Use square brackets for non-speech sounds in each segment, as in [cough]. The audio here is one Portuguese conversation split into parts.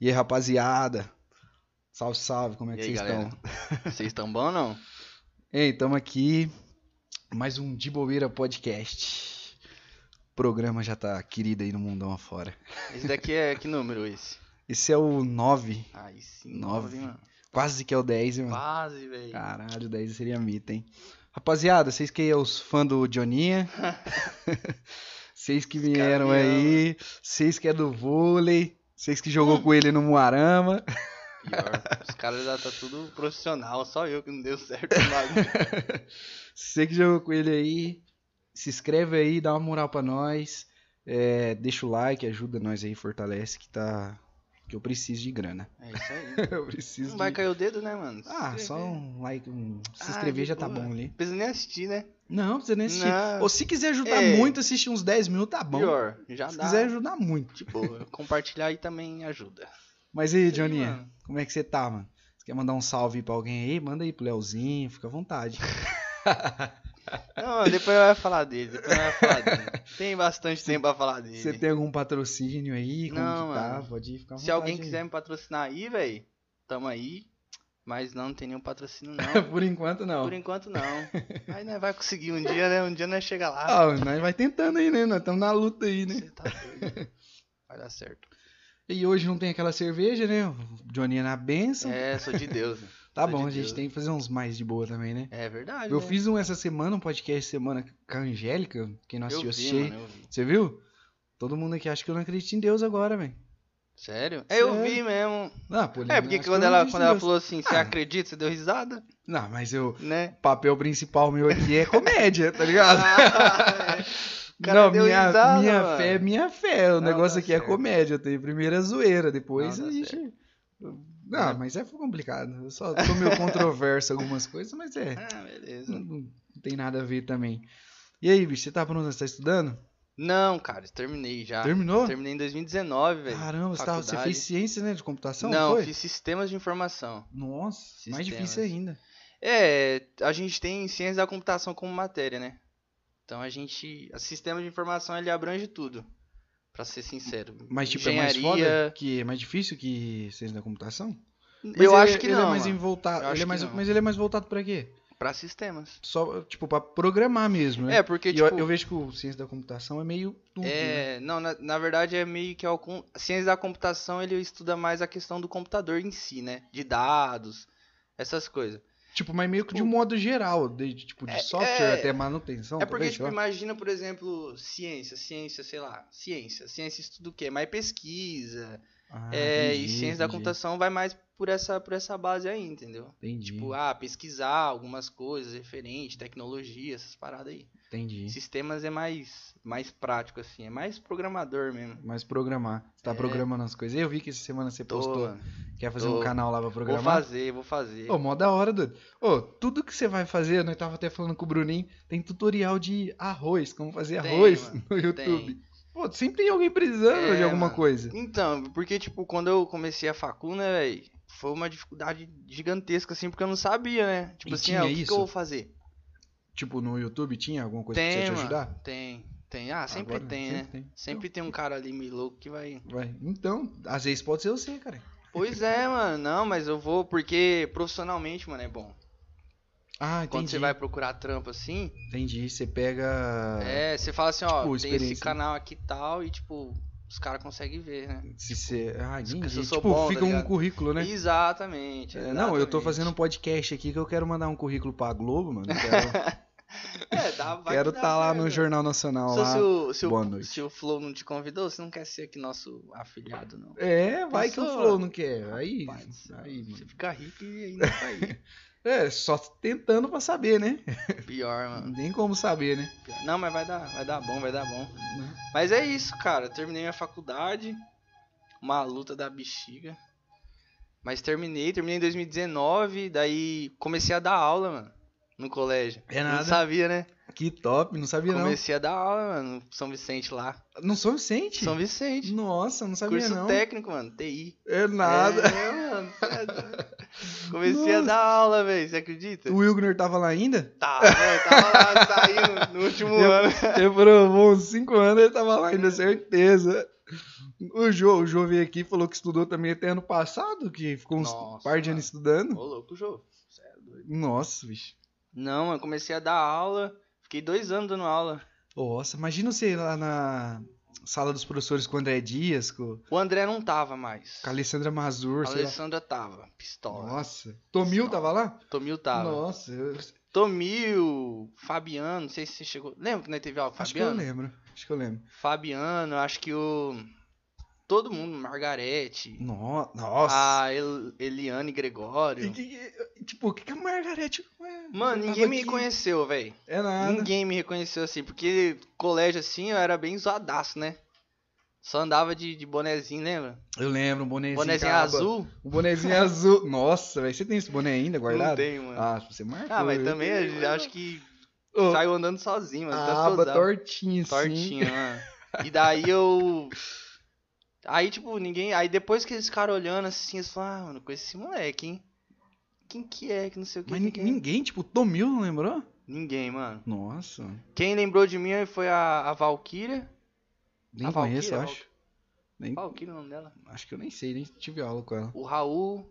E aí, rapaziada? Salve, salve, como é que E aí, vocês galera? estão? Vocês estão bom ou não? Ei, estamos aqui. Mais um De Bobeira Podcast. O programa já tá querido aí no mundão afora. Esse daqui é que número esse? Esse é o 9, Aí sim, Nove. nove, mano. Ah. quase que é o 10, hein, mano. Quase, velho. Caralho, 10 seria mito, hein? Rapaziada, vocês que é os fãs do [laughs] Johninha. vocês que vieram caras me aí. Vocês que é do vôlei. Vocês que Hum. jogou com ele no Moarama. Pior. Os caras já tá tudo profissional, só eu que não deu certo no bagulho. Você que jogou com ele aí, se inscreve aí, dá uma moral pra nós. É, deixa o like, ajuda nós aí, fortalece que tá. Que eu preciso de grana. [laughs] É isso aí. [laughs] Eu preciso Não vai de. cair o dedo, né, mano? Ah, só um. um like. um- Se Ah, inscrever de já tá boa. bom ali. Precisa nem assistir, né? Não, precisa nem assistir. Não. Ou se quiser ajudar É. muito, assistir uns 10 minutos, tá bom. Pior, já se dá. quiser ajudar muito. Tipo, compartilhar aí também ajuda. Mas e aí, Sim, Johninha, mano. como é que você tá, mano? Você quer mandar um salve aí pra alguém aí? Manda aí pro Leozinho, fica à vontade. Não, depois vai falar dele, depois vai falar dele. [laughs] Tem bastante tempo pra falar dele. Você tem algum patrocínio aí? Como Não, que tá? mano. Pode ficar à vontade. Se alguém aí. quiser me patrocinar aí, velho, tamo aí. Mas não, não tem nenhum [laughs] patrocínio, não. [laughs] Por enquanto, não. Por enquanto [laughs] não. Mas nós vai conseguir um dia, né? Um dia nós chega lá. Ah, nós vai tentando aí, né? Nós estamos na luta aí, né? Você tá doido. Vai dar certo. E hoje não tem aquela cerveja, né? Johnny na benção. É, sou de Deus. né? tá sou bom, de a gente Deus. tem que fazer uns mais de boa também, né? É verdade. Eu né? fiz um essa semana, um podcast semana com a Angélica, quem não eu assistiu, vi, assistiu. mano, eu vi. Você viu? Todo mundo aqui acha que eu não acredito em Deus agora, velho. Sério? É, eu Sério. vi mesmo. Ah, pô, É, Lina, porque acho quando que eu não ela, acredito quando em ela Deus. falou assim, você Ah. acredita? Você deu risada? Não, mas eu... [laughs] Né? O papel principal meu aqui é comédia, tá [laughs] ligado? Ah, é. O cara não, deu minha, risada, minha mano. fé, minha fé. O Não, negócio tá aqui é certo. comédia. Tem primeira zoeira, depois Não, a tá gente. Não, É. mas é complicado. Eu só tô meio controverso em algumas coisas, mas é. Ah, beleza. Não, não tem nada a ver também. E aí, bicho, você tá pronto? Você tá estudando? Não, cara, terminei já. Terminou? Terminei em 2019, velho. Caramba, você, tá- você Tá, Faculdade. fez ciência, né? De computação? Não, foi? fiz sistemas de informação. Nossa, mais Sistemas. difícil ainda. É, a gente tem ciência da computação como matéria, né? Então a gente. O sistema de informação ele abrange tudo. Pra ser sincero. Mas, tipo, é mais foda? Engenharia- Que é mais difícil que ciência da computação? Mas Eu ele- acho que ele não. É mais mano. voltado, Eu acho ele é que mais, não. mas ele é mais voltado pra quê? Pra sistemas. Só, tipo, pra programar mesmo, né? É, porque, E eu, tipo. eu vejo que o ciência da computação é meio tudo, né? é, não, na, na verdade é meio que algum. A ciência da computação ele estuda mais a questão do computador em si, né? De dados, essas coisas. Tipo, mas meio que de tipo- modo geral, de, tipo, de software é- até manutenção. é porque, talvez, tipo, sei lá. imagina, por exemplo, ciência, ciência, sei lá, ciência. Ciência estuda o quê? Mais pesquisa. Ah, É, e entendi, ciência da entendi, computação vai mais por essa, por essa base aí, entendeu? Entendi. Tipo, ah, pesquisar algumas coisas referentes, tecnologia, essas paradas aí. entendi. Sistemas é mais, mais prático, assim, é mais programador mesmo. Mas programar. Você tá É. programando as coisas. Eu vi que essa semana você Tô, postou. mano. Quer fazer um Tô. canal lá pra vou programar? fazer, vou fazer. Ô, mó da hora, doido. Ô, tudo que você vai fazer, nós tava até falando com o Bruninho, tem tutorial de arroz, como fazer Tem, arroz mano, no YouTube. Tem. Pô, sempre tem alguém precisando É, de alguma mano. coisa. Então, porque, tipo, quando eu comecei a facu, né, velho, foi uma dificuldade gigantesca, assim, porque eu não sabia, né? Tipo E assim, tinha ah, o que que, isso? eu vou fazer? Tipo, no YouTube tinha alguma coisa pra tem, você te mano, ajudar? tem, tem. Ah, sempre Agora, tem, né? sempre tem. Sempre tem um cara ali meio louco que vai... Vai. Então, às vezes pode ser você, cara. Pois é, mano. Não, mas eu vou porque profissionalmente, mano, é bom. Ah, entendi. Quando você vai procurar trampo assim, Entendi. Você pega. é, você fala assim, ó, tipo, tem esse experiência, né? canal aqui e tal, e tipo, os caras conseguem ver, né? Se você. Ah, se- entendi. se eu sou Tipo, bom, tá fica um ligado? currículo, né? Exatamente, É, não, eu tô exatamente. fazendo um podcast aqui que eu quero mandar um currículo pra Globo, mano. Eu Quero [laughs] É, dá, [laughs] vai quero que dá tá lá no certo. Jornal Nacional Só lá. se o, se, o, Boa noite. se o Flow não te convidou, você não quer ser aqui nosso afiliado, não. É, vai que o Pensou? Flow não quer. Aí, Rapaz do céu, aí, Você mano. fica rico e ainda tá [laughs] vai. É, só tentando pra saber, né? Pior, mano. Não tem como saber, né? pior. Não, mas vai dar, vai dar bom, vai dar bom. Mas é isso, cara. Eu terminei minha faculdade. Uma luta da bexiga. Mas terminei, terminei em 2019, daí comecei a dar aula, mano, no colégio. É Não nada. sabia, né? Que top, não sabia Comecei a dar aula, mano, no São Vicente lá. não. Não sou Vicente? São Vicente. Nossa, não sabia Curso não. técnico, mano, TI. É nada. É, mano. cê [laughs] é doido. Comecei Nossa. a dar aula, velho, você acredita? O Wilgner tava lá ainda? Tá, eu tava lá saindo no último Eu- ano. Ele provou uns 5 anos, ele tava lá ainda, certeza. O Jô, o Jô veio aqui e falou que estudou também até ano passado, que ficou uns Nossa, par de mano. anos estudando. Ô, louco, Jô. Cê é doido. Nossa, bicho. Não, eu comecei a dar aula. Fiquei dois anos dando aula. Nossa, imagina você lá na sala dos professores com o André Dias, com, O André não tava mais. com a Alessandra Mazur, a sei lá. Alessandra tava. Pistola. Nossa. Tomil tava lá? Tomil tava. Nossa, eu- Tomil, Fabiano, não sei se você chegou. Lembra que nós teve aula? com acho que eu Fabiano? lembro. Acho que eu lembro. Fabiano, acho que o. Todo mundo, Margarete. No- Nossa. A El- Eliane Gregório. E que- que- tipo, o que, que a Margarete. ué, Mano, tava ninguém me aqui? reconheceu, velho. É nada. Ninguém me reconheceu assim, porque colégio assim eu era bem zoadaço, né? Só andava de, de bonezinho, lembra? Eu lembro, um bonezinho. bonezinho caba. azul? Um bonezinho [laughs] azul. Nossa, velho. Você tem esse boné ainda guardado? Não tenho, mano. Ah, Ah, você marcou. mas eu também tenho, eu mas- acho que Ô, saiu andando sozinho, mano. a tanto que eu aba usava. Ah, tortinha, assim. Tortinha, [laughs] mano. E daí eu. Aí, tipo, ninguém. Aí depois que eles ficaram olhando assim, eles falaram, ah, mano, conheci esse moleque, hein? Quem que é, que não sei o que. Mas quem ni- que é?" ninguém, tipo, Tomil não lembrou? Ninguém, mano. Nossa. Quem lembrou de mim aí foi a, a Valkyria. Nem A Ah, Valkyria, conheço, a eu Valky- acho. Nem- Valkyria é o nome dela. acho que eu nem sei, nem tive aula com ela. O Raul.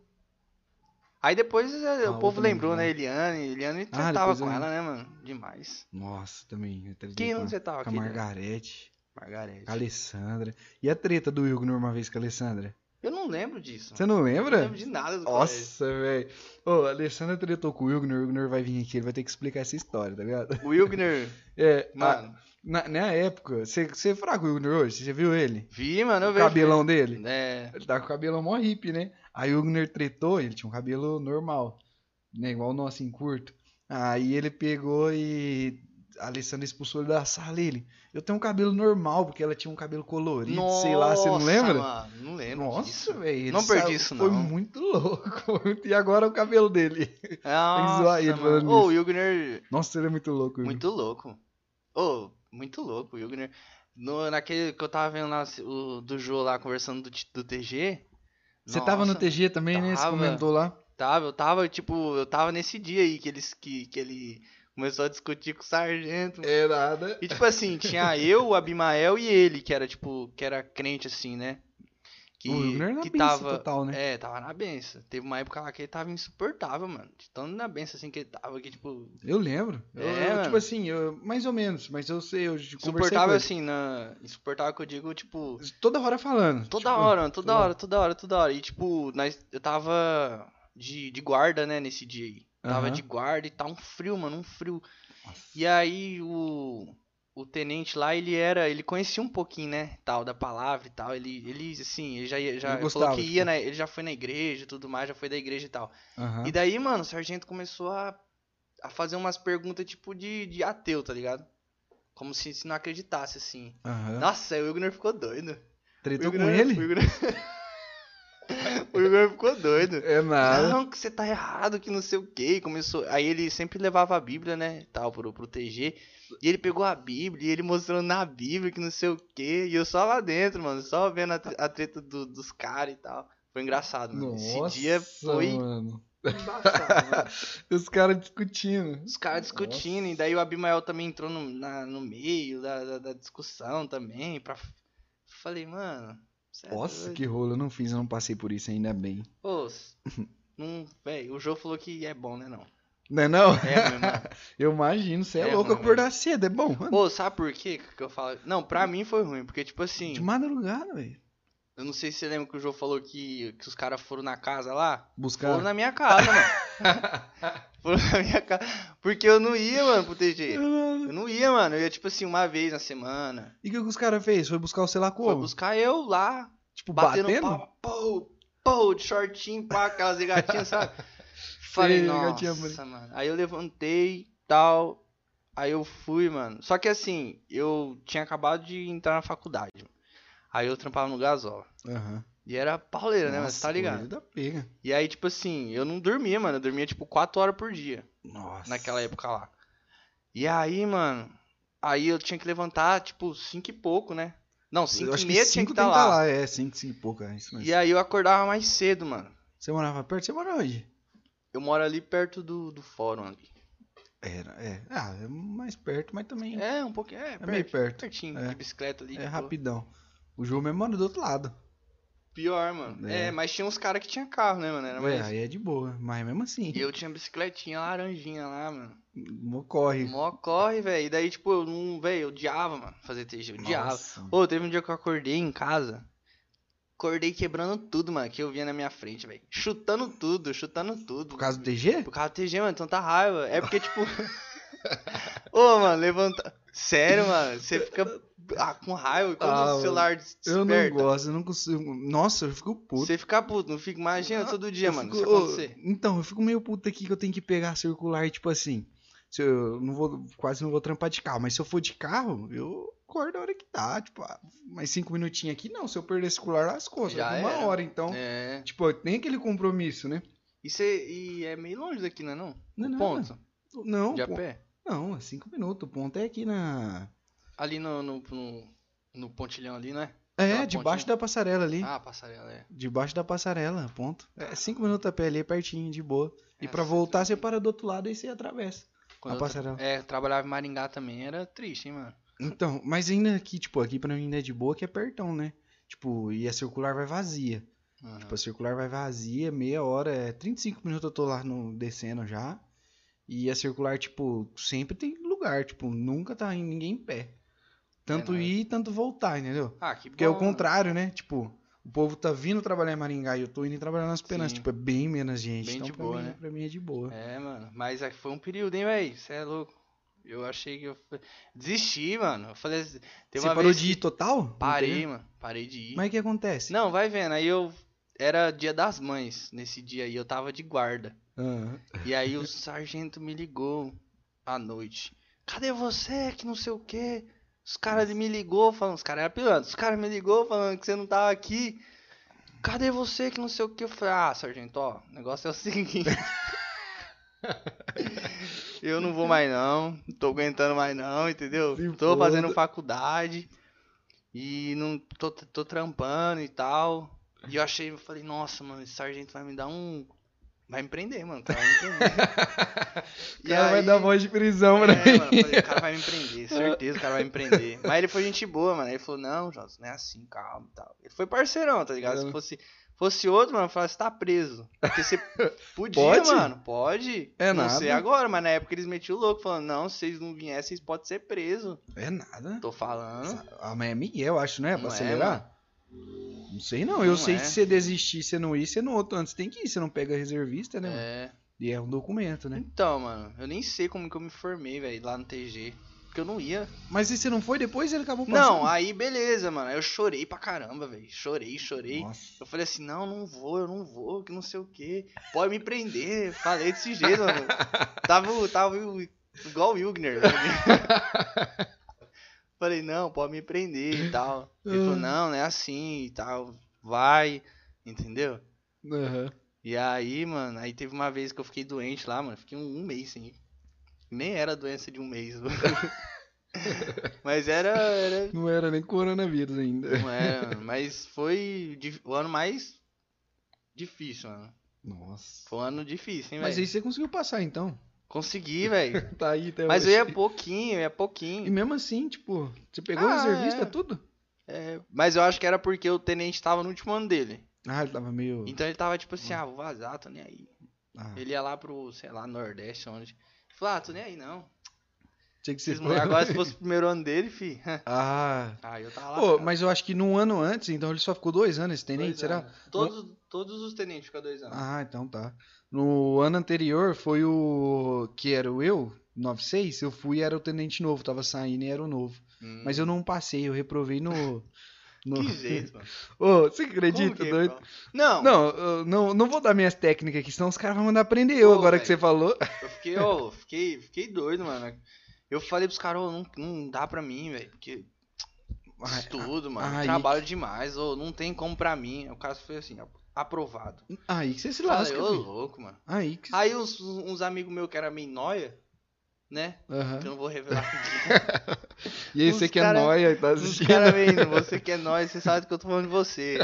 Aí depois é, Raul o povo também, lembrou, né? né? Eliane. Eliane Ah, tava depois com eu- ela, né, mano? Demais. Nossa, também. eu tretei Quem com, não a, você tava com a aqui? Margarete, Margarete. com a Alessandra. E a treta do Wilgner uma vez com a Alessandra? Eu não lembro disso. Você não Eu Não lembra? lembro de nada do colégio. Nossa, velho. Ô, a Alessandra tretou com o Wilgner, o Wilgner vai vir aqui, ele vai ter que explicar essa história, tá ligado? O [laughs] Wilgner, É, a- mano. na, na época, você, você fraga o Wilgner hoje? Você já viu ele? Vi, mano, eu O vejo. cabelão dele? É. Ele tá com o cabelo mó hippie, né? Aí o Ugner tretou, ele tinha um cabelo normal, né? Igual o nosso, assim, curto. Aí ele pegou e a Alessandra expulsou ele da sala. Ele, eu tenho um cabelo normal, porque ela tinha um cabelo colorido, sei lá, você não Nossa, lembra? Mano, não lembro. Nossa, disso. velho. ele Não perdi saiu- isso, Foi não. muito louco. [laughs] E agora o cabelo dele. zoar Nossa, ele falando mano. Ô, o Wilgner, Nossa, ele é muito louco. Ugner. muito louco. Ô, muito louco, o Wilgner. No, naquele que eu tava vendo lá, o, do Jô lá, conversando do, t- do TG. Você tava no Nossa, TG também, né? Você tava. comentou lá. Tava, eu tava, tipo, eu tava nesse dia aí que eles que, que ele começou a discutir com o sargento. É nada. E tipo assim, tinha eu, o Abimael e ele, que era tipo, que era crente assim, né? Que, o Ugner na que benção tava. total, né? É, tava na benção. Teve uma época lá que ele tava insuportável, mano. De tanto na benção assim que ele tava, que tipo. Eu lembro. Eu- É, eu, tipo mano. assim, eu- mais ou menos, mas eu sei, eu conversei com Insuportável ele. assim, na. Insuportável que eu digo, tipo. Toda hora falando. Toda tipo, hora, mano, toda toda hora, toda hora, toda hora. E tipo, nós, eu tava de, de guarda, né, nesse dia aí. Tava Aham. de guarda e tá um frio, mano, um frio. Nossa. E aí o, o tenente lá, ele era, ele conhecia um pouquinho, né, tal, da palavra e tal. Ele, ele assim, ele já, ia- já Ele ele gostava, tipo. falou que ia, né, ele já foi na igreja e tudo mais, já foi da igreja e tal. Aham. E daí, mano, o sargento começou a, a fazer umas perguntas tipo de, de ateu, tá ligado? Como se, se não acreditasse, assim. Aham. Nossa, o Wilgner ficou doido. Tretou O com Igor- ele? O Igor, [laughs] o Igor ficou doido. É nada. Não, que você tá errado, que não sei o que. Começou. Aí ele sempre levava a Bíblia, né? Tal, pro, pro TG. E ele pegou a Bíblia e ele mostrando na Bíblia que não sei o que. E eu só lá dentro, mano, só vendo a, tre- a treta do- dos caras e tal. Foi engraçado, mano. Nossa, Esse dia foi mano. embaçado, mano. Os caras discutindo. [laughs] Os caras discutindo, e daí o Abimael também entrou no, na- no meio da, da- da discussão também. Pra... Falei, mano. cê é Nossa, doido. que rolo. Eu não fiz, eu não passei por isso ainda bem. Pô, s- não, véi, o Jô falou que é bom, né, não? Não é não? É ruim, mano. Eu imagino, você é, É louco ruim, acordar cedo, é bom, mano. Pô, sabe por quê que eu falo? Não, pra mim foi ruim, porque, tipo assim, De madrugada, velho. eu não sei se você lembra que o Jô falou que, que os caras foram na casa lá. Buscar. Foram na minha casa, mano. Foram na minha casa. Porque eu não ia, mano, pro TG. Eu não ia, mano. Eu ia, tipo assim, uma vez na semana. E o que que os caras fez? Foi buscar o sei lá Foi como? buscar eu lá, Tipo, batendo, batendo? pau, pô, pô, de shortinho, pá, aquelas regatinhas, sabe? Falei, Sei, regatinha nossa, bonita." mano. Aí eu levantei, tal, aí eu fui, mano. Só que assim, eu tinha acabado de entrar na faculdade, mano. aí eu trampava no Gasola. Aham. E era pauleira, né, mas Nossa, tá ligado? colorido da pega. E aí, tipo assim, eu não dormia, mano, eu dormia tipo 4 horas por dia Nossa. naquela época lá. E aí, mano, aí eu tinha que levantar, tipo, 5 e pouco, né? Não, Eu 5 acho e que meia tinha cinco que tem estar que tá lá. lá. É, cinco, cinco e pouco. É isso mesmo. E aí eu acordava mais cedo, mano. Você morava perto? Você mora onde? Eu moro ali perto do, do fórum ali. Era, é. Ah, é mais perto, mas também é, É, um pouquinho. É, perto, meio perto. pertinho, É. de bicicleta ali. tipo, de boa. rapidão. O João mesmo mora do outro lado. Pior, mano. É, É. mas tinha uns caras que tinha carro, né, mano? Era Ué, mais... aí é de boa, mas mesmo assim, Eu tinha bicicletinha laranjinha lá, mano. mo- corre. Mó corre, velho. E daí, tipo, eu não, velho, eu odiava, mano, fazer TG. Eu odiava. Nossa. Ô, teve um dia que eu acordei em casa. Acordei quebrando tudo, mano, que eu via na minha frente, velho. Chutando tudo, chutando tudo. Por causa do TG? Por causa do TG, mano, tanta raiva. É [laughs] porque, tipo. Ô, mano, levanta. Sério, mano, você fica ah, com raiva. Quando Ah, o celular desperta, Eu não gosto, eu não consigo. Nossa, eu fico puto. você fica puto, não fica. Imagina todo dia, Eu mano, fico- isso é acontecer. Ô, Então, eu fico meio puto aqui que eu tenho que pegar circular, e, tipo assim. Se eu não vou, quase não vou trampar de carro, mas se eu for de carro, eu acordo a hora que dá. Tipo, ah, mais cinco minutinhos aqui, não. Se eu perder circular, lascou. Já Já uma era. hora, então. É. Tipo, eu tenho aquele compromisso, né? E, cê- e é meio longe daqui, não é não? Não é O nada. ponto. Não, de a pô, pé. não, é cinco minutos. O ponto é aqui na. Ali no, no, no, no pontilhão ali, não é? É, Aquela debaixo pontinha. da passarela ali. Ah, passarela, é. Debaixo da passarela, ponto. É cinco minutos a pé ali, pertinho, de boa. E É, pra sim, voltar, você para do outro lado e você atravessa. Quando a eu tra- passarela. É, eu trabalhava em Maringá também, era triste, hein, mano? Então, mas ainda aqui, tipo, aqui pra mim ainda é de boa que é pertão, né? Tipo, e a circular vai vazia. Aham. Tipo, a circular vai vazia, meia hora, é 35 minutos eu tô lá no, descendo já. E a circular, tipo, sempre tem lugar, tipo, nunca tá em ninguém em pé. Tanto nóis. ir, tanto voltar, entendeu? ah, que Porque é o bom. contrário, né? Tipo, o povo tá vindo trabalhar em Maringá e eu tô indo trabalhar nas penas. Sim. Tipo, é bem menos gente. Bem então, de pra, boa, mim, né? pra mim é de boa. É, mano. Mas é, foi um período, hein, velho? Você é louco. Eu achei que eu. Desisti, mano. Eu falei. assim, Tem Você uma parou vez de que ir total? Não Parei, teve? mano. Parei de ir. Mas o que acontece? Não, vai vendo. Aí eu. Era dia das mães nesse dia aí. Eu tava de guarda. Ah, E aí o sargento me ligou à noite. Cadê você? Que não sei o quê. Os caras me ligou falando, os caras eram pilantra, os caras me ligou falando que você não tava aqui. Cadê você que não sei o que? Eu falei, ah, sargento, ó, o negócio é o [laughs] seguinte. eu não vou mais não, não tô aguentando mais não, entendeu? Se tô fazendo foda. faculdade e não tô, tô trampando e tal. E eu achei, eu falei, nossa, mano, esse sargento vai me dar um. Vai me prender, mano. o Cara, vai me prender. [laughs] o cara vai dar voz de prisão pra É, mim. mano, eu falei, o cara vai me prender, certeza o cara vai me [laughs] prender. Mas ele foi gente boa, mano. Ele falou, não, Jonas, não é assim, calma e tal. Ele foi parceirão, tá ligado? Se É. fosse, fosse outro, mano, eu falava, você tá preso. [laughs] Porque você podia, Pode? mano, pode. É não nada. sei agora, mas na época eles metiam o louco, falando, não, se vocês não viessem, vocês podem ser presos. É nada. Tô falando. A mãe é Miguel, eu acho, né? Pra Não é, acelerar. não sei não. Eu Não sei é. que se você desistir, você não ir, você não outro. Antes tem que ir, você não pega reservista, né? mano? É. E é um documento, né? Então, mano, eu nem sei como que eu me formei, velho, lá no TG. Porque eu não ia. Mas e se não foi depois, ele acabou passando. Não, aí beleza, mano. Aí eu chorei pra caramba, velho. Chorei, chorei. Nossa. Eu falei assim, não, não vou, eu não vou, que não sei o que. Pode me prender. Falei desse jeito, [laughs] mano. Tava, o- tava o- igual o Wilgner. né? falei, não, pode me prender e tal. Ele Ah. falou, não, não é assim e tal. Vai, entendeu? Aham. E aí, mano, aí teve uma vez que eu fiquei doente lá, mano. Fiquei um, um mês sem ir. Nem era doença de um mês. mano. [laughs] Mas era- era Não era nem coronavírus ainda. não era, mano, mas foi dif- o ano mais difícil, mano. Nossa. Foi um ano difícil, hein, Mas aí velho? você conseguiu passar, então. [laughs] Consegui, velho. Tá aí até Mas eu hoje. ia pouquinho, eu ia E pouquinho. mesmo assim, tipo, você pegou Ah, reservista, é. tudo? É, mas eu acho que era porque o tenente tava no último ano dele. Ah, ele tava meio... Então ele tava tipo assim, ah, vou vazar, tô nem aí. Ah, Ele ia lá pro, sei lá, Nordeste, onde. Falei, ah, tô nem aí não. tinha que ser... Vocês não- [laughs] Agora né? se fosse o primeiro ano dele, fi. [laughs] Ah... Ah, eu tava lá. Pô, mas eu acho que num ano antes, então ele só ficou dois anos, esse tenente, será? Todos, todos os tenentes ficam dois anos. Ah, então tá. No ano anterior foi o que era o eu, 96, eu fui e era o tenente novo, tava saindo e era o novo. Hum. Mas eu não passei, eu reprovei no no Que jeito, mano. [laughs] Ô, você Como acredita, que, é, doido? bro? Não, Não, eu não, não vou dar minhas técnicas aqui, senão os caras vão mandar prender eu Ô, agora que velho. você falou. Eu fiquei, ô, fiquei, fiquei doido, mano. Eu falei pros caras, ô, não, não dá pra mim, velho. Porque Ah, estudo, mano. ai, trabalho demais, ô, não tem como pra mim. O caso foi assim, ó, aprovado. Aí que você se Falei, lasca. ô, filho. louco, mano. Aí que Aí uns, uns amigos meus que eram meio noia, né? Aham. Que eu não [laughs] vou revelar. E aí os você que cara- é nóia e tá Os assistindo. caras meio, você que é nóia, você sabe que eu tô falando [laughs] de você.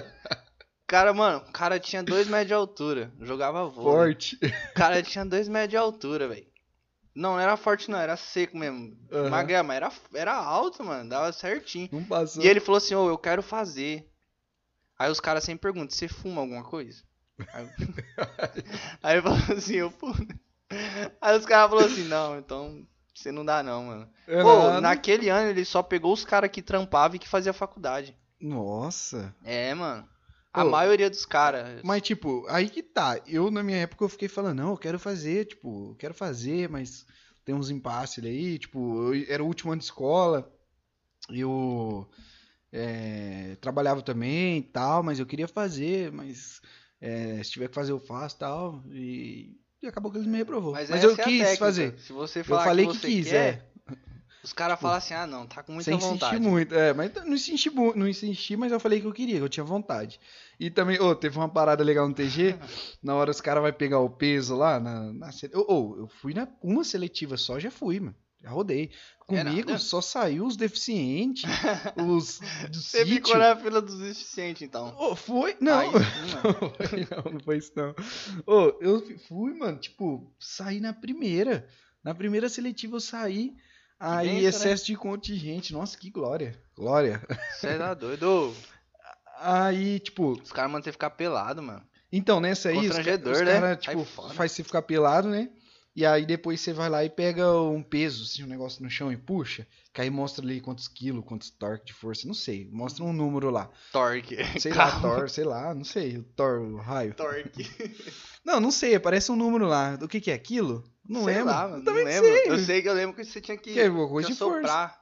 Cara, mano, o cara tinha dois metros de altura. Jogava vôlei. Forte. O cara tinha dois metros de altura, velho. Não, não era forte, não, era seco mesmo. Aham. Magrela, mas era, era alto, mano, dava certinho. Não passou. E ele falou assim: Ô, eu quero fazer. Aí os caras sempre perguntam: Você fuma alguma coisa? Aí, eu... Aí eu [laughs] falo assim: Eu fumo. Aí os caras falaram assim: Não, então você não dá, não, mano. É Pô, nada. naquele ano ele só pegou os caras que trampavam e que fazia faculdade. Nossa. É, mano. A Pô. maioria dos caras. Mas, tipo, aí que tá. Eu, na minha época, eu fiquei falando, não, eu quero fazer, tipo, eu quero fazer, mas tem uns impasses aí, tipo, eu era o último ano de escola, eu é, trabalhava também e tal, mas eu queria fazer, mas é, se tiver que fazer eu faço e tal, e, e acabou que ele me reprovou. Mas, essa eu é a quis técnica. fazer, Se você eu falar falei que, que, você quis, quer, é, Os caras falam assim: Ah, não, tá com muita sem insistir vontade. muito, é, mas não insisti, mu- não insisti, mas eu falei que eu queria, que eu tinha vontade. E também, ô, teve uma parada legal no TG, [laughs] Na hora os caras vão pegar o peso lá na, na sele- Ô, ô, eu fui na uma seletiva só, já fui, mano. Já rodei. É Comigo nada. só saiu os deficientes, [laughs] os do Você sítio. ficou na fila dos deficientes, então. Ô, foi? Não. Aí sim, [laughs] mano. não, não foi isso não. Ô, eu fi- fui, mano, tipo, saí na primeira. Na primeira seletiva eu saí. Aí benção, né? excesso de contingente. Nossa, que glória. Glória. Você tá doido? Aí, tipo, Os caras mandam você ficar pelado, mano. Então, nessa aí, os ca- Constrangedor, os né? cara, Sai tipo, fora. faz você ficar pelado, né? E aí depois você vai lá e pega um peso, assim, um negócio no chão e puxa. Que aí mostra ali quantos quilos, quantos torque de força, não sei. Mostra um número lá. Torque. Sei lá, Calma. Thor, sei lá, não sei. o Thor, o raio. Torque. Não, não sei, aparece um número lá. O que que é? Quilo? Não sei lembro. Lá, mano. Não Também não lembro. sei. Eu sei que eu lembro que você tinha que, Que é uma coisa que de força. soprar.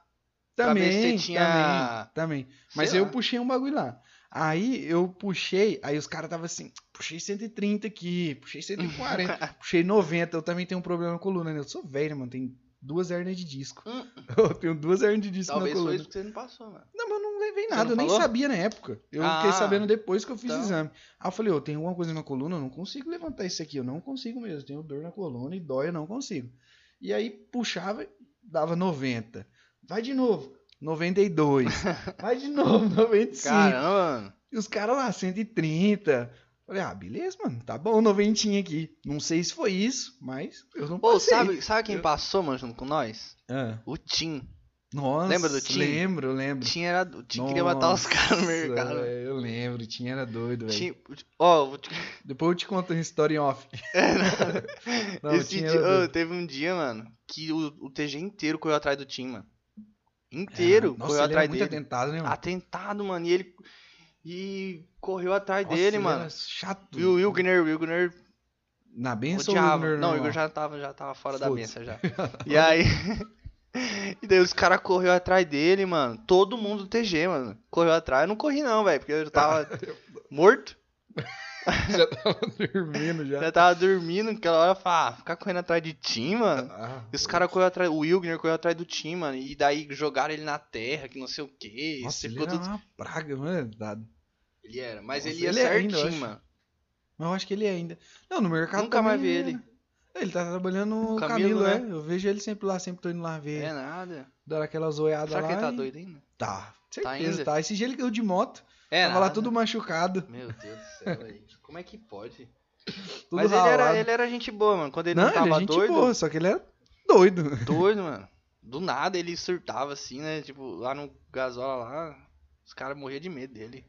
pra ver se você Também, tinha- também, também. Mas Sei eu lá. puxei um bagulho lá. Aí eu puxei, aí os caras tava assim, puxei 130 aqui, puxei 140, [laughs] puxei 90. Eu também tenho um problema na coluna, né? Eu sou velho, mano, tenho duas hernias de disco. Hum. [laughs] Eu tenho duas hernias de disco Talvez na foi coluna. isso que você não passou, mano. Não, mas eu não levei Você nada, não eu nem falou? sabia na época. Eu Ah, fiquei sabendo depois que eu fiz o então. exame. Aí eu falei, eu tenho alguma coisa na coluna, eu não consigo levantar isso aqui, eu não consigo mesmo. Eu Tenho dor na coluna e dói, eu não consigo. E aí puxava, dava 90. Vai de novo, 92. [laughs] Vai de novo, 95. Caramba, mano. E os caras lá, 130. Falei, ah, beleza, mano, tá bom, noventinha aqui. Não sei se foi isso, mas eu não Pô, passei. sabe, sabe quem passou, mano, junto com nós? Ah, O Tim. nossa, Lembra do Tim? Lembro, lembro. O Tim era. O Tim queria matar os caras [laughs] no Nossa, é, mercado. velho, Eu lembro, tinha era doido, velho. Tim- Ó, vou te- Depois eu te conto a história em [laughs] off. [laughs] Não, É, Esse tinha dia, era ô, doido. teve um dia, mano, que o, o TG inteiro correu atrás do Tim, mano. Inteiro É, nossa, correu ele atrás era muito dele. atentado, né, mano? Atentado, mano. E ele. E correu atrás Nossa, dele, ele mano. era chato. E o Wilgner, o Wilgner Na benção odiava. Não, o Igor já tava, já tava fora da Foda-se. mesa [laughs] já. E aí. [laughs] E daí os caras correu atrás dele, mano. Todo mundo do TG, mano. Correu atrás. Eu não corri, não, velho. Porque eu [laughs] já tava morto. já [laughs] tava dormindo já. Já tava dormindo naquela hora. Eu falava, ah, ficar correndo atrás de Tim, mano. Ah, [laughs] E Os caras correu atrás, o Wilgner correu atrás do time, mano, e daí jogaram ele na terra, que não sei o que, nossa, você ele ficou era tudo... uma praga, mano. é da- Ele era, mas Nossa, ele ia ele é ainda, eu certinho, acho. mano. Mas eu acho que ele é ainda. Não, no mercado Nunca mais também vi era. ele. Ele tá trabalhando no O Camilo, Camilo, né? né? Eu vejo ele sempre lá, sempre tô indo lá ver, É nada. dar aquela zoiada Será lá. que ele tá e- doido ainda? Tá, ainda? certeza, tá, Esse dia ele caiu de moto, É, tava lá nada. todo machucado, Meu Deus do céu, aí. Como é que pode? todo mas ele era, ralado. ele era gente boa, mano. Quando ele Não, não, ele tava é gente doido, boa, só que ele era doido. doido, mano. Do nada ele surtava assim, né? Tipo, lá no gasola lá, os caras morriam de medo dele.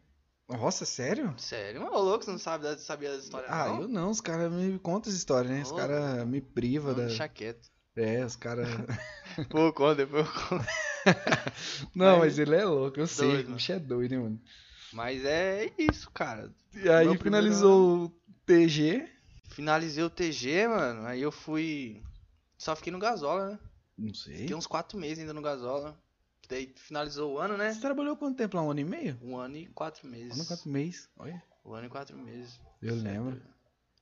Nossa, sério? Sério, mano, ô louco, você não sabe, da- sabia das histórias Ah, não? eu não, os caras me contam as histórias, né? Os Ô, caras me privam Não, da. deixa quieto. É, os [laughs] caras. Pô, quando depois eu conto. Não, Mas- mas ele é louco, eu sei. Doido, O bicho é doido, hein, mano. Mas é isso, cara. E aí Meu primeiro finalizou o TG. Finalizei o TG, mano. Aí eu fui. Só fiquei no Gasola, né? Não sei. Fiquei uns quatro meses ainda no Gasola. Daí finalizou o ano, né? Você trabalhou quanto tempo lá? Um ano e meio? Um ano e quatro Um meses. ano e quatro meses. Olha. Um ano e quatro meses. Eu lembro.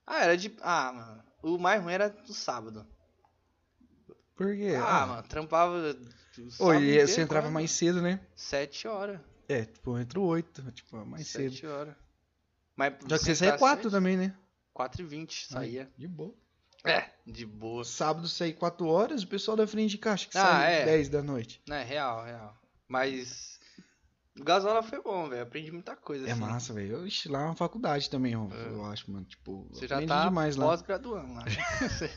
Ah, era de. Ah, mano. O mais ruim era no sábado. Por quê? Ah, mano. Trampava. do sábado Oi, inteiro, é, você entrava quase. mais cedo, né? Sete horas. É, tipo, eu entro oito, tipo, mais cedo. Sete horas. Mas Já que você entrar sai quatro seis, também, né? Quatro e vinte saía. De boa. É, de boa. Sábado sai quatro horas, o pessoal da frente de caixa que Ah, sai é. 10 da noite. Não, é real, real. Mas O Gasola foi bom, velho. Aprendi muita coisa. É assim. massa, velho. Eu- Ixi, lá é uma faculdade também, eu, É. eu acho, mano. Tipo, Você já aprendi tá demais lá. pós-graduando [laughs] lá. Você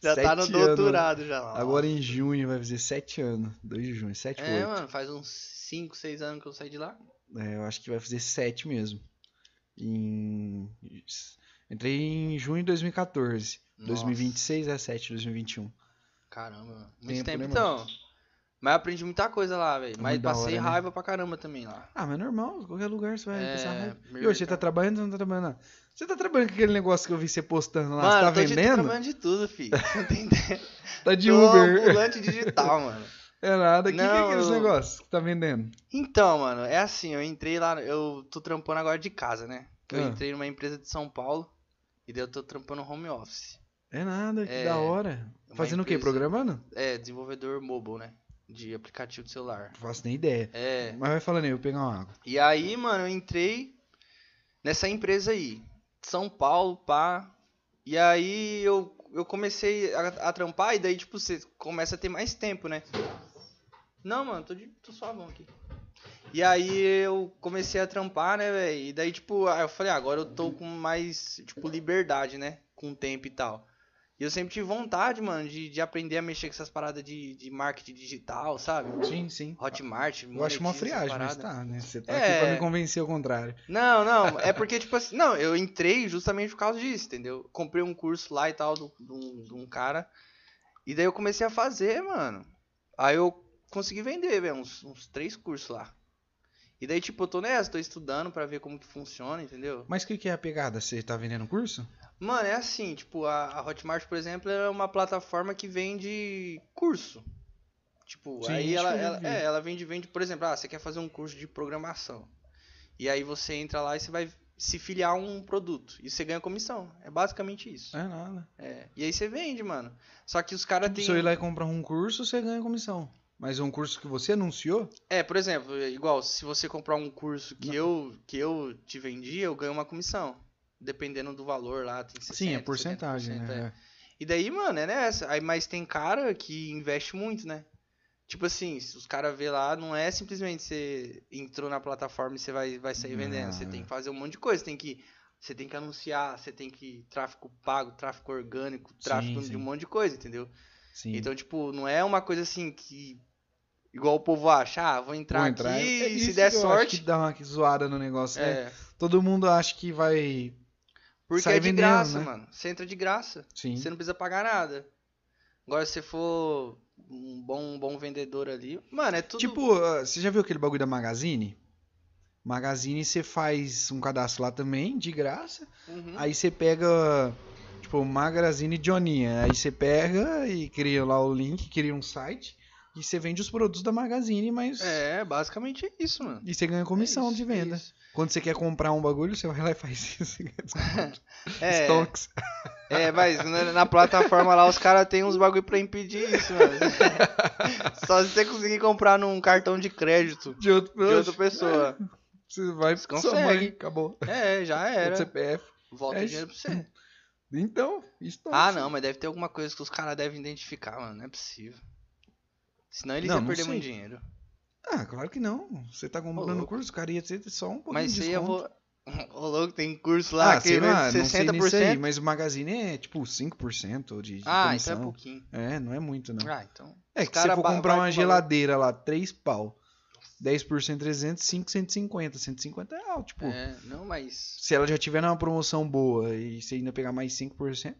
já tá no Sete anos. doutorado já lá. Agora em junho vai fazer sete anos. 2 de junho, sete É, ou mano, faz uns 5, 6 anos que eu saí de lá. 8. É, eu acho que vai fazer sete mesmo. Em... Entrei em junho de 2014. Nossa, 2026 é 7 de 2021. Caramba, mano. Muito Tempo, tempo, né, então. Mas aprendi muita coisa lá, velho. É Mas muito da passei hora, né? raiva pra caramba também lá. Ah, mas é normal, qualquer lugar você vai É, passar raiva. E merda, hoje, você tá cara. trabalhando ou não tá trabalhando? nada? Você tá trabalhando com aquele negócio que eu vi você postando lá? você mano, tá eu tô de- tô vendendo? trabalhando de [laughs] tudo, filho. Você não tem ideia. Tá de Tô Uber. [laughs] ambulante digital, mano. É nada. O que, que é Não, aqueles eu- negócios que tá vendendo? Então, mano, é assim, eu entrei lá, eu tô trampando agora de casa, né? Eu Ah. entrei numa empresa de São Paulo e daí eu tô trampando home office. É nada, que É, da hora. uma Fazendo o quê? empresa- Programando? É, desenvolvedor mobile, né? De aplicativo de celular. Não faço nem ideia. É, Mas vai falando aí, eu vou pegar uma água. E aí, mano, eu entrei nessa empresa aí, São Paulo, pá. E aí eu, eu comecei a, a trampar e daí, tipo, você começa a ter mais tempo, né? Não, mano, tô, de, tô suavão aqui. E aí eu comecei a trampar, né, velho? E daí, tipo, aí eu falei, ah, agora eu tô com mais, tipo, liberdade, né? Com o tempo e tal. E eu sempre tive vontade, mano, de, de aprender a mexer com essas paradas de, de marketing digital, sabe? Sim, sim. Hotmart, Eu acho uma monetiza essa friagem, mas parada. tá, né? Você tá É. aqui pra me convencer ao contrário. Não, não, é porque, tipo assim, não, eu entrei justamente por causa disso, entendeu? Comprei um curso lá e tal, do- de um, de um cara, e daí eu comecei a fazer, mano. Aí eu consegui vender, velho, uns, uns três cursos lá. E daí, tipo, eu tô nessa, tô estudando pra ver como que funciona, entendeu? Mas o que, que é a pegada? Você tá vendendo curso? Mano, é assim, tipo, a, a Hotmart, por exemplo, é uma plataforma que vende curso. Tipo, Sim, aí acho ela, que eu já ela, vi. é, ela vende, vende, por exemplo, ah, você quer fazer um curso de programação. E aí você entra lá e você vai se filiar a um produto. E você ganha comissão. É basicamente isso. É nada. É. E aí você vende, mano. Só que os caras Se eu ir têm. lá e comprar um curso, você ganha comissão. Mas é um curso que você anunciou? É, por exemplo, igual, se você comprar um curso que eu, que eu te vendi, eu ganho uma comissão. Dependendo do valor lá, tem 60, Sim, é 70%, porcentagem, é. né? E daí, mano, é nessa. Aí, mas tem cara que investe muito, né? Tipo assim, se os caras vê lá, não é simplesmente você entrou na plataforma e você vai, vai sair vendendo. Você Ah. tem que fazer um monte de coisa. Tem que, você tem que anunciar, você tem que tráfico pago, tráfico orgânico, tráfico de sim. um monte de coisa, entendeu? Sim. Então, tipo, não é uma coisa assim que. Igual o povo acha, ah, vou entrar, Vou entrar. aqui É e isso se der que eu acho que sorte. dá uma zoada no negócio, né? É, Todo mundo acha que vai. porque Sai é de vendendo, graça, né? mano. Você entra de graça. Sim. Você não precisa pagar nada. Agora, se você for um bom, um bom vendedor ali. Mano, é tudo. Tipo, ah, você já viu aquele bagulho da Magazine? Magazine, você faz um cadastro lá também, de graça. Uhum. Aí você pega, tipo, Magazine Johninha. Aí você pega e cria lá o link, cria um site. E você vende os produtos da Magazine, mas. É, basicamente é isso, mano. E você ganha comissão É isso, de venda. é isso. Quando você quer comprar um bagulho, você um vai lá e faz isso. [laughs] É, Stocks. é, mas na, na plataforma lá os caras têm uns bagulho pra impedir isso, mano. Só se você conseguir comprar num cartão de crédito De, outro, É, de outra pessoa. Você vai Você pra sua mãe, consegue. acabou. É, já Outro era. CPF. Volta É o dinheiro pra você. Então, estoque. Ah, não, mas deve ter alguma coisa que os caras devem identificar, mano. Não é possível. Senão eles Não, iam não perder sei. muito dinheiro. Ah, claro que não. Você tá comprando louco. o curso, cara, ia ter só um pouquinho Mas de isso aí eu desconto. vou. [laughs] Ô louco, tem curso lá Ah, que é sei lá, vende não sei nisso aí, 60%. mas o Magazine é tipo 5% de, de Ah, então é comissão. pouquinho. é, não é muito não. Ah, então. é os que se cara você for ba- comprar vai uma com valor. geladeira lá, 3 pau, 10% 300, 5, 150. 150 é alto, tipo. É, não, mas. Se ela já tiver numa promoção boa e você ainda pegar mais 5%,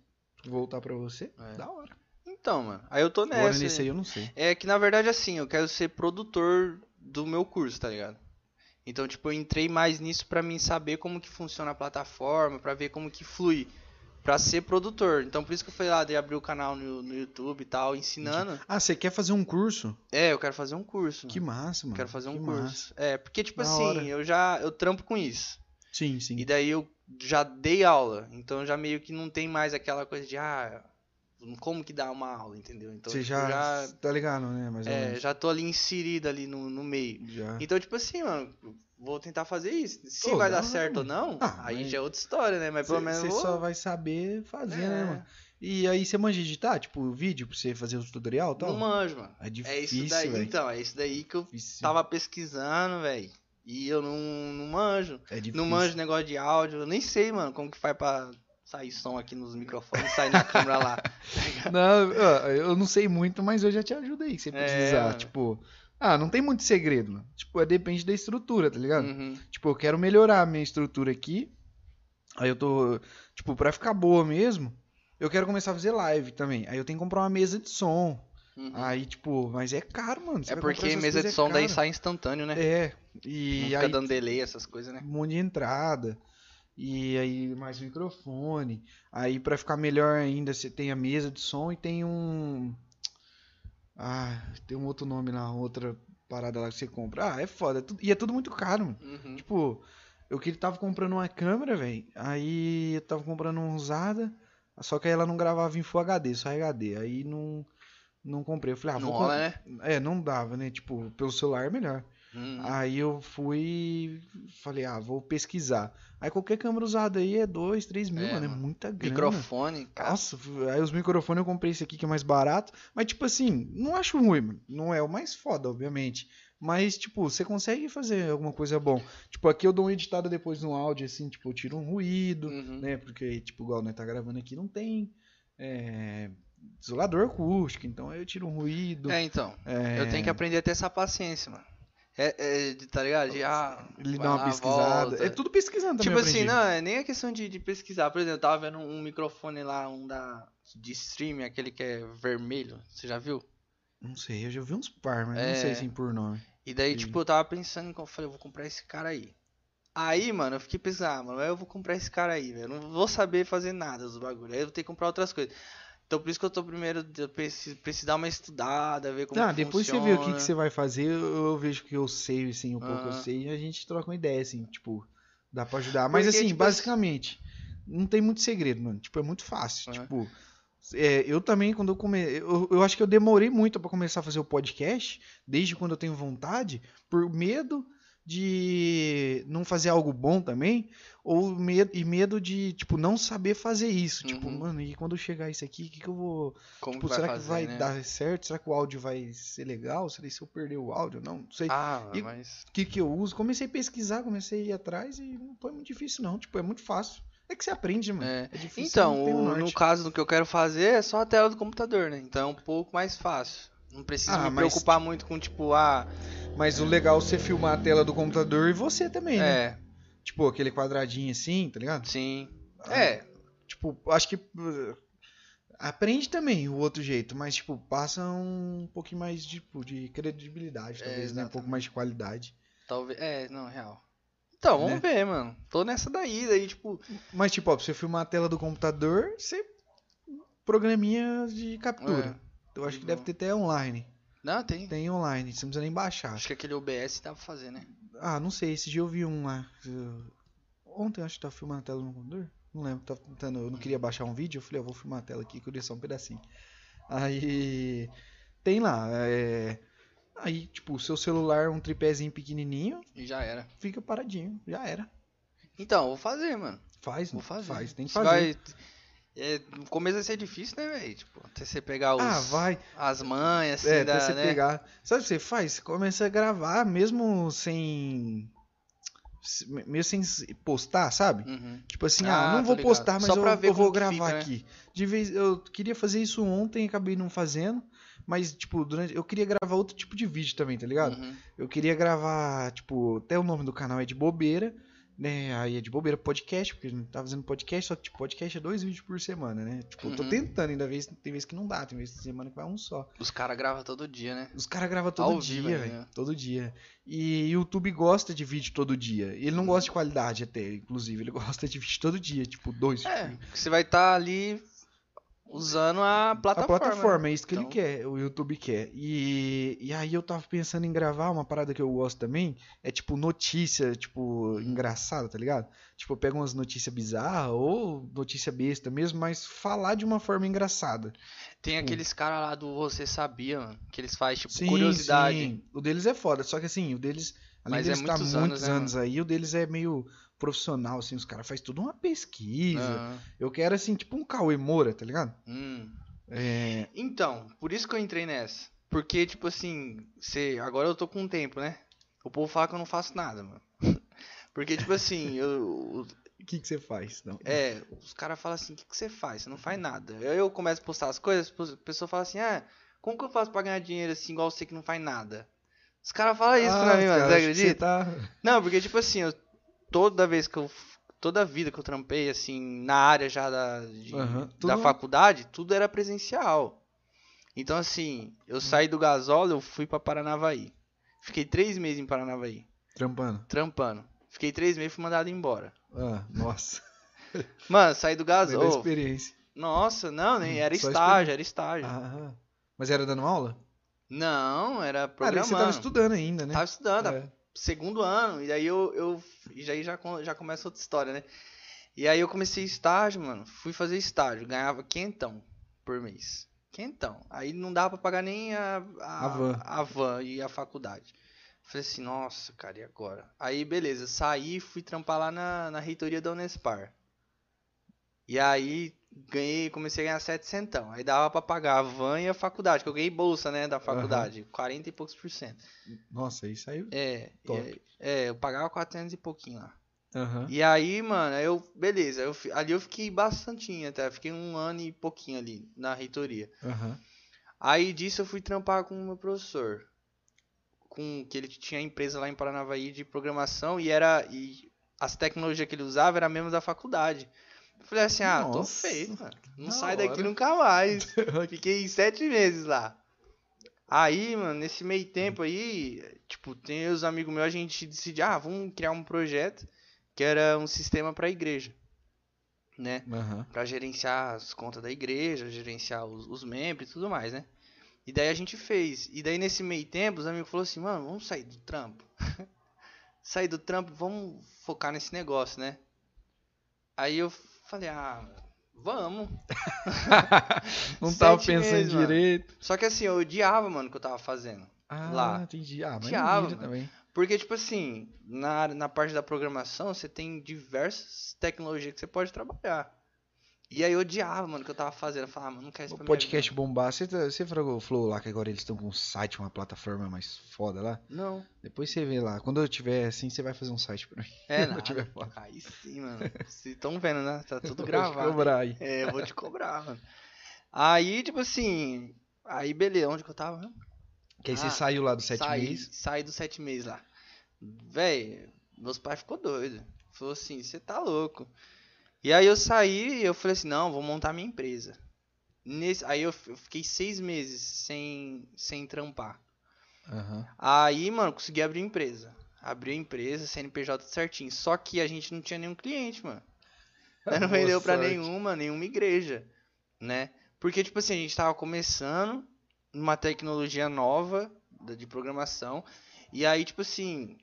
voltar pra você, É. da hora. Então, mano. Aí eu tô Agora nessa. nesse aí eu não sei. É que na verdade assim, eu quero ser produtor do meu curso, tá ligado? Então, tipo, eu entrei mais nisso pra mim saber como que funciona a plataforma, pra ver como que flui. Pra ser produtor. Então, por isso que eu fui lá de abrir o canal no, no YouTube e tal, ensinando. Ah, você quer fazer um curso? É, eu quero fazer um curso. Que mano. massa, mano. Quero fazer um que curso. massa. É, porque, tipo Da assim, hora. eu já. Eu trampo com isso. Sim, sim. E daí eu já dei aula, então já meio que não tem mais aquela coisa de, ah, como que dá uma aula, entendeu? Então Você tipo, já, já, tá ligado, né? Mais ou é, menos. já tô ali inserido ali no, no meio. Já. Então, tipo assim, mano, vou tentar fazer isso. Se Pô, vai da dar hora, certo ou não, Ah, aí mas- já é outra história, né? Mas pelo menos Você eu vou... só vai saber fazer, né, É, mano? E aí você manja editar, tipo, o vídeo pra você fazer o tutorial e tal? Não manjo, mano. É É difícil, isso daí, velho. então, é isso daí que eu Difícil. tava pesquisando, velho. E eu não, não manjo. É difícil. Não manjo negócio de áudio. Eu nem sei, mano, como que faz pra sair som aqui nos microfones e sair na câmera [laughs] lá. Não, ó, eu não sei muito, mas eu já te ajudo aí, se né? É. precisar. Tipo, ah, não tem muito segredo, mano. Tipo, é, depende da estrutura, tá ligado? Uhum. Tipo, eu quero melhorar a minha estrutura aqui. Aí eu tô, tipo, pra ficar boa mesmo, eu quero começar a fazer live também. Aí eu tenho que comprar uma mesa de som. uhum. Aí, tipo, mas é caro, mano. Você é vai comprar porque essas mesa de coisas, é som daí caro. sai instantâneo, né? É, Não e fica aí dando delay, essas coisas, né? um monte de entrada. E aí mais microfone. Aí pra ficar melhor ainda, você tem a mesa de som e tem um Ah, tem um outro nome lá, outra parada lá que você compra. Ah, é foda, é tudo- e é tudo muito caro. Mano. Uhum. Tipo, eu que tava comprando uma câmera, velho. Aí eu tava comprando uma usada, só que aí ela não gravava em Full HD, só HD. Aí não não comprei. Eu falei, ah, não vou rola, comprar. né? É, não dava, né? Tipo, pelo celular é melhor. Uhum. Aí eu fui, falei, ah, vou pesquisar. Aí qualquer câmera usada aí é 2, 3 mil, É, mano, é mano. muita grana. Microfone, cara. Nossa, aí os microfones eu comprei esse aqui que é mais barato, mas tipo assim, não acho ruim, mano. não é o mais foda, obviamente. Mas, tipo, você consegue fazer alguma coisa bom. Tipo, aqui eu dou uma editada depois no áudio, assim, tipo, eu tiro um ruído, Uhum. né? Porque, tipo, igual nós tá gravando aqui, não tem é, isolador acústico, então aí eu tiro um ruído. É, então. Eu tenho que aprender a ter essa paciência, mano. É, é, de- tá ligado? De, ah, Ele vai dá uma lá, pesquisada. volta. É tudo pesquisando também. Tipo assim, aprendi. não, é nem a questão de, de pesquisar. Por exemplo, eu tava vendo um microfone lá, um da. De streaming, aquele que é vermelho. Você já viu? Não sei, eu já vi uns par, mas É. não sei assim por nome. E daí, Sim. tipo, eu tava pensando, em eu falei, eu vou comprar esse cara aí. Aí, mano, eu fiquei pensando, ah, mano, eu vou comprar esse cara aí, velho. Eu não vou saber fazer nada dos bagulhos. Aí eu vou ter que comprar outras coisas. Então por isso que eu tô primeiro, eu preciso, preciso dar uma estudada, ver como ah, que depois funciona. você vê o que, que você vai fazer, eu eu vejo o que eu sei, assim, um pouco eu Aham. sei, e a gente troca uma ideia, assim, tipo, dá pra ajudar. Mas Porque, assim, tipo, basicamente, não tem muito segredo, mano. Tipo, é muito fácil. Aham. Tipo, é, eu também, quando eu comecei. Eu, eu acho que eu demorei muito pra começar a fazer o podcast, desde quando eu tenho vontade, por medo de não fazer algo bom também, ou medo, e medo de, tipo, não saber fazer isso. Tipo, Uhum. mano, e quando chegar isso aqui, o que, que eu vou. Como Tipo, que vai será fazer, que vai né? dar certo? Será que o áudio vai ser legal? Será que se eu perder o áudio? Não, não sei. O Ah, E- mas. que, que eu uso? Comecei a pesquisar, comecei a ir atrás e não foi muito difícil, não. Tipo, é muito fácil. É que você aprende, mano. É. É difícil. Então, não tem um o- no norte. caso do que eu quero fazer é só a tela do computador, né? Então é um pouco mais fácil. Não preciso Ah, me mas- preocupar muito com, tipo, ah, Mas o legal é você filmar a tela do computador e você também, né? é, Tipo, aquele quadradinho assim, tá ligado? sim. Ah, É, Tipo, acho que. uh, Aprende também o outro jeito, mas, tipo, passa um pouquinho mais tipo, de credibilidade, É, talvez, né? Um pouco mais de qualidade. Talvez. É, não, real. Então, Né? vamos ver, mano. Tô nessa daí, daí, tipo. Mas, tipo, ó, pra você filmar a tela do computador, você. Programinha de captura. Eu acho que deve ter até online. Não, é. tem. Tem online, você não precisa nem baixar. Acho que aquele OBS dá pra fazer, né? Ah, não sei, esse dia eu vi um lá. Eu- Ontem eu acho que tava filmando a tela no computador. Não lembro, tava tentando. Eu não queria baixar um vídeo, eu falei, ó, vou filmar a tela aqui, que eu dei só um pedacinho. Aí. Tem lá, é. Aí, tipo, o seu celular, um tripézinho pequenininho, E já era. fica paradinho, já era. Então, vou fazer, mano. Faz, Vou mano, fazer. faz, tem que Você fazer. Vai... É, no começo vai ser difícil, né, velho? Tipo, até você pegar os, Ah, vai. as manhas, assim, É, da, até você né? pegar. Sabe o que você faz? Você começa a gravar, mesmo sem. se- Mesmo sem se- postar, sabe? Uhum. Tipo assim, ah, Ah, não tô vou ligado. postar, mas Só eu, pra ver eu vou como que gravar fica, né? aqui. De vez, eu queria fazer isso ontem, acabei não fazendo. Mas, tipo, durante. Eu queria gravar outro tipo de vídeo também, tá ligado? Uhum. Eu queria gravar, tipo, até o nome do canal é de bobeira, né? Aí é de bobeira podcast, porque a gente tá fazendo podcast, só que tipo, podcast é dois vídeos por semana, né? Tipo, eu tô Uhum. tentando, ainda vez, tem vez que não dá, tem vez que semana que vai um só. Os caras gravam todo dia, né? Os caras gravam todo Ao dia, vivo ainda, velho. né? Todo dia. E YouTube gosta de vídeo todo dia. Ele não gosta de qualidade até, inclusive. Ele [laughs] gosta de vídeo todo dia, tipo, dois. É, vídeos. porque você vai estar ali usando a A plataforma. né? plataforma, é isso que ele Então. quer, o YouTube quer. E, e aí eu tava pensando em gravar uma parada que eu gosto também. É tipo notícia, tipo, Hum. engraçada, tá ligado? Tipo, eu pego umas notícias bizarras ou notícia besta mesmo, mas falar de uma forma engraçada. Tem Tipo- aqueles caras lá do Você Sabia, mano, que eles fazem, tipo, Sim, curiosidade. sim. O deles é foda, só que assim, o deles. Além Mas é deles estar muitos muitos anos, anos, né, aí, o deles é meio profissional, assim, os caras fazem tudo uma pesquisa. Aham. Eu quero, assim, tipo um Cauê Moura, tá ligado? Hum. É, Então, por isso que eu entrei nessa. Porque, tipo assim, você agora eu tô com tempo, né? O povo fala que eu não faço nada, mano. [laughs] Porque, tipo assim, eu, O que, que você faz? Não. é, os caras falam assim, o que, que você faz? Você não faz nada. Aí eu começo a postar as coisas, a pessoa fala assim, ah, como que eu faço pra ganhar dinheiro assim, igual você que não faz nada? Os caras falam isso Ah, pra mim, mano, cara, você acho que acredita? tá... Não, porque tipo assim, eu- toda vez que eu. Toda a vida que eu trampei, assim, na área já da, de- Aham, da tudo- faculdade, tudo era presencial. Então, assim, eu saí do gasóleo, eu fui pra Paranavaí. Fiquei três meses em Paranavaí, Trampando. trampando. Fiquei três meses e fui mandado embora. Ah, [laughs] nossa. Mano, saí do Mas da gasóleo. experiência. Nossa, não, nem era Só estágio, era estágio. Ah, mas era dando aula? Não, era Cara, programando. você tava estudando ainda, né? Tava estudando, tava É. segundo ano, e daí eu, eu e daí já, co- já começa outra história, né? E aí eu comecei estágio, mano, fui fazer estágio, ganhava quentão por mês. Quentão. Aí não dava pra pagar nem a, a, A van. a van e a faculdade. Falei assim, nossa, cara, e agora? Aí, beleza, saí e fui trampar lá na, na reitoria da Unespar. E aí ganhei, comecei a ganhar 700. Aí dava pra pagar a van e a faculdade, que eu ganhei bolsa, né, da faculdade, 40 e poucos por cento. Nossa, aí saiu. É, Top. é, é, eu pagava 400 e pouquinho lá. Aham. E aí, mano, aí eu, beleza, eu, fi- ali eu fiquei bastantinho até, fiquei um ano e pouquinho ali na reitoria. Aham. Aí disso eu fui trampar com o meu professor, com que ele tinha empresa lá em Paranavaí de programação e era e as tecnologias que ele usava era mesmo da faculdade. Eu falei assim, ah, tô Nossa, feito, mano. Não da sai daqui hora. nunca [laughs] mais. Fiquei sete meses lá. Aí, mano, nesse meio tempo aí, tipo, tem os amigos meus, a gente decide, ah, vamos criar um projeto que era um sistema pra igreja, né? [laughs] Aham. Pra gerenciar as contas da igreja, gerenciar os, os membros e tudo mais, né? E daí a gente fez. E daí nesse meio tempo, os amigos falaram assim, mano, vamos sair do trampo. [laughs] sair do trampo, vamos focar nesse negócio, né? Aí eu falei, ah, vamos. Não tava Sete pensando meses, mano. direito. Só que assim, eu odiava, mano, o que eu tava fazendo. Ah, Lá. entendi. Ah, mas Diabo, ninja mano. também. Porque, tipo assim, na, área- na parte da programação, você tem diversas tecnologias que você pode trabalhar. E aí eu odiava, mano, o que eu tava fazendo. Eu falava, ah, mano, não quero isso O pra podcast minha bombar. Você, tá- você falou o Flow lá, que agora eles estão com um site, uma plataforma mais foda lá. vida. Não. Depois você vê lá. Quando eu tiver assim, você vai fazer um site pra mim. [laughs] É, Não tiver nada. foto. Aí sim, mano. Vocês estão vendo, né? [laughs] Tá tudo Vou te gravado. cobrar aí. É, eu vou te cobrar, mano. Aí, tipo assim. Aí, beleza, onde que eu tava? mesmo? Que aí você Ah, saiu lá do sete saí, meses. Saí dos sete meses lá. Véi, meus pais ficou doido. Falou assim, você tá louco. E aí eu saí e eu falei assim, não, vou montar minha empresa. Nesse, aí eu, f- eu fiquei seis meses sem, sem trampar. Aham. Aí, mano, consegui abrir empresa. Abri a empresa, CNPJ tudo certinho. Só que a gente não tinha nenhum cliente, mano. Nós [laughs] não Boa vendeu pra sorte. nenhuma, nenhuma igreja, né? Porque, tipo assim, a gente tava começando uma tecnologia nova da- de programação. E aí, tipo assim,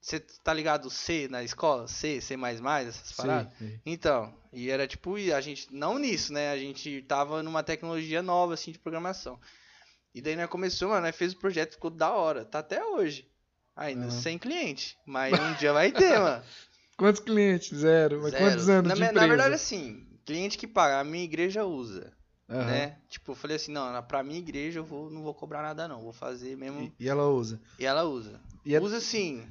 você tá ligado C na escola? C, C++, essas Sei, paradas? sei. Então, e era tipo, e a gente, não nisso, né? A gente tava numa tecnologia nova, assim, de programação. E daí nós começou, mano, nós fez o projeto, ficou da hora, tá até hoje. Ainda Aham. sem cliente, mas um dia [laughs] vai ter, mano. Quantos clientes? Zero. Mas Zero. quantos anos na, de me- empresa? na verdade, assim, cliente que paga, a minha igreja usa, Aham. né? Tipo, eu falei assim, não, na- pra minha igreja eu vou, não vou cobrar nada não, vou fazer mesmo. E, e ela usa. E ela usa. E é- Usa sim.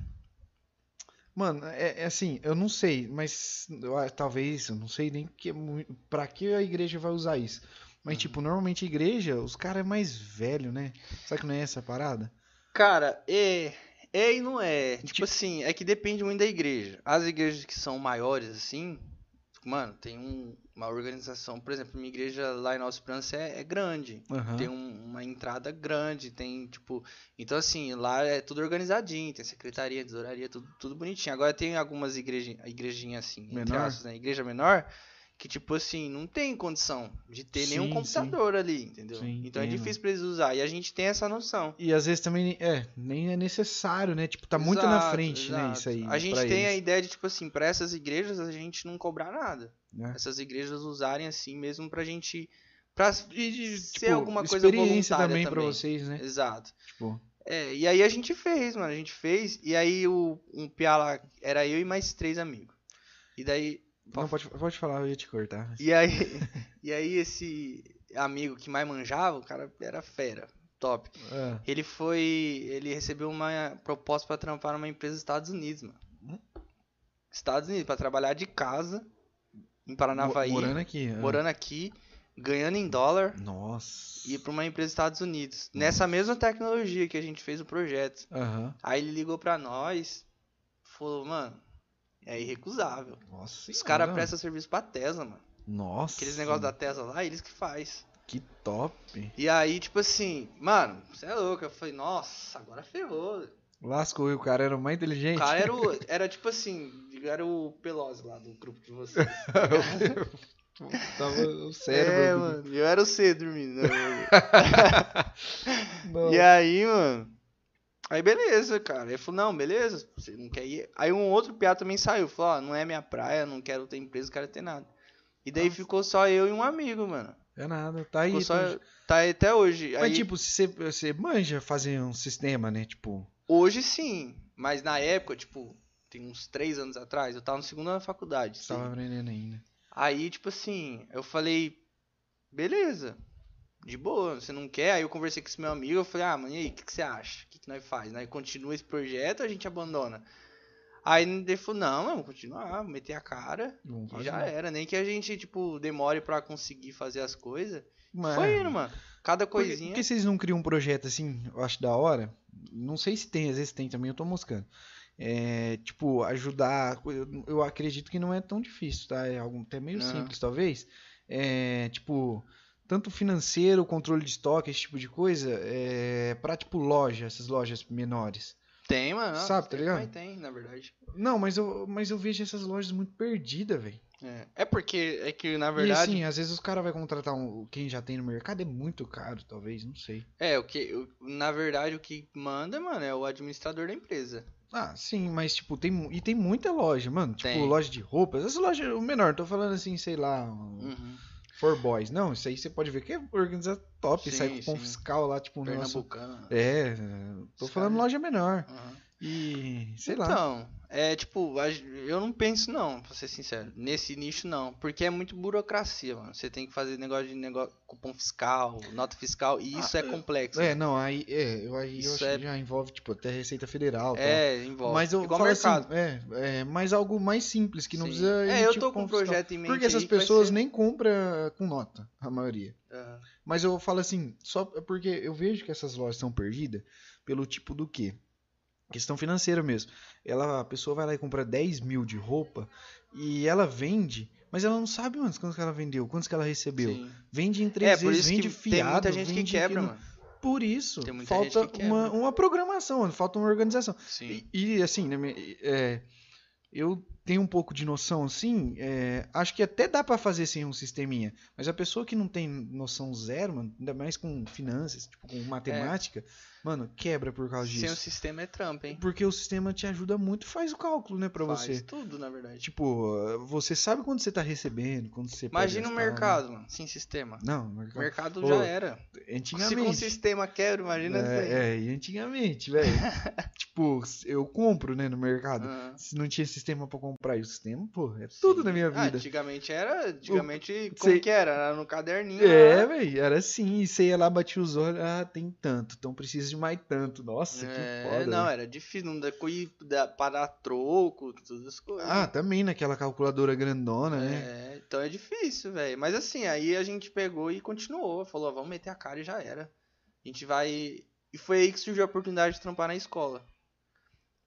Mano, é, é assim, eu não sei, mas eu a- talvez, eu não sei nem que, é mui- pra que a igreja vai usar isso. Uhum. Mas, tipo, normalmente a igreja, os caras é mais velho, né? Será que não é essa a parada? Cara, é, é e não é. Tipo Tipo- assim, é que depende muito da igreja. As igrejas que são maiores, assim, mano, tem um- uma organização, por exemplo, minha igreja lá em Nossa Esperança é- é grande. Aham. Tem um- uma entrada grande, tem tipo. Então, assim, lá é tudo organizadinho, tem secretaria, tesouraria, tudo, tudo bonitinho. Agora tem algumas igrejinhas igrejinha assim, entre Menor? aspas, né? Igreja menor, que tipo assim, não tem condição de ter nenhum Sim, computador ali, entendeu? Sim, então é entendo. difícil pra eles usar. E a gente tem essa noção. E às vezes também, é, nem é necessário, né? Tipo, tá muito na Exato, frente, né? exato. Isso aí. A gente pra tem a eles, ideia de, tipo assim, pra essas igrejas a gente não cobrar nada. né? Essas igrejas usarem assim mesmo pra gente. Pra E de, ser tipo, alguma coisa experiência voluntária também pra também. vocês, né? Exato. Tipo, É, e aí a gente fez, mano, a gente fez, e aí o, um piá lá, era eu e mais três amigos. E daí, não, pode, pode falar, eu ia te [laughs] cortar. e aí, e aí esse amigo que mais manjava, o cara era fera, top. Ah, Ele foi. Ele recebeu uma proposta pra trampar numa empresa dos Estados Unidos, mano. Hum? Estados Unidos, pra trabalhar de casa, em Paranavaí, mo- morando, Morando aqui. ah. aqui, ganhando em dólar, Nossa. e ir pra uma empresa dos Estados Unidos. Nessa mesma tecnologia que a gente fez o projeto. Aham. Aí ele ligou pra nós, falou, mano, é irrecusável. Nossa Os senhora, caras mano. prestam serviço pra Tesla, mano. Nossa. Aqueles negócios da Tesla lá, eles que faz. Que top. E aí, tipo assim, mano, você é louco. Eu falei, nossa, agora ferrou. Lascou, e o cara era mais O inteligente. cara era, o- era tipo assim, era o Pelosi lá do grupo de vocês. [laughs] Tava o é, cérebro. mano, eu era o C dormindo. né? Não. e aí, mano. Aí beleza, cara. Ele falou, não, beleza, você não quer ir. Aí um outro piá também saiu, falou, ó, não é minha praia, não quero ter empresa, não quero ter nada. E daí ficou só eu e um amigo, mano. É nada, tá aí. Ficou só. tu- Tá aí até hoje. Mas aí, tipo, se você, você manja fazer um sistema, né? Tipo. Hoje sim, mas na época, tipo, tem uns três anos atrás, eu tava no segundo ano da faculdade. Você tava aprendendo ainda. Aí, tipo assim, eu falei, beleza, de boa, você não quer? Aí eu conversei com esse meu amigo, eu falei, ah, mano, e aí, o que, que você acha? O que, que nós faz? Nós continua esse projeto ou a gente abandona? Aí ele falou, não, vamos continuar, vou meter a cara. Vamos E fazer. já é. era, nem que a gente, tipo, demore pra conseguir fazer as coisas. Mas- Foi indo, mano. Cada Por que- coisinha. Por que vocês não criam um projeto assim, eu acho da hora? Não sei se tem, às vezes tem também, eu tô moscando. É, tipo, ajudar. Eu, eu acredito que não é tão difícil, tá? É algo até meio Não. simples, talvez. É, tipo, tanto financeiro, controle de estoque, esse tipo de coisa, é, pra, tipo, loja, essas lojas menores. Tem, mano. Sabe, tá tem, ligado? mas Tem, na verdade. Não, mas eu, mas eu vejo essas lojas muito perdidas, velho. É, é porque, é que, na E verdade, assim, às vezes os caras vão contratar um, quem já tem no mercado, é muito caro, talvez, não sei. É, o que, o- na verdade, o que manda, mano, é o administrador da empresa. Ah, sim, mas tipo, tem. mu- E tem muita loja, mano. Tipo, Tem. loja de roupas. Essa loja, o menor, tô falando assim, sei lá, um For Boys. Não, isso aí você pode ver que é organizado top. Sim, sai com sim. fiscal lá, tipo, um negócio. Pernambucano. É, tô Os falando cara- loja menor. Uhum. E. sei lá. Então, é tipo, a gen- eu não penso não, pra ser sincero, nesse nicho não, porque é muito burocracia, mano. Você tem que fazer negócio de negócio, cupom fiscal, nota fiscal, e isso é complexo. É, não, aí. É, eu, aí eu Isso acho é- que já envolve, tipo, até Receita Federal. tal. É, envolve. tá. Mas eu Igual falo mercado. assim, é, é, mas algo mais simples, que não Sim. precisa. É, ir, eu tipo, tô com um fiscal. projeto em mente Porque essas aí que vai pessoas ser- nem compram com nota, a maioria. Ah, Mas eu falo assim, só porque eu vejo que essas lojas são perdidas pelo tipo do quê? Questão financeira mesmo. Ela, a pessoa vai lá e compra 10 mil de roupa e ela vende, mas ela não sabe antes quantos que ela vendeu, quantos que ela recebeu. sim. Vende em três É, por vezes, isso vende que fiado, tem muita gente que vende quebra, não- mano. Por isso, Tem muita gente falta que quebra. uma, uma programação, mano, falta uma organização. Sim. E, e, assim, né, me- é, eu tenho um pouco de noção assim, é, acho que até dá pra fazer sem um sisteminha, mas a pessoa que não tem noção zero, mano, ainda mais com finanças, tipo, com matemática, mano, quebra por causa Sem o disso. sistema é trampa, hein? Porque o sistema te ajuda muito, faz o cálculo, né, pra Faz você. tudo, na verdade. Tipo, você sabe quando você tá recebendo, quando você pode Imagina o gastar, né? mercado, mano, sem sistema. Não, o mercado. O mercado Ô, já era. Se com o Antigamente. sistema quebra, imagina assim. isso aí. é, é, e antigamente, [laughs] velho. tipo, eu compro, né, no mercado. Aham. Se não tinha sistema pra comprar e o sistema, pô, é tudo na minha Ah, vida. antigamente era. Antigamente, como Cê- que era? Era no caderninho. é, velho, era assim. E você ia lá, batia os olhos, ah, tem tanto, então precisa de mais tanto. Nossa, né? que É, foda. não, velho. era difícil. Não dá co- ir da- parar troco, todas as coisas. Ah, também naquela calculadora grandona, né? É, então é difícil, velho. Mas assim, aí a gente pegou e continuou. Falou, ó, vamos meter a cara e já era. A gente vai. E foi aí que surgiu a oportunidade de trampar na escola.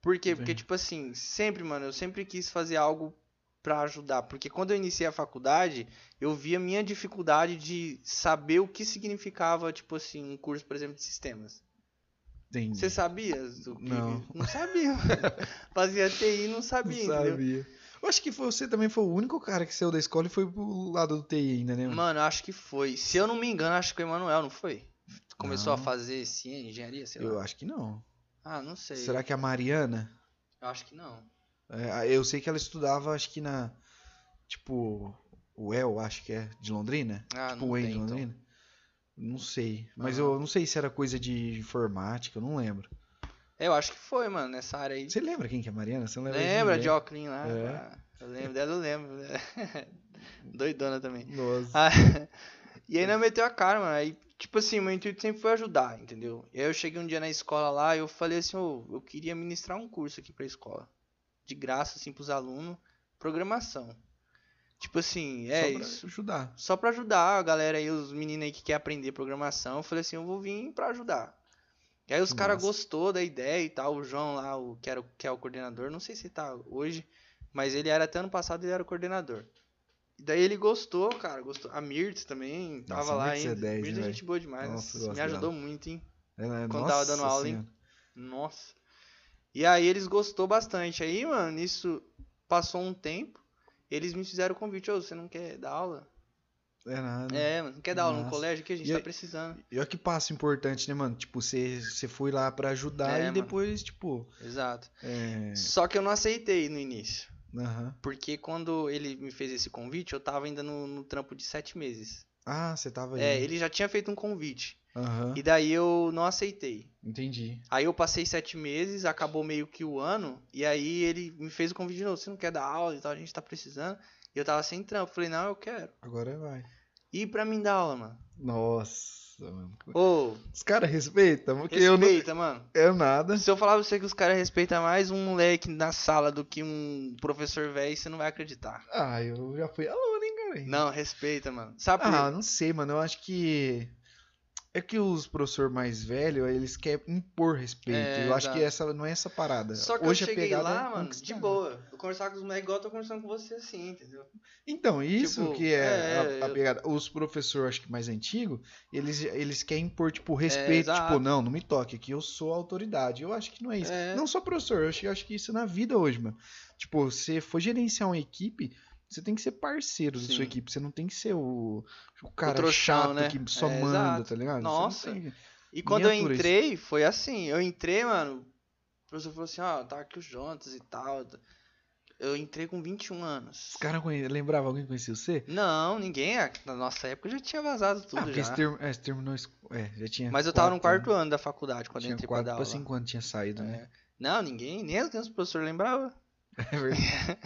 Por quê? Porque, Entendi. tipo assim, sempre, mano, eu sempre quis fazer algo pra ajudar. Porque quando eu iniciei a faculdade, eu via minha dificuldade de saber o que significava, tipo assim, um curso, por exemplo, de sistemas. Tem. Você sabia? do que- Não. Não sabia. [laughs] Fazia TI e não Não sabia, entendeu? sabia. Eu acho que foi- você também foi o único cara que saiu da escola e foi pro lado do TI ainda, né? mano? Mano, eu acho que foi. Se eu não me engano, acho que o Emanuel, não foi? Começou Não. a fazer ciência, engenharia, sei lá. Eu acho que não. Ah, não sei. Será que é a Mariana? Eu acho que não. É, eu sei que ela estudava, acho que na. Tipo. UEL, acho que é, de Londrina. Ah, Tipo, não Wayne tem, então. Londrina? Não sei. Mas Ah. eu não sei se era coisa de informática, eu não lembro. É, Eu acho que foi, mano, nessa área aí. Você lembra quem que é a Mariana? Você não lembra? Lembra de ninguém? Oclin lá? É. Ah, Eu lembro dela, eu lembro. né? [laughs] Doidona também. Nossa. É. Ah, e aí nós meteu a cara, mano. Aí Tipo assim, meu intuito sempre foi ajudar, entendeu? E aí eu cheguei um dia na escola lá e eu falei assim, ô, eu queria ministrar um curso aqui pra escola. De graça, assim, pros alunos. Programação. Tipo assim, é Só pra isso. ajudar. Só pra ajudar a galera aí, os meninos aí que quer aprender programação. Eu falei assim, eu vou vir pra ajudar. E aí os Que caras massa. gostou da ideia e tal. O João lá, o, que, era, o- que é o coordenador, não sei se tá hoje, mas ele era até ano passado, ele era o coordenador. E daí ele gostou, cara, gostou. A Mirtz também tava Nossa, a lá Mirtz é ainda. 10, Mirtz né, é gente boa demais. Nossa, nossa, eu gosto me ajudou muito, hein? Ela é- Quando tava nossa dando aula, hein? Senhora. Nossa. E aí eles gostou bastante. Aí, mano, isso passou um tempo. Eles me fizeram o convite, ô, você não quer dar aula? É nada. É, mano, não quer dar aula no Nossa. colégio que a gente E tá aí- precisando. E olha que passo importante, né, mano? Tipo, você você foi lá pra ajudar É, e mano. depois, tipo. Exato. É. Só que eu não aceitei no início. aham. Porque quando ele me fez esse convite, eu tava ainda no, no trampo de sete meses. Ah, você tava aí. É, ele já tinha feito um convite. Aham. E daí eu não aceitei. Entendi. Aí eu passei sete meses, acabou meio que o ano, e aí ele me fez o convite de novo. Você não quer dar aula e tal, a gente tá precisando. E eu tava sem trampo. Falei, não, eu quero. Agora vai. E pra mim dar aula, mano? Nossa, mano. Ô, Os caras respeitam, porque eu respeita, mano. não. É nada. Se eu falar pra você que os caras respeitam mais um moleque na sala do que um professor velho, você não vai acreditar. Ah, eu já fui aluno, hein, cara? Não, respeita, mano. Sabe por Ah, não sei, mano. Eu acho que. É que os professores mais velhos, eles querem impor respeito. É, eu acho que exato. essa não é essa parada. Só que Hoje eu a cheguei pegada lá, é mano, de conquistar. boa. Eu conversava com os moleques igual eu tô conversando com você assim, entendeu? Então, isso Tipo, que é, é, a- a, eu- pegada. Os professores, acho que mais antigos, eles, eles querem impor, tipo, respeito. tipo, É, exato. não, não me toque aqui, eu sou a autoridade. Eu acho que não é isso. É. Não só professor, eu acho, eu acho que isso é na vida hoje, mano. Tipo, você for gerenciar uma equipe, você tem que ser parceiro da Sim. sua equipe. Você não tem que ser o, o cara trouxão, chato né? que só É, manda, exato. tá ligado? Você não Nossa. tem- E quando eu Miniaturas. entrei, foi assim. Eu entrei, mano. O professor falou assim: ó, tá aqui o Jonas e tal. Eu entrei com 21 anos. Os caras conhe... lembravam, alguém conhecia você? Não, ninguém. Na nossa época já tinha vazado ah, tudo porque já. você, term... é, você terminou. a esco- É, já tinha. Mas eu tava no quatro, quarto ano da faculdade quando eu Tinha entrei pra quatro dar pra aula. cinco anos tinha saído, né? Não, ninguém, nem os nem os professores lembravam. [laughs] É verdade.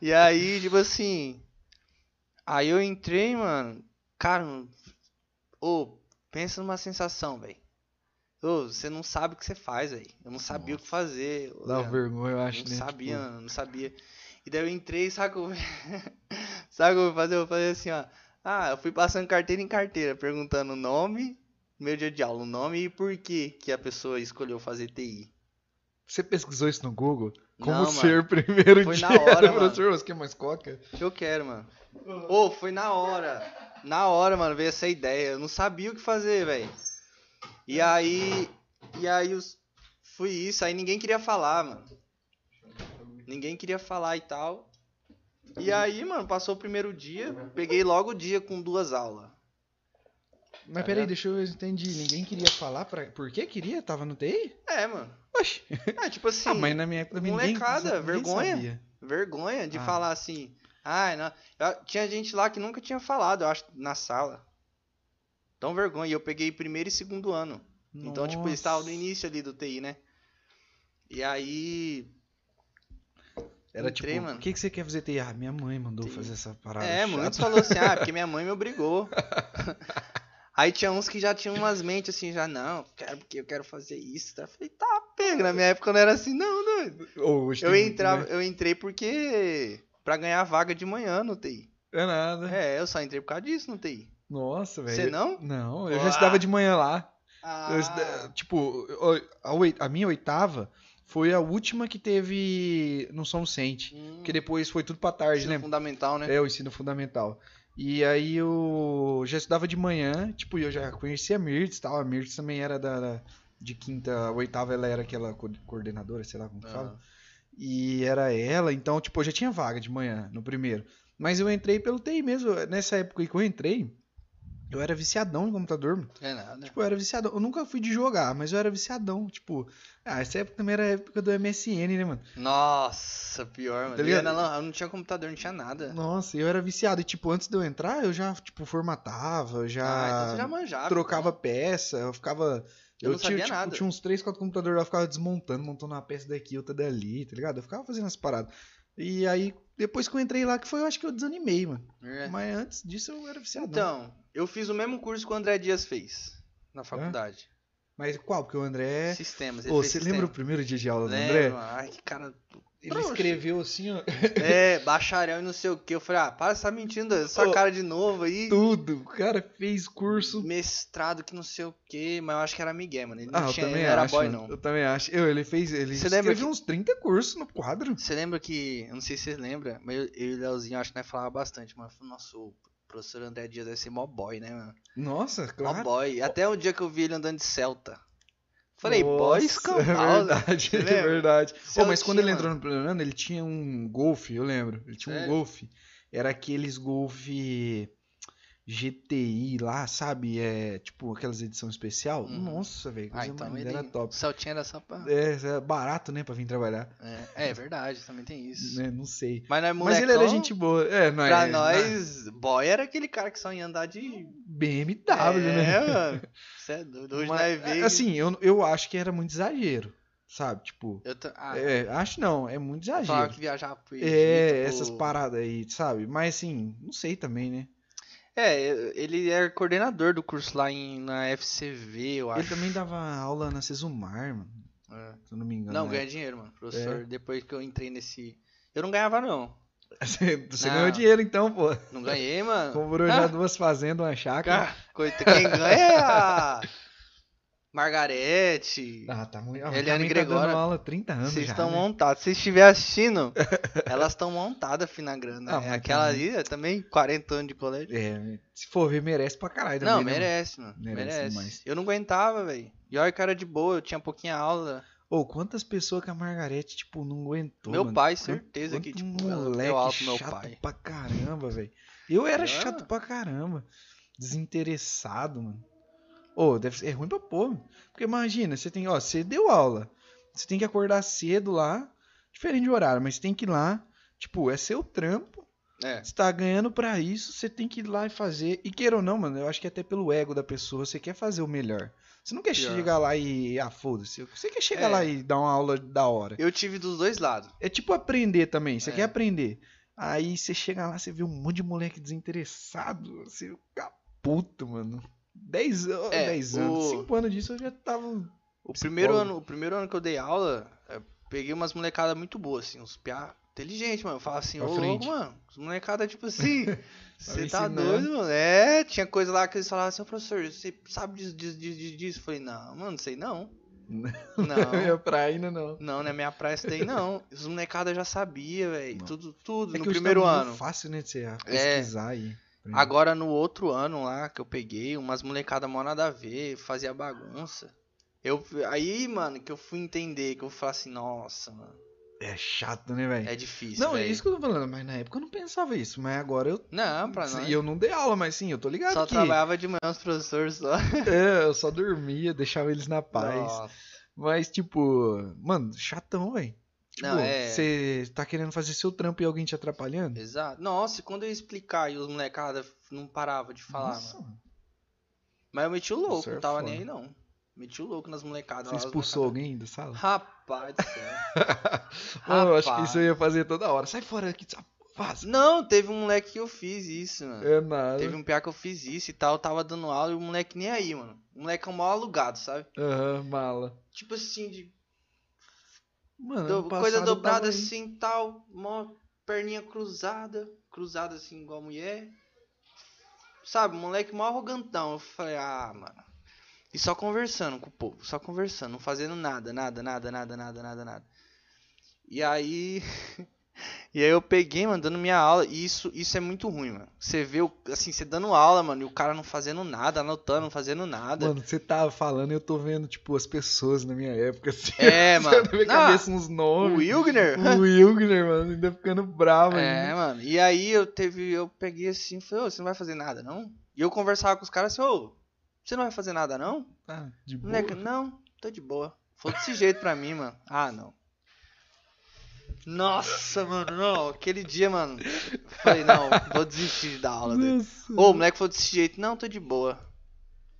E aí, tipo assim. Aí eu entrei, mano. Cara, mano, ô, pensa numa sensação, velho. Ô, você não sabe o que você faz, velho. Eu não sabia o que fazer. ô, Dá uma Leandro. vergonha, eu acho, É. Não né? sabia, Tipo, mano, não sabia. E daí eu entrei, sabe o que eu- [laughs] sabe o que eu vou fazer? Eu falei assim, ó. Ah, eu fui passando carteira em carteira, perguntando o nome, meu dia de aula, o nome e por que que a pessoa escolheu fazer TI. você pesquisou isso no Google? Como Não, mano. ser primeiro Foi [laughs] dia na hora, do mano. professor? Você quer mais coca? Eu quero, mano. Uhum. Ô, foi na hora. Na hora, mano, veio essa ideia. Eu não sabia o que fazer, velho. E aí. E aí os... foi isso. Aí ninguém queria falar, mano. Ninguém queria falar e tal. E aí, mano, passou o primeiro dia. Peguei logo o dia com duas aulas. Mas Tá peraí, ligado? deixa eu ver, se eu entendi. Ninguém queria falar pra... por que queria? Tava no TI? É, mano. Oxi. É, tipo assim, Ah, mas na minha época ninguém, molecada, ninguém vergonha. sabia. vergonha de Ah. falar assim. Ai, não. Eu- Tinha gente lá que nunca tinha falado, eu acho, na sala. Tão vergonha. E eu peguei primeiro e segundo ano. Então, tipo, eles estavam no Nossa. início ali do TI, né? E aí. Era Entrei, tipo, mano. o que, que você quer fazer TI? Ah, minha mãe mandou TI. fazer essa parada. é, chata. muitos falou assim, ah, porque minha mãe [laughs] me obrigou. aí tinha uns que já tinham umas mentes assim, já, não, quero, porque eu quero fazer isso. Eu falei, tá, pega. Na minha época eu não era assim, não, doido. Ou hoje Eu, tem muito, entrava, né? eu entrei porque. pra ganhar vaga de manhã no TI. É nada. É, eu só entrei por causa disso no TI. Nossa, velho. Você não? Não, eu Ah. já estudava de manhã lá. Ah, Eu estuda- tipo, eu- a, oi- a minha oitava foi a última que teve no São Vicente. hum, Porque depois foi tudo pra tarde, um ensino né? fundamental, né? É, o ensino fundamental. E aí eu já estudava de manhã, tipo, eu já conhecia a Mirtz e tal. A Mirtz também era da, da- de quinta, a oitava ela era aquela co- coordenadora, sei lá como que fala. E era ela, então, tipo, eu já tinha vaga de manhã no primeiro. Mas eu entrei pelo TI mesmo. Nessa época aí que eu entrei, eu era viciadão em computador, mano. Ah, é nada. Tipo, eu era viciadão. Eu nunca fui de jogar, mas eu era viciadão. Tipo, ah, essa época também era a época do MSN, né, mano? Nossa, pior, mano. Tá Eu ligado? ia na lan- eu não tinha computador, não tinha nada. Nossa, eu era viciado. E, tipo, antes de eu entrar, eu já, tipo, formatava, eu Ah, então já, você já manjava. trocava peça, eu ficava. Eu Eu, não tinha, sabia tipo, nada. tinha uns três, quatro computadores lá, eu ficava desmontando, montando uma peça daqui, outra dali, tá ligado? Eu ficava fazendo as paradas. E aí, depois que eu entrei lá, que foi, eu acho que eu desanimei, mano. É. Mas antes disso eu era viciadão. Então, eu fiz o mesmo curso que o André Dias fez na faculdade. Mas qual? Porque o André. Sistemas. ele É. Ô, fez você lembra o sistema. primeiro dia de aula do Lembro, André? Ai, que cara. Ele Trouxa. escreveu assim, ó, É, bacharel e não sei o que. Eu falei, ah, para essa mentindo, essa Ô, cara de novo aí. tudo. O cara fez curso. Mestrado que não sei o que, mas eu acho que era Miguel, mano. Ele não Ah, eu tinha, também ele não era acho. boy, mano. não. Eu também acho. Eu, ele fez. Ele Você lembra escreveu uns 30 cursos no quadro. Você lembra que, eu não sei se vocês lembram, mas eu, eu e o Leozinho acho que nós falava bastante, mas eu falei, nossa, o professor André Dias deve ser mó boy, né, mano? Nossa, Mó claro. boy. Até o dia que eu vi ele andando de Celta. Falei, Nossa, boy [laughs] É escambau. né? verdade, você é lembra? verdade. Pô, mas quando ele Celtinha, entrou no primeiro ano, ele tinha um Golf, eu lembro. Ele tinha Sério? um Golf. Era aqueles Golf GTI lá, sabe? É, tipo, aquelas edições especial. Uhum. Nossa, velho. Ah, coisa então mais- ele... Ah. Era top. Celtinha era só pra... É, era barato, né, pra vir trabalhar. É, é verdade, também tem isso. Né? Não sei. Mas nós, Mas molecão, ele era gente boa. É, nós, pra nós, boy era aquele cara que só ia andar de... BMW, né? é, mano. Você é doido. Hoje Mas, nós vê... que- Assim, eu, eu acho que era muito exagero, sabe? Tipo, Eu tô... Ah, eu é, acho não, é muito falava exagero. que viajava pro É, Egito, essas pô. paradas aí, sabe? Mas assim, não sei também, né? É, ele era coordenador do curso lá em, na FCV, eu Ele acho. também dava aula na Sesumar, mano, É. se eu não É. me engano. Não, né? ganha dinheiro, mano. Professor, depois que eu entrei nesse. Eu não ganhava, não. Você, [laughs] você Não. ganhou dinheiro então, pô. Não ganhei, mano. Comprou já duas fazendas, uma chácara. Cara, coisa- quem ganha é a. Margarete. Ah, tá muito. Ah, Eliane também Tá Gregora. dando aula há 30 anos Vocês já, estão né? montados. Se estiver assistindo, elas estão montadas, fi, na Ah, grana. é mas aquela também- ali, é também 40 anos de colégio. É, se for ver, merece pra caralho também, né, Não, mano? merece, mano. Merece Merece. demais. Eu não aguentava, velho. E olha que era de boa, eu tinha pouquinha aula. Ou quantas pessoas que a Margarete, tipo, não aguentou, Meu mano. pai, Quant- certeza que, quanto tipo, ela moleque deu aula pro meu chato pai. pra caramba, velho. Eu era Ah. chato pra caramba. Desinteressado, mano. Ô, deve ser, é ruim pra pôr. mano. Porque imagina, você tem, ó, você deu aula. Você tem que acordar cedo lá, diferente de horário, mas tem que ir lá. Tipo, é seu trampo. É. Você tá ganhando pra isso, você tem que ir lá e fazer. E queira ou não, mano, eu acho que até pelo ego da pessoa, você quer fazer o melhor. Você não quer Pior. chegar lá e. Ah, foda-se. Você quer chegar É. lá e dar uma aula da hora. Eu tive dos dois lados. É tipo aprender também, você É. quer aprender. Aí você chega lá, você vê um monte de moleque desinteressado, você fica puto, mano. 10 anos, É, 10 o- anos, 5 anos disso eu já tava. um O Psicólogo. primeiro ano, o primeiro ano que eu dei aula, eu peguei umas molecadas muito boas, assim, uns piá inteligente, mano. Eu falava assim, Pra ô frente. louco, mano, os molecada, tipo [laughs] assim, você me tá ensinando. doido, mano. É, tinha coisa lá que eles falavam assim, ô professor, você sabe disso, disso, disso, disso, disso? Eu falei, não, mano, não [laughs] sei não. Não. Minha praia não. Não, não é minha praia isso daí, não. Os molecada já sabia, velho. Não. Tudo, tudo, É no que hoje tá primeiro muito ano. É. fácil, né? de Você pesquisar e. aprender. Agora no outro ano lá que eu peguei, umas molecada mó nada a ver, fazia bagunça. Eu, aí, mano, que eu fui entender, que eu falei assim, nossa, mano, É chato, né, velho? é difícil. não, é velho. isso que eu tô falando, mas na época eu não pensava isso, mas agora eu. Não, pra nós. E eu não dei aula, mas sim, eu tô ligado Só que trabalhava de manhã os professores só. [laughs] É, eu só dormia, deixava eles na paz. Nossa. Mas, tipo, mano, chatão, velho. Tipo, Não, é. você tá querendo fazer seu trampo e alguém te atrapalhando? Exato. Nossa, e quando eu ia explicar e os molecada não parava de falar, Nossa, mano. mano. Mas eu meti o louco, Isso é não tava foda. nem aí não. Meti o louco nas molecadas. Você lá, as expulsou molecada- alguém da [laughs] sala? Rapaz do [laughs] céu. Mano, eu acho que Rapaz. isso eu ia fazer toda hora. Sai fora aqui, dessa vaza. Não, teve um moleque que eu fiz isso, mano. É nada. Teve um piá que eu fiz isso e tal, eu tava dando aula e o moleque nem aí, mano. O moleque é um mal alugado, sabe? Aham, mala. Tipo assim, de Mano, do- ano passado coisa eu tava dobrada aí. assim tal, mó perninha cruzada, cruzada assim igual mulher. Sabe, moleque mó arrogantão. Eu falei, ah, mano. E só conversando com o povo, só conversando, não fazendo nada, nada, nada, nada, nada, nada, nada. E aí. [laughs] e aí eu peguei, mano, dando minha aula. E isso, isso é muito ruim, mano. Você vê, o, assim, você dando aula, mano, e o cara não fazendo nada, anotando, não fazendo nada. Mano, você tava falando e eu tô vendo, tipo, as pessoas na minha época, assim. [laughs] É, passando mano. Na minha Ah, cabeça uns o nomes. Wilgner? O [laughs] Wilgner, mano, ainda ficando bravo. É, ainda. mano. E aí eu teve, eu peguei assim, falei, ô, você não vai fazer nada, não? E eu conversava com os caras assim, ô, você não vai fazer nada, não? Ah, de boa. Moleque, não, tô de boa. Foi desse jeito pra mim, mano. Ah, não. Nossa, mano, não. Aquele dia, mano. eu Falei, não, vou desistir de dar aula. doido. Nossa. Ô, o moleque falou desse jeito, não, tô de boa.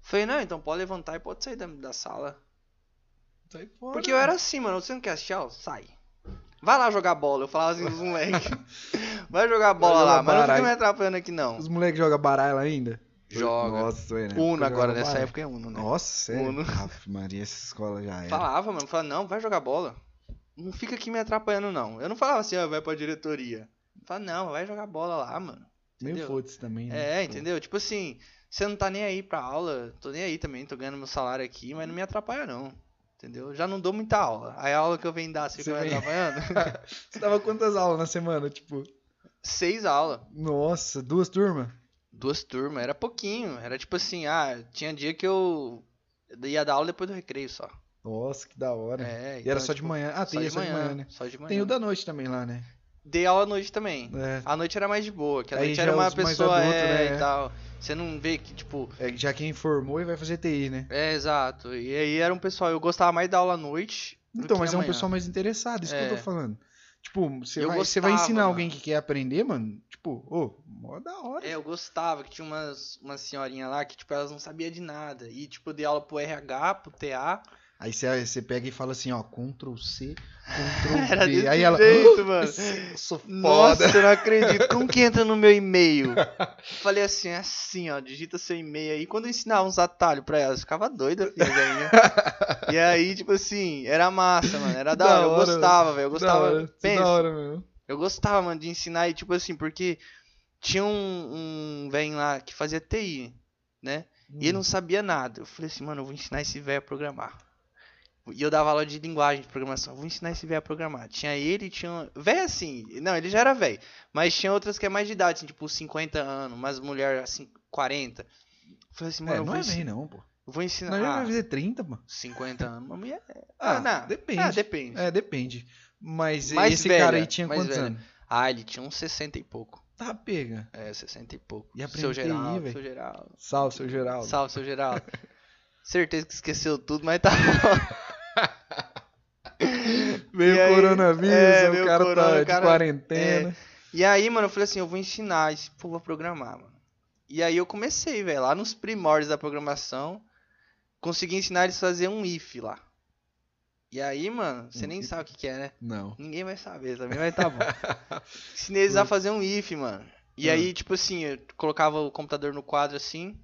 Falei, não, então pode levantar e pode sair da, da sala. Sai fora. Porque eu era assim, mano. Você não quer assistir aula? Sai. Vai lá jogar bola. Eu falava assim [laughs] pros moleques. Vai jogar bola jogar lá, mas não fica baralho. me atrapalhando aqui não. Os moleques jogam baralho ainda? Joga. Nossa, é, né? Uno Eu agora, jogava nessa baralho. época é Uno, né? Nossa, é. sério? Uno. Ave Maria, essa escola já era. Falava, mano. Falava, não, vai jogar bola. Não fica aqui me atrapalhando, não. Eu não falava assim, ó, vai pra diretoria. Eu Falava, não, vai jogar bola lá, mano. Meio entendeu? foda-se também, né? É, entendeu? Tipo assim, você não tá nem aí pra aula, tô nem aí também, tô ganhando meu salário aqui, mas não me atrapalha não. Entendeu? Já não dou muita aula. Aí a aula que eu venho dar, você fica Você me vem- [laughs] atrapalhando? Você dava quantas aulas na semana? Tipo, Seis aulas. nossa, duas turmas? Duas turmas, era pouquinho. Era tipo assim, ah, tinha dia que eu ia dar aula depois do recreio só. Nossa, que da hora. É, e era então, só de tipo, manhã. Ah, Só tem de essa de manhã, manhã, né? só de manhã. Tem o da noite também lá, né? Dei aula à noite também. É. A noite era mais de boa, que a Aí noite já era é uma os mais pessoa adulto, é, né? e tal. Você não vê que, tipo. É que já quem formou e vai fazer TI, né? É, exato. E aí era um pessoal, eu gostava mais da aula à noite. do Então, que mas é na um manhã. pessoal mais interessado, isso que eu É. tô falando. Tipo, você Eu vai, você vai gostava, né? ensinar mano. alguém que quer aprender, mano? Tipo, ô, mó da hora. É, eu gostava que tinha umas, uma senhorinha lá que, tipo, elas não sabia de nada. E, tipo, eu dei aula pro RH, pro TA. Aí você, você pega e fala assim, ó, Ctrl C, Ctrl [laughs] Era V. desse Aí ela. jeito, "Ah, mano. eu Sou Nossa, foda. eu não acredito. Como que entra no meu [laughs] e-mail? Falei assim, assim, ó, digita seu e-mail aí. Quando eu ensinava uns atalhos pra elas, ficava doida, [laughs] filha. velhinha. e aí, tipo assim, era massa, mano. Era da, Da hora. Eu hora, gostava, velho. Eu Da gostava. hora, isso Pensa, da hora, meu. Eu gostava, mano, de ensinar e, tipo assim, porque tinha um, um velho lá que fazia TI, né? E ele Uhum. não sabia nada. Eu falei assim, mano, eu vou ensinar esse velho a programar. E eu dava aula de linguagem, de programação. Eu Vou ensinar esse velho a programar. Tinha ele, tinha. Velho assim. Não, ele já era velho. Mas tinha outras que é mais de idade, assim, tipo 50 anos, umas mulher assim, 40. Eu falei assim, mano, É, eu não vou, é ensi- bem, não, pô. eu vou ensinar. Nós já vai ah, fazer 30, mano. 50 anos. Uma mulher. [laughs] Ah, Ah, não. depende. Ah, depende. É, depende. Mas Mais esse velha, cara aí tinha mais quantos velha. anos? Ah, ele tinha uns 60 e pouco. Tá, pega. É, 60 e pouco. E aprende seu TI, geral, velho. seu geral. Salve, seu Geraldo. Salve, seu geral. Certeza que esqueceu tudo, mas tá. Veio E aí? coronavírus, É, o veio cara corona, tá o de cara- É. quarentena. e aí, mano, eu falei assim, eu vou ensinar esse povo a programar, mano. E aí eu comecei, velho, lá nos primórdios da programação, consegui ensinar eles a fazer um if lá. E aí, mano, você Um nem if? sabe o que que é, né? Não. Ninguém vai saber também, mas tá bom. Ensinei eles a fazer um if, mano. E Hum. aí, tipo assim, eu colocava o computador no quadro assim.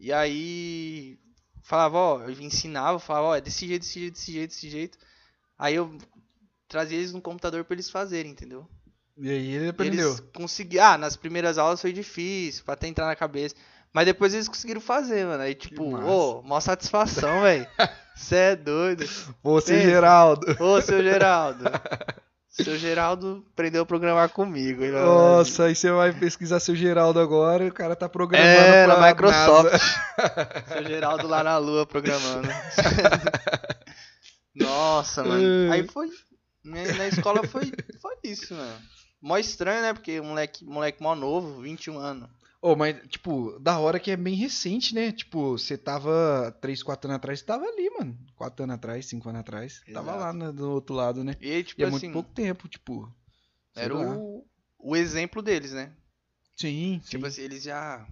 E aí. Falava, ó, eu ensinava, falava, ó, é desse jeito, desse jeito, desse jeito, desse jeito. Aí eu trazia eles no computador pra eles fazerem, entendeu? E aí ele E aprendeu. Eles conseguiram. Ah, nas primeiras aulas foi difícil, pra até entrar na cabeça. Mas depois eles conseguiram fazer, mano. Aí, tipo, massa. ô, mó satisfação, velho. Cê é doido. Ô, seu Pensa. Geraldo. Ô, seu Geraldo. Seu Geraldo aprendeu a programar comigo. hein, mano? Nossa, aí você vai pesquisar seu Geraldo agora e o cara tá programando É, pra na Microsoft. NASA. [laughs] Seu Geraldo lá na [laughs] lua programando. Nossa, Ai. mano. Aí foi. né, Na escola foi, foi isso, mano. Mó estranho, né? Porque moleque, moleque mó novo, 21 anos. Ô, mas, tipo, da hora que é bem recente, né? Tipo, você tava 3, 4 anos atrás, você tava ali, mano. 4 anos atrás, 5 anos atrás. Tava Exato. lá no, do outro lado, né? E aí, tipo E é assim, muito pouco tempo, tipo. sei era lá. o, o exemplo deles, né? Sim, sim. Tipo assim, eles já.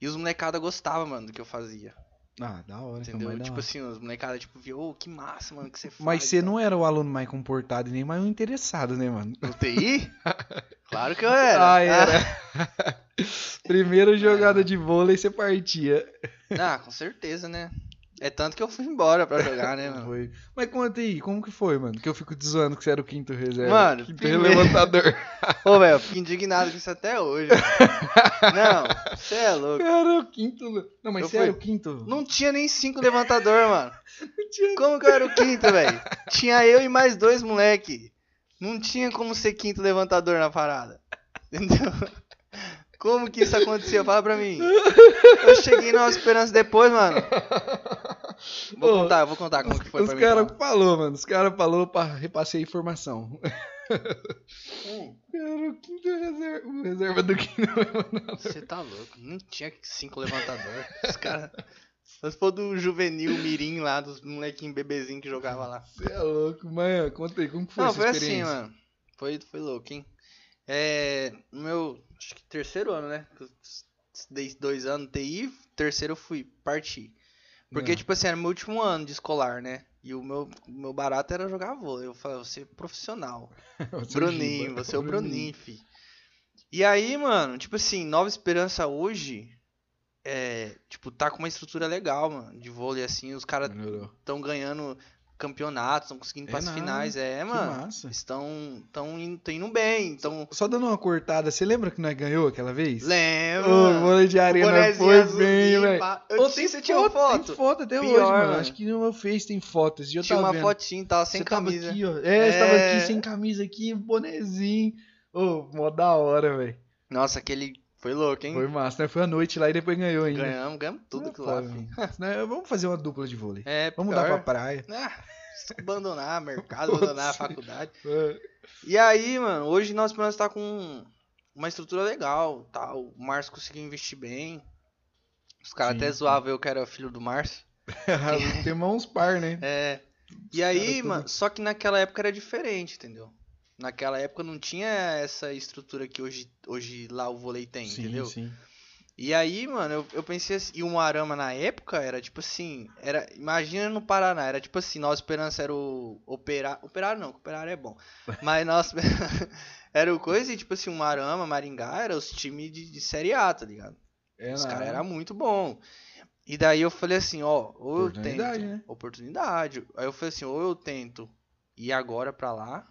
E os molecada gostavam, mano, do que eu fazia. Ah, da hora, então, assim, Entendeu? mas da Tipo hora. assim, os molecada, tipo, viu, ô, que massa, mano, que você faz. tá Mas e você tal." não era o aluno mais comportado e nem mais o interessado, né, mano? No [laughs] TI? claro que eu era. É, Ah, era. [laughs] Primeira jogada de vôlei, você partia. Ah, com certeza, né? É tanto que eu fui embora pra jogar, [laughs] né, mano? Foi. Mas conta aí, como que foi, mano? Que eu fico te zoando que você era o quinto reserva. Mano, quinto primeiro- levantador. Ô, velho, eu fico indignado com isso até hoje. [laughs] mano. Não, você é louco. Cara, o quinto. le- Não, mas Eu você fui. era o quinto? Não tinha nem cinco levantador, [laughs] mano. tinha. Como que eu era o quinto, velho? Tinha eu e mais dois moleque. Não tinha como ser quinto levantador na parada. Entendeu? Como que isso acontecia? Fala pra mim. Eu cheguei na esperança depois, mano. Vou Ô, contar, eu vou contar como que foi Os pra mim. caras falou, mano. Os caras falou pra repassei a informação. [laughs] Era o quinto reserva. O reserva do quinto [laughs] levantador. Você tá louco? Não tinha cinco levantadores. Os caras. Só se for do juvenil mirim lá, dos molequinhos bebezinhos que jogava lá. Você é louco, mano. Conta aí, como que foi Não, essa foi assim, experiência? mano. Foi, foi louco, hein? É. No meu. Acho que terceiro ano, né? Que eu Dei dois anos TI, terceiro eu fui, parti. Porque, Ah. tipo assim, era meu último ano de escolar, né? E o meu, meu barato era jogar vôlei. Eu falava, você é profissional. [laughs] Você Bruninho, juba. você é o Bruninho, fi. E aí, mano, tipo assim, Nova Esperança hoje é, tipo, tá com uma estrutura legal, mano, de vôlei assim, os caras Melhorou. estão ganhando campeonatos, estão conseguindo É para as nada, finais, é, Que mano. massa. Estão tão indo, tão indo bem, então Só dando uma cortada, você lembra que nós ganhou aquela vez? lembra. O vôlei de O arena bonézinho foi bem, azulzinho, velho. pá. Eu não sei se você tinha Tem foto. foto até Pior, hoje, mano. mano. Acho que no meu Face tem foto. Esse dia eu Tinha tava uma vendo. fotinha, tava sem Você tava camisa. aqui, ó. É, você tava É. aqui sem camisa aqui, bonezinho. Ô, mó da hora, velho. Nossa, aquele foi louco, hein? Foi massa, né? Foi à noite lá e depois ganhou ainda. ganhamos, ganhamos tudo Ah, aquilo lá, pô, filho. né? Vamos fazer uma dupla de vôlei. É, Vamos pior. dar pra praia. Ah, abandonar [laughs] o mercado, abandonar a Putz. faculdade. É. E aí, mano, hoje nós pelo menos tá com uma estrutura legal, tá? O Márcio conseguiu investir bem. Os caras Sim, até sim. zoavam eu que era filho do Márcio. [laughs] Tem mãos par, né? É. E Os aí, cara tudo- mano, só que naquela época era diferente, entendeu? Naquela época não tinha essa estrutura que hoje, hoje lá o vôlei tem, sim, entendeu? sim. E aí, mano, eu, eu pensei assim, e o Moarama na época era tipo assim, era, imagina no Paraná, era tipo assim, Nova Esperança era o operário, operário não, que operário [laughs] é bom, mas Nova Esperança [laughs] era o coisa e tipo assim, o Moarama, Maringá, era os times de, de Série A, tá ligado? É, Os na- caras eram muito bom. E daí eu falei assim, ó, ou eu tento, Oportunidade, né? oportunidade, aí eu falei assim, ou eu tento ir agora pra lá,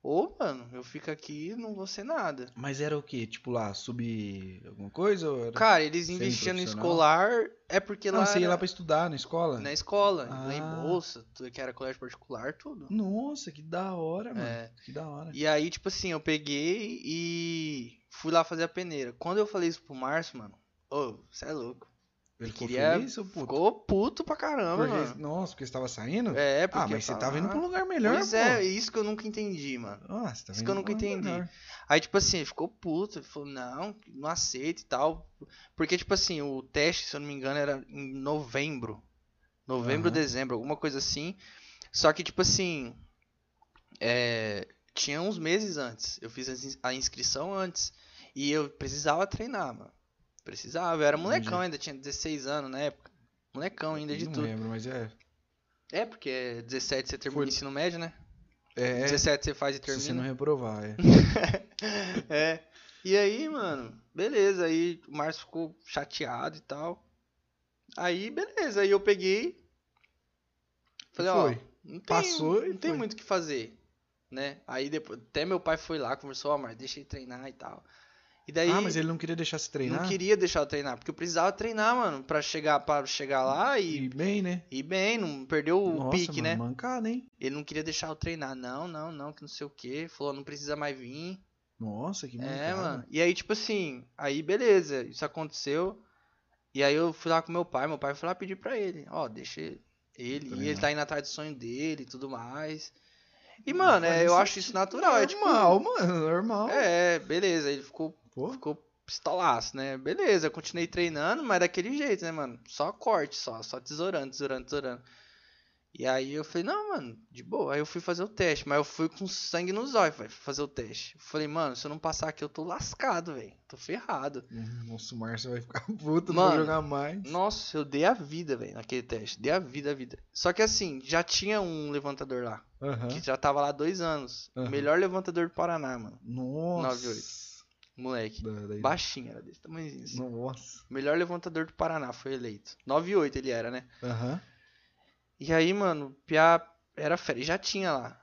ou, mano, eu fico aqui e não vou ser nada. Mas era o quê? Tipo lá, subir alguma coisa? Ou era... Cara, eles Sem investiam no profissional? escolar, é porque não, lá, você ia era Né? lá pra estudar na escola? na escola, lá em Ah. bolsa, tudo que era colégio particular, tudo. Nossa, que da hora, mano. É, Que da hora. e aí, tipo assim, eu peguei e fui lá fazer a peneira. Quando eu falei isso pro Márcio, mano, ô, você é louco. Ele ficou queria- feliz, seu puto? Ficou puto pra caramba, Porque- mano. Nossa, porque você tava saindo? É, porque ah, mas eu você tava falava, indo pra um lugar melhor, Pois pô. é, isso que eu nunca entendi, mano. Ah, você tava Isso que indo eu nunca pra um lugar entendi. melhor. Aí, tipo assim, ele ficou puto, ele falou, não, não aceito e tal. Porque, tipo assim, o teste, se eu não me engano, era em novembro. Novembro, Aham. dezembro, alguma coisa assim. Só que, tipo assim, é, tinha uns meses antes. Eu fiz as ins- a inscrição antes. E eu precisava treinar, mano. Precisava. Eu era Entendi. molecão ainda, tinha 16 anos na época. Molecão ainda de não tudo. lembro, mas é. É, porque é 17 você termina o Foi- ensino médio, né? É, 17 você faz e se termina. você não reprovar, é. [laughs] É. E aí, mano, beleza. Aí o Márcio ficou chateado e tal. Aí, beleza. Aí eu peguei. Falei, ó, Foi. não tem, Passou e não tem foi. muito o que fazer, né? Aí depois, até meu pai foi lá, conversou, ó, Márcio, deixa ele treinar e tal. E daí Ah, mas ele não queria deixar se treinar? não queria deixar eu treinar, porque eu precisava treinar, mano, pra chegar, para chegar lá e E bem, né? e bem, não perdeu o Nossa, pique, mano, né? mancada, hein? Ele não queria deixar eu treinar, não, não, não, que não sei o quê. Falou, não precisa mais vir. Nossa, que mancada. É, mano. E aí, tipo assim, aí beleza, isso aconteceu. E aí eu fui lá com meu pai, meu pai foi lá pedir pra ele, ó, deixa ele ir, Também ele não. tá indo atrás do sonho dele e tudo mais. E, Não mano, é, faz eu sentido. acho isso natural, é tipo... Normal, mano, normal. É, beleza, ele ficou, um- Pô, ficou pistolaço, né? Beleza, eu continuei treinando, mas daquele jeito, né, mano? Só corte, só, só tesourando, tesourando, tesourando. E aí eu falei, não, mano, de boa. Aí eu fui fazer o teste, mas eu fui com sangue nos olhos, velho, fazer o teste. Eu falei, mano, se eu não passar aqui, eu tô lascado, velho. Tô ferrado. nossa, o Márcio vai ficar [laughs] puto, não Mano, vai jogar mais. Nossa, eu dei a vida, velho, naquele teste. Dei a vida, a vida. Só que assim, já tinha um levantador lá, Aham. que já tava lá dois anos. O Aham. melhor levantador do Paraná, mano. Nossa. Moleque. Da- daí- Baixinho, era desse tamanhozinho. assim. Nossa. Melhor levantador do Paraná, foi eleito. 9,8 ele era, né? Aham. E aí, mano, o Piá era fera, já tinha lá.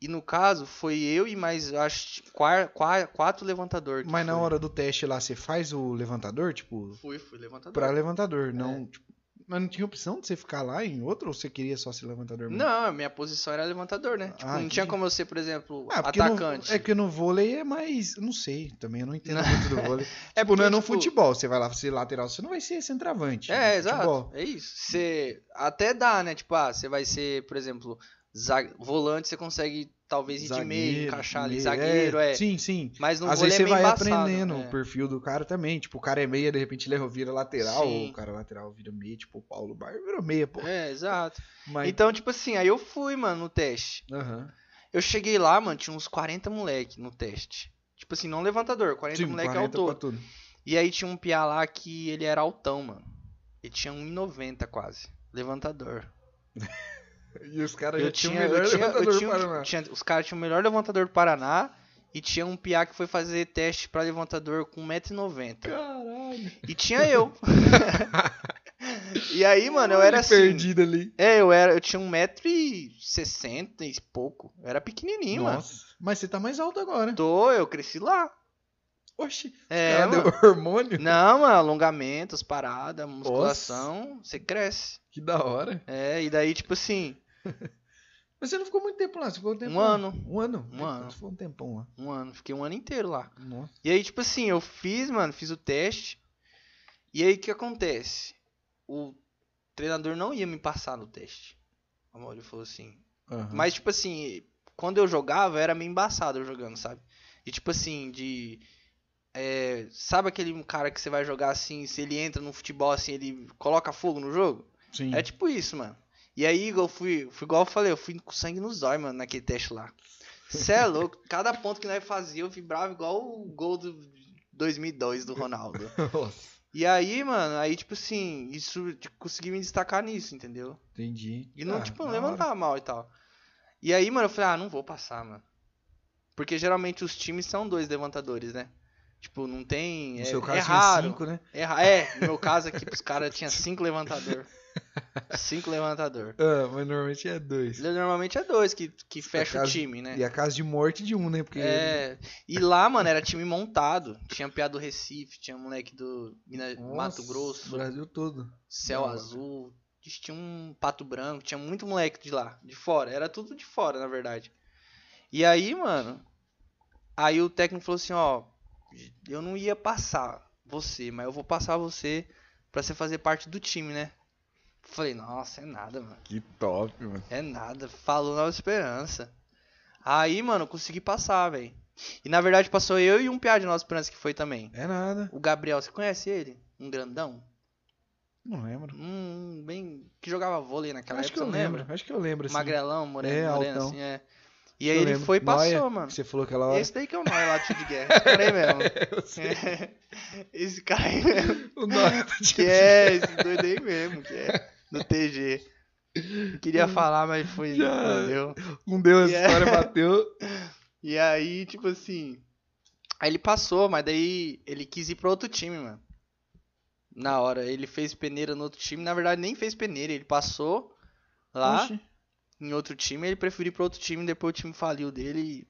E no caso, foi eu e mais, eu acho, quatro, quatro levantador. que Mas na foi. hora do teste lá, você faz o levantador, tipo, Fui, fui levantador. pra É. levantador, não, tipo, mas não tinha opção de você ficar lá em outro ou você queria só ser levantador? mesmo? Não, a minha posição era levantador, né? Tipo, Ah, não tinha entendi. como eu ser, por exemplo, Ah, porque atacante. No, é que no vôlei é mais. eu Não sei, também eu não entendo muito do vôlei. [laughs] É É tipo, não é no porque, tipo, futebol. Você vai lá ser lateral, você não vai ser centroavante. É, No exato. futebol. É isso. Você até dá, né? Tipo, ah, você vai ser, por exemplo, zague- volante, você consegue talvez ir de meio, encaixar ali, meio, zagueiro, é. Sim, sim. Mas no Às vôlei vezes é você meio vai embaçado, aprendendo é. o perfil do cara também. Tipo, o cara é meia, de repente ele vira lateral, Sim. ou o cara lateral vira meia, tipo, o Paulo Bar virou meia, [laughs] pô. É, exato. Mas. Então, tipo assim, aí eu fui, mano, no teste. Aham. Eu cheguei lá, mano, tinha uns 40 moleque no teste. Tipo assim, não levantador, 40 Sim, moleque 40 ao pra todo. tudo. E aí tinha um piá lá que um ele era altão, mano. Ele tinha 1,90 quase. Levantador. E os caras já Eu tinha, tinham eu tinha, eu tinha um- Paraná. tinha- os caras tinham o melhor levantador do Paraná e tinha um piá que foi fazer teste pra levantador com 1,90m. Caralho. E tinha [laughs] eu. [laughs] e aí, mano, eu era assim. Perdido ali. É, eu era, eu tinha 1,60m e pouco. Eu era pequenininho, mano. Nossa. Mas você tá mais alto agora. Tô, eu cresci lá. Oxi. os É, cara deu mano. hormônio. Não, mano, alongamentos, parada, musculação, você cresce. Que da hora. É, e daí, tipo assim, Mas você não ficou muito tempo lá, você ficou um tempo Um ano. Um ano? Um ano. Você ficou um tempão lá. um ano, fiquei um ano inteiro lá. Nossa. E aí, tipo assim, eu fiz, mano, fiz o teste. E aí, o que acontece? O treinador não ia me passar no teste. O Amaury falou assim. Aham. Mas, tipo assim, quando eu jogava, era meio embaçado eu jogando, sabe? E, tipo assim, de. é, sabe aquele cara que você vai jogar assim, se ele entra no futebol assim, ele coloca fogo no jogo? Sim. É tipo isso, mano. E aí, eu fui, fui igual eu falei, eu fui com sangue nos olhos, mano, naquele teste lá. Cê é louco, cada ponto que nós fazia, eu vibrava igual o gol do 2002 do Ronaldo. [laughs] Nossa. E aí, mano, aí, tipo assim, isso, tipo, consegui me destacar nisso, entendeu? Entendi. E não, Ah, tipo, não da hora. levantava mal e tal. E aí, mano, eu falei, ah, não vou passar, mano. Porque geralmente os times são dois levantadores, né? Tipo, não tem. No É, seu é caso, tinha raro. cinco, né? É, ra- é, no meu caso aqui, os caras tinham [laughs] cinco levantador. Cinco levantador. Ah, mas normalmente é dois. Normalmente é dois que, que fecha o caso- time, né? E a casa de morte de um, né? Porque É, e lá, mano, era time montado. Tinha piá do Recife, tinha moleque do Minas- Nossa, Mato Grosso, Brasil todo. Céu Nossa. Azul, tinha um Pato Branco, tinha muito moleque de lá, de fora. Era tudo de fora, na verdade. E aí, mano, aí o técnico falou assim, ó, eu não ia passar você, mas eu vou passar você pra você fazer parte do time, né? Falei, nossa, é nada, mano. Que top, mano. É nada, falou Nova Esperança. Aí, mano, eu consegui passar, velho. E na verdade passou eu e um piá de Nova Esperança que foi também. É nada. O Gabriel, você conhece ele? Um grandão? Não lembro. Um bem. que jogava vôlei naquela acho que época, eu você lembro. lembra? Acho que eu lembro. Assim. Magrelão, moreno, É, moreno, altão. assim, é. E Eu aí ele lembro. foi e passou, Noia, mano. que Você falou aquela hora. [laughs] Esse é. daí que é o Noia lá do time de guerra. Esse cara aí mesmo. Esse cara aí mesmo. O [laughs] tipo, nome do Que dia. é, esse doido aí mesmo, que é. Do TG. Eu [laughs] queria falar, mas foi. Já. Entendeu? Não deu essa Que um é. história, bateu. E aí, tipo assim. Aí ele passou, mas daí ele quis ir pra outro time, mano. Na hora, ele fez peneira no outro time. Na verdade, nem fez peneira, ele passou [laughs] lá Oxi. em outro time. Ele preferiu ir pra outro time, depois o time faliu dele.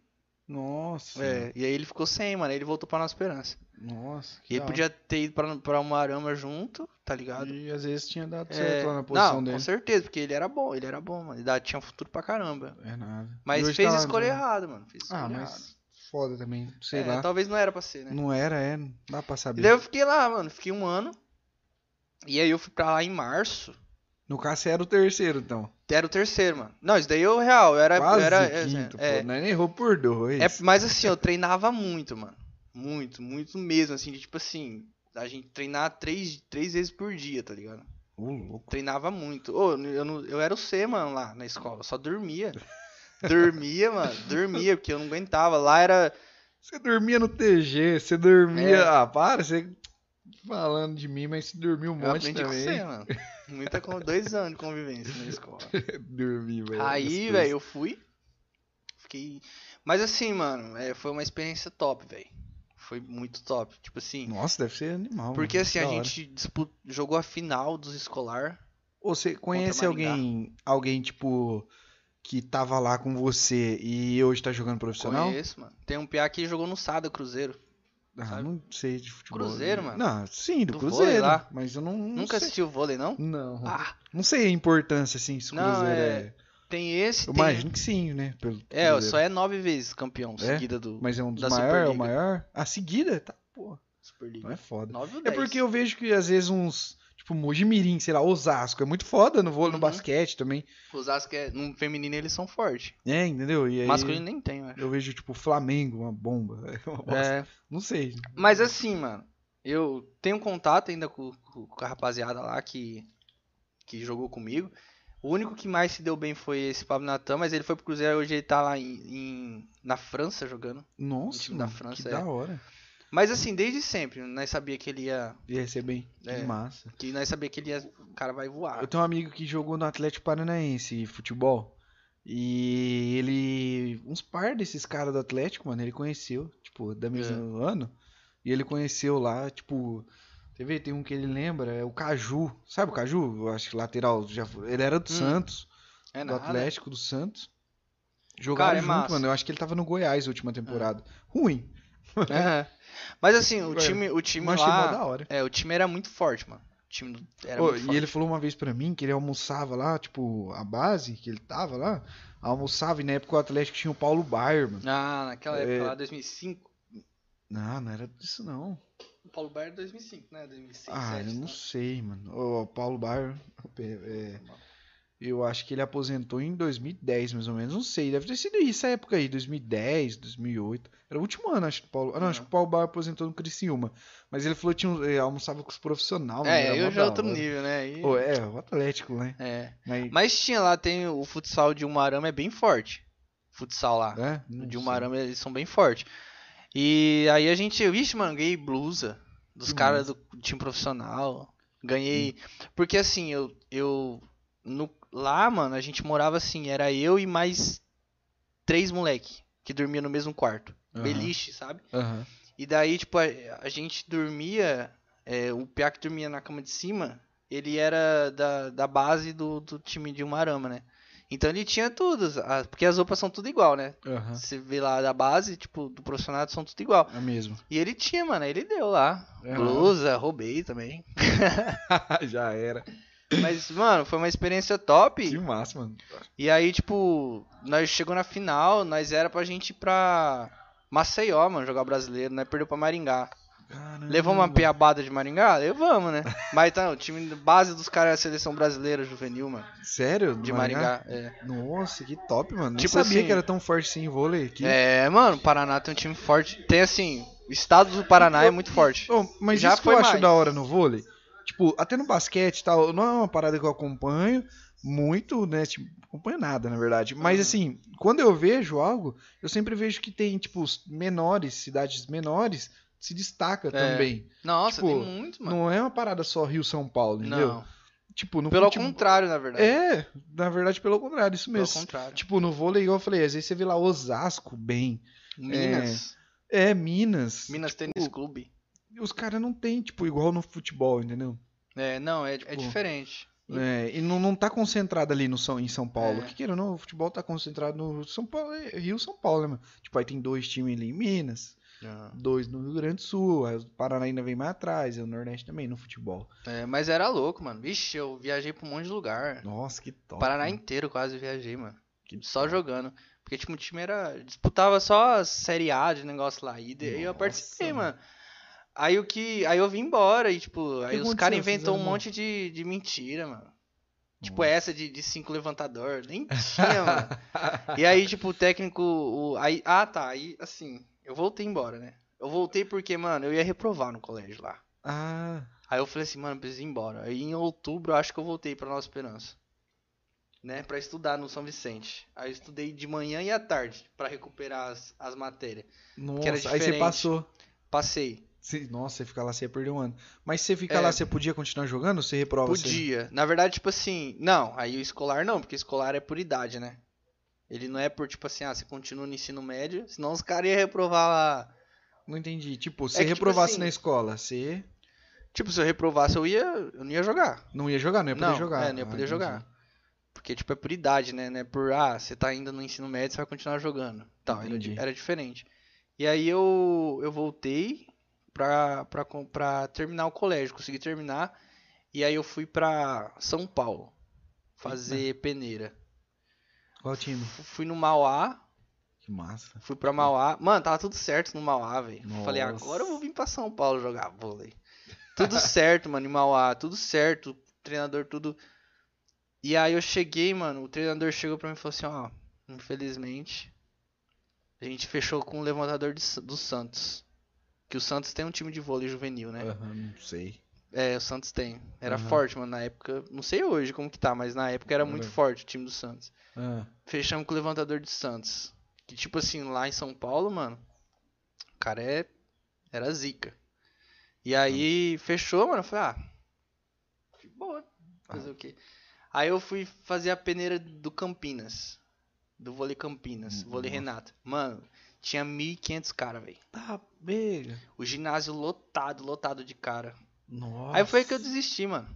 Nossa. é, e aí ele ficou sem, mano. aí Ele voltou pra Nova Esperança. Nossa. que E ele da podia ter ido pra, pra uma arama junto, tá hora. ligado? E às vezes tinha dado É, certo lá na posição não, com dele. certeza, porque ele era bom, ele era bom, mano. Ele dá- tinha futuro pra caramba. É nada. E Mas hoje fez tá lá no escolha Flamengo. errada, mano. Fez escolha Ah, errada. mas foda também. Sei É, lá. Talvez não era pra ser, né? Não era, é. Não dá pra E saber. daí eu fiquei lá, mano, fiquei um ano. E aí eu fui pra lá em março. No caso, você era o terceiro, então. Era o terceiro, mano. Não, isso daí eu real, eu era. Quase eu era é, quinto, pô. é, Nós nem errou por dois. é, mas assim, eu treinava muito, mano. Muito, muito mesmo, assim, de, tipo assim, a gente treinar três, três vezes por dia, tá ligado? Ô, louco. Treinava muito. Ô, eu, não- eu era o C, mano, lá na escola, eu [laughs] só dormia. Dormia, mano, dormia, porque eu não aguentava. Lá era. Você dormia no TG, você dormia... É. Ah, para, você... Falando de mim, mas você dormiu um eu monte aprendi com também. C, mano. Muita, con- dois anos de convivência na escola. [laughs] Dormi, velho. Aí, essas velho, eu fui. Fiquei. Mas assim, mano, é, foi uma experiência top, velho. Foi muito top. Tipo coisas. assim. Nossa, deve ser animal. Porque mano, assim, Hum, da a hora. gente dispu- jogou a final dos escolar. Ou você conhece Maringá. alguém, alguém, tipo, que tava lá com você e hoje tá jogando profissional? Conheço, mano. Tem um PA que jogou no Sada Cruzeiro. Ah, sabe? não sei de futebol. Cruzeiro, mano. Não, sim, do, Do vôlei Cruzeiro. lá. Mas eu não, não Nunca sei. assistiu vôlei, não? Não. Ah, Não sei a importância, assim, se o Não, Cruzeiro é- é... tem esse. Eu tem- imagino que sim, né? Pelo É, Cruzeiro. só é nove vezes campeão É? seguida do Mas é um dos da maiores, é o Superliga. maior. A seguida, tá, pô, não é Superliga. foda. Nove ou É dez. porque eu vejo que às vezes uns, tipo, Mojimirim, sei lá, Osasco, é muito foda no vôlei, no Uhum. basquete também. Osasco é. No feminino eles são fortes. É, entendeu? E aí Masculino nem tem, eu acho. eu vejo, tipo, Flamengo, uma bomba. [laughs] É uma bosta. É, Não sei. Mas assim, mano, eu tenho contato ainda com, com- com a rapaziada lá que, que jogou comigo. O único que mais se deu bem foi esse Pablo Natan, mas ele foi pro Cruzeiro hoje ele tá lá em, em- na França jogando. Nossa, time da mano, França que é- da hora. Mas assim, desde sempre, nós sabia que ele ia. Ia receber, hein? É. Que massa. Que nós sabia que ele ia. O cara vai voar. Eu tenho um amigo que jogou no Atlético Paranaense futebol. E ele. Uns par desses caras do Atlético, mano, ele conheceu, tipo, da É. mesmo ano. E ele conheceu lá, tipo. Você vê, tem um que ele lembra, é o Caju. Sabe o Caju? Eu acho que lateral. Já, foi- ele era do Hum. Santos, É do nada. Atlético, do Santos. Jogaram é junto, massa. mano. Eu acho que ele tava no Goiás na última temporada. Ruim, É. Mas assim, o né? Ué, time, o time mas achei mó lá. da hora. É, o time era muito forte, mano. O time do- era Ô, muito e forte. ele falou uma vez pra mim que ele almoçava lá, tipo, a base que ele tava lá, almoçava e na época o Atlético tinha o Paulo Baier, mano. Ah, naquela época É. lá, 2005. Não, não era disso não. O Paulo Baier 2005, né? 2005, Ah, eu não sei, mano. O Paulo Baier, é, eu acho que ele aposentou em 2010, mais ou menos. Não sei, deve ter sido isso a época aí, 2010, 2008. Era o último ano, acho que o Paulo. Ah, não, acho que o Paulo Baier aposentou no Criciúma. Mas ele falou que tinha, um- ele almoçava com os profissionais. mano, É, era mó eu já da é outro hora. nível, né? aí- Ô, é, o Atlético, né? É. Mas, Mas tinha lá, tem o futsal de Umarama é bem forte. Futsal lá. é, O não de sei. Umarama eles são bem fortes. E aí a gente, vixe, mano, ganhei blusa dos Que Hum. caras do time profissional. Ganhei. Porque assim, eu. eu no, lá, mano, a gente morava assim, era eu e mais três moleque que dormia no mesmo quarto. Aham, Beliche, sabe? aham. E daí, tipo, a, a gente dormia. é, o Piá que dormia na cama de cima, ele era da, da base do, do time de Umarama, né? Então ele tinha todas. as- porque as roupas são tudo igual, né? Aham. Você vê lá da base, tipo, do profissional são tudo igual. É mesmo. [laughs] E ele tinha, mano, ele deu lá. É, Blusa, roubei também. Ah, Já era. Mas, mano, foi uma experiência top. Que massa, mano. E aí, tipo, nós chegou na final, nós era pra gente ir pra Maceió, mano, jogar brasileiro, né? Perdeu pra Maringá. Caramba. Levou uma piabada de Maringá? Levamos, né? Mas tá, o time base dos caras é a seleção brasileira, juvenil, mano. Sério? De Do Maringá? Maringá. É. Nossa, que top, mano. Nem Tipo sabia assim- que era tão forte assim em vôlei aqui. é, mano, o Paraná tem um time forte. Tem assim, o estado do Paraná é muito forte. Ô, mas Já isso que foi eu acho mais. da hora no vôlei. Tipo, até no basquete e tal, não é uma parada que eu acompanho muito, né? Tipo, acompanho nada, na verdade. Mas Uhum. assim, quando eu vejo algo, eu sempre vejo que tem, tipo, os menores, cidades menores, se destaca também. Nossa, Tipo, tem muito, É. mano. Não é uma parada só Rio-São Paulo, entendeu? Não. Tipo, no Pelo futebol... contrário, na verdade. É, na verdade, pelo contrário, isso Pelo mesmo. contrário. Tipo, no vôlei, igual eu falei, às vezes você vê lá Osasco bem. Minas. É, Minas. Minas tipo, Tênis Clube. Os caras não tem, tipo, igual no futebol, entendeu? É, não, é, é tipo, diferente. É, e não, não tá concentrado ali no São, em São Paulo. É. Que queira ou não, o futebol tá concentrado no São Paulo, é Rio São Paulo, né, mano? Tipo, aí tem dois times ali em Minas, dois no Rio Grande do Sul, aí o Paraná ainda vem mais atrás, e o Nordeste também no futebol. É, mas era louco, mano. Vixe, eu viajei pra um monte de lugar. Nossa, que O top. Paraná mano. inteiro quase viajei, mano. Que Só jogando. Porque, tipo, o time era. Disputava só a Série A de negócio lá. E daí eu Nossa, participei, mano. mano. Aí o que. Aí eu vim embora e, tipo, aí os aconteceu? caras inventou um Fizeram um- monte de, de mentira, mano. Tipo, Nossa. essa de, de cinco levantador. Nem tinha, mano. E aí, tipo, o técnico. O, aí, ah, tá. Aí, assim, eu voltei embora, né? Eu voltei porque, mano, eu ia reprovar no colégio lá. [laughs] Ah, Aí eu falei assim, mano, preciso ir embora. Aí em outubro eu acho que eu voltei pra Nova Esperança. Né? Pra estudar no São Vicente. Aí eu estudei de manhã e à tarde pra recuperar as, as matérias. nossa, aí você diferente. passou. Passei. Se- nossa, você fica lá, você ia perder um ano. Mas você fica É. lá, você podia continuar jogando? ou Você reprova você? Podia. Na verdade, tipo assim, não, aí o escolar não, porque escolar é por idade, né? Ele não é por, tipo assim, ah, você continua no ensino médio, senão os caras iam reprovar lá. Não entendi. Tipo, se que, tipo reprovasse assim- na escola, você Tipo, se eu reprovasse, eu ia. Eu não ia jogar. não ia jogar, não ia poder não, jogar. É, não ia Ah, poder entendi. jogar. Porque, tipo, é por idade, né? Não é por, ah, você tá ainda no ensino médio, você vai continuar jogando. Tal, era, di- Entendi. era diferente. E aí eu, eu voltei pra, pra, com- pra terminar o colégio, consegui terminar. E aí eu fui pra São Paulo fazer peneira. Qual time? Fu- Fui no Mauá, Que massa. fui pra Mauá. Mano, tava tudo certo no Mauá, velho. Falei, Nossa. agora eu vou vir pra São Paulo jogar vôlei. Tudo [laughs] certo, mano, em Mauá, tudo certo. Treinador, tudo. E aí eu cheguei, mano, o treinador chegou pra mim e falou assim, ó, infelizmente, a gente fechou com o levantador de Sa- do Santos. Que o Santos tem um time de vôlei juvenil, né? Aham, não sei. É, o Santos tem. Era Aham. forte, mano, na época. Não sei hoje como que tá, mas na época era muito Lembro. forte o time do Santos. Ah, Fechamos com o levantador de Santos. Que tipo assim, lá em São Paulo, mano, o cara é Era zica. E aí fechou, mano. Eu falei, ah, de boa. Fazer o quê? Aí eu fui fazer a peneira do Campinas. Do vôlei Campinas, vôlei Renato. Mano, tinha 1.500 cara, velho. Tá, bega. O ginásio lotado, lotado de cara. Nossa. Aí foi que eu desisti, mano.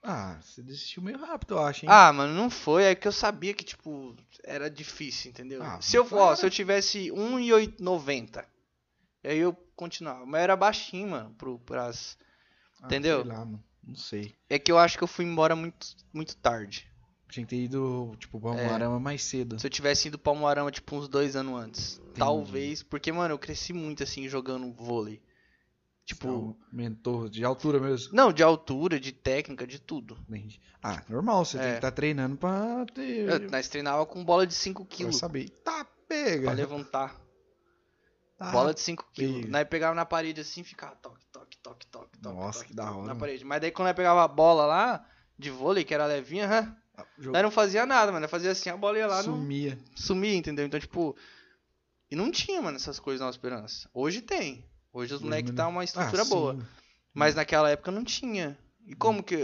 Ah, você desistiu meio rápido, eu acho, hein? Ah, mano, não foi. É que eu sabia que, tipo, era difícil, entendeu? Ah, se, eu, para. ó, se eu tivesse 1,90, aí eu continuava. Mas eu era baixinho, mano, pro, pras... Ah, entendeu? Sei lá, mano. Não sei. É que eu acho que eu fui embora muito, muito tarde. Tinha que ter ido, tipo, pra É. um arama mais cedo. Se eu tivesse ido pra Moarama, tipo, uns dois anos antes. Talvez, porque, mano, eu cresci muito, assim, jogando vôlei. Tipo, Então, mentor de altura mesmo. não, de altura, de técnica, de tudo. Entendi. Ah, normal, você tem É. que estar treinando pra ter. Eu, nós treinava com bola de 5 pra kg saber. Tá, pra pega. levantar. Tá. bola de 5 kg. pega. Nós pegava na parede assim e ficava toque, toque, toque, toque, toque. Nossa, toque, que da toque, hora, Na mano. parede. Mas daí quando nós pegava a bola lá, de vôlei, que era levinha, hã, Ah, Jogo. nós não fazia nada, mano. Nós fazia assim, a bola ia um lá, não Sumia. sumia, entendeu? Então, tipo. E não tinha, mano, essas coisas na esperança. Hoje tem. Hoje os Hoje moleques não- tá uma estrutura Ah, sim. boa. Mas naquela época não tinha. E como que.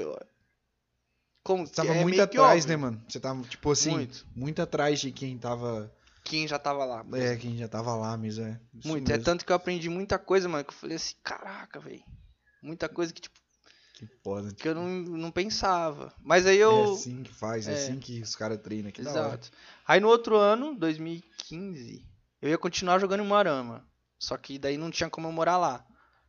Como Você tava é muito meio que atrás, óbvio. né, mano? Você tava, tipo assim, muito, Muito. atrás de quem tava. Quem já tava lá. É, quem já tava lá mesmo, é. Isso muito. É mesmo. tanto que eu aprendi muita coisa, mano, que eu falei assim, caraca, velho. Muita coisa que, tipo, Que foda. que eu não, não pensava. Mas aí É eu. assim que faz, é, É. assim que os caras treinam. Que da hora. Exato. Aí no outro ano, 2015, eu ia continuar jogando em Moarama. Só que daí não tinha como eu morar lá.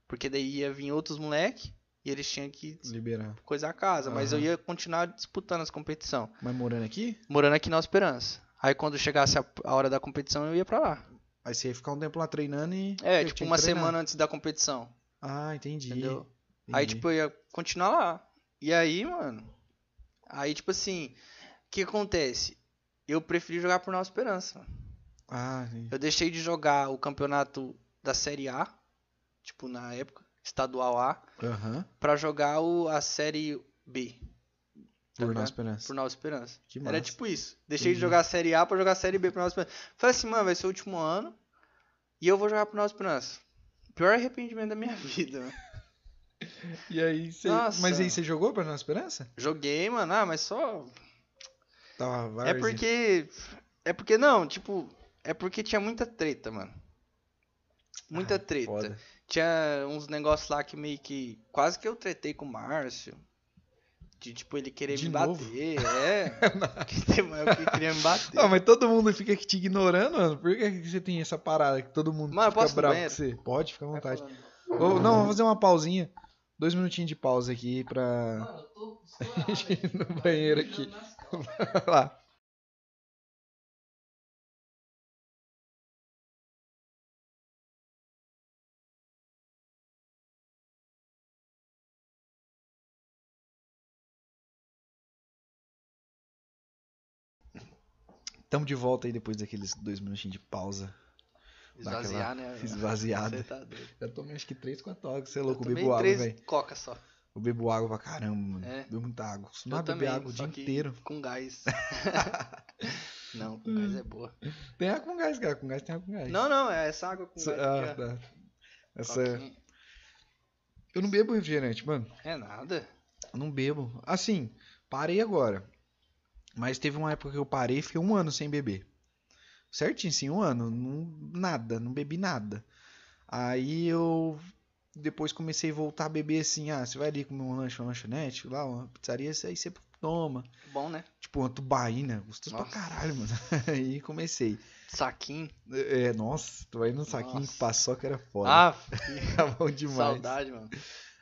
Porque daí ia vir outros moleque e eles tinham que Liberar. coisar a casa. Mas eu Aham. ia continuar disputando as competições. Mas morando aqui, Morando aqui na Esperança. Aí quando chegasse a, a hora da competição, eu ia pra lá. aí você ia ficar um tempo lá treinando e. É, eu tipo tinha que uma treinar. semana antes da competição. Ah, entendi. Entendeu? Aí, entendi. tipo, eu ia continuar lá. E aí, mano. Aí, tipo assim, o que acontece? Eu preferi jogar por Nova Esperança. mano. Ah, entendi. Eu deixei de jogar o campeonato da Série A, tipo, na época, estadual A, Aham. pra jogar o, a Série B. Tá Por ligado? nossa esperança. Por Nova Esperança. Que Era massa. tipo isso. Deixei de Entendi. jogar a Série A pra jogar a Série B pro Nova Esperança. Falei assim, mano, vai ser o último ano e eu vou jogar pro Nova Esperança. Pior arrependimento da minha [laughs] vida, mano. E aí você. Nossa. Mas aí você jogou pra nossa esperança? Joguei, mano, ah, mas só Tava É várzea. porque. É porque não, tipo. É porque tinha muita treta, mano. Muita Ah, treta. foda. Tinha uns negócios lá que meio que. Quase que eu tretei com o Márcio. De tipo, ele querer De me novo? bater. É. [laughs] que tem mais que queria me bater. Ah, mas todo mundo fica te ignorando, mano. Por que que você tem essa parada que todo mundo Mano, eu fica posso É, ir no bravo com banheiro? você? Pode, fica à Vai vontade. falando. Ô, não, vamos fazer uma pausinha. Dois minutinhos de pausa aqui pra Mano, eu tô suado [laughs] ir aqui, no cara, banheiro mijando aqui. nas costas. Vai lá. Tamo de volta aí depois daqueles dois minutinhos de pausa. Daquela Esvaziar, né? velho? esvaziada. Você tá doido. Já tomei acho que 3, 4 horas, que você é louco, eu tomei bebo água, três velho. coca só. Eu bebo água pra caramba, mano. É. Bebo muita água. Eu Costumava beber também, água o só dia que inteiro. [laughs] Com gás. não, com gás é boa. Tem água com gás, cara. Com gás tem água com gás. Não, não, é essa água com Essa- gás. Hum. ah, aqui, ó. tá. Essa- Coquinha. Eu não bebo refrigerante, mano. É nada. Eu Não bebo. Assim, parei agora. Mas teve uma época que eu parei e fiquei um ano sem beber. Certinho, sim, um ano. Não- nada, não bebi nada. Aí eu depois comecei a voltar a beber assim. Ah, você vai ali comer um lanche, uma lanchonete, lá, uma pizzaria, aí você toma. Bom, né? Tipo, uma tubaína. Gostoso pra Nossa. caralho, mano. [laughs] Aí comecei. Saquinho. É, nossa, tubaína no saquinho Nossa. que passou que era foda. [laughs] Ah, Tá bom que demais. saudade, mano.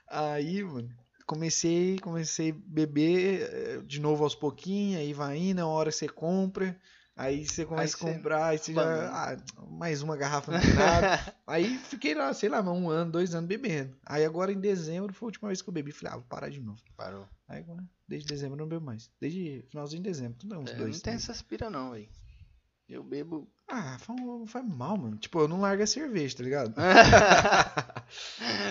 Aí, mano, comecei, comecei a beber eh, de novo aos pouquinhos, aí vai indo, uma hora você compra, aí você começa Aí a você- comprar, aí você já, Banana. ah, mais uma garrafa não tem nada. [laughs] aí fiquei lá, sei lá, um ano, dois anos bebendo. Aí agora em dezembro foi a última vez que eu bebi, falei, ah, vou parar de novo. Parou. Aí agora, desde dezembro eu não bebo mais. Desde finalzinho de dezembro, tudo é uns É, dois. não tem três. essas pira não, velho. [laughs] Eu bebo. Ah, faz, um- faz mal, mano. Tipo, eu não largo a cerveja, tá ligado?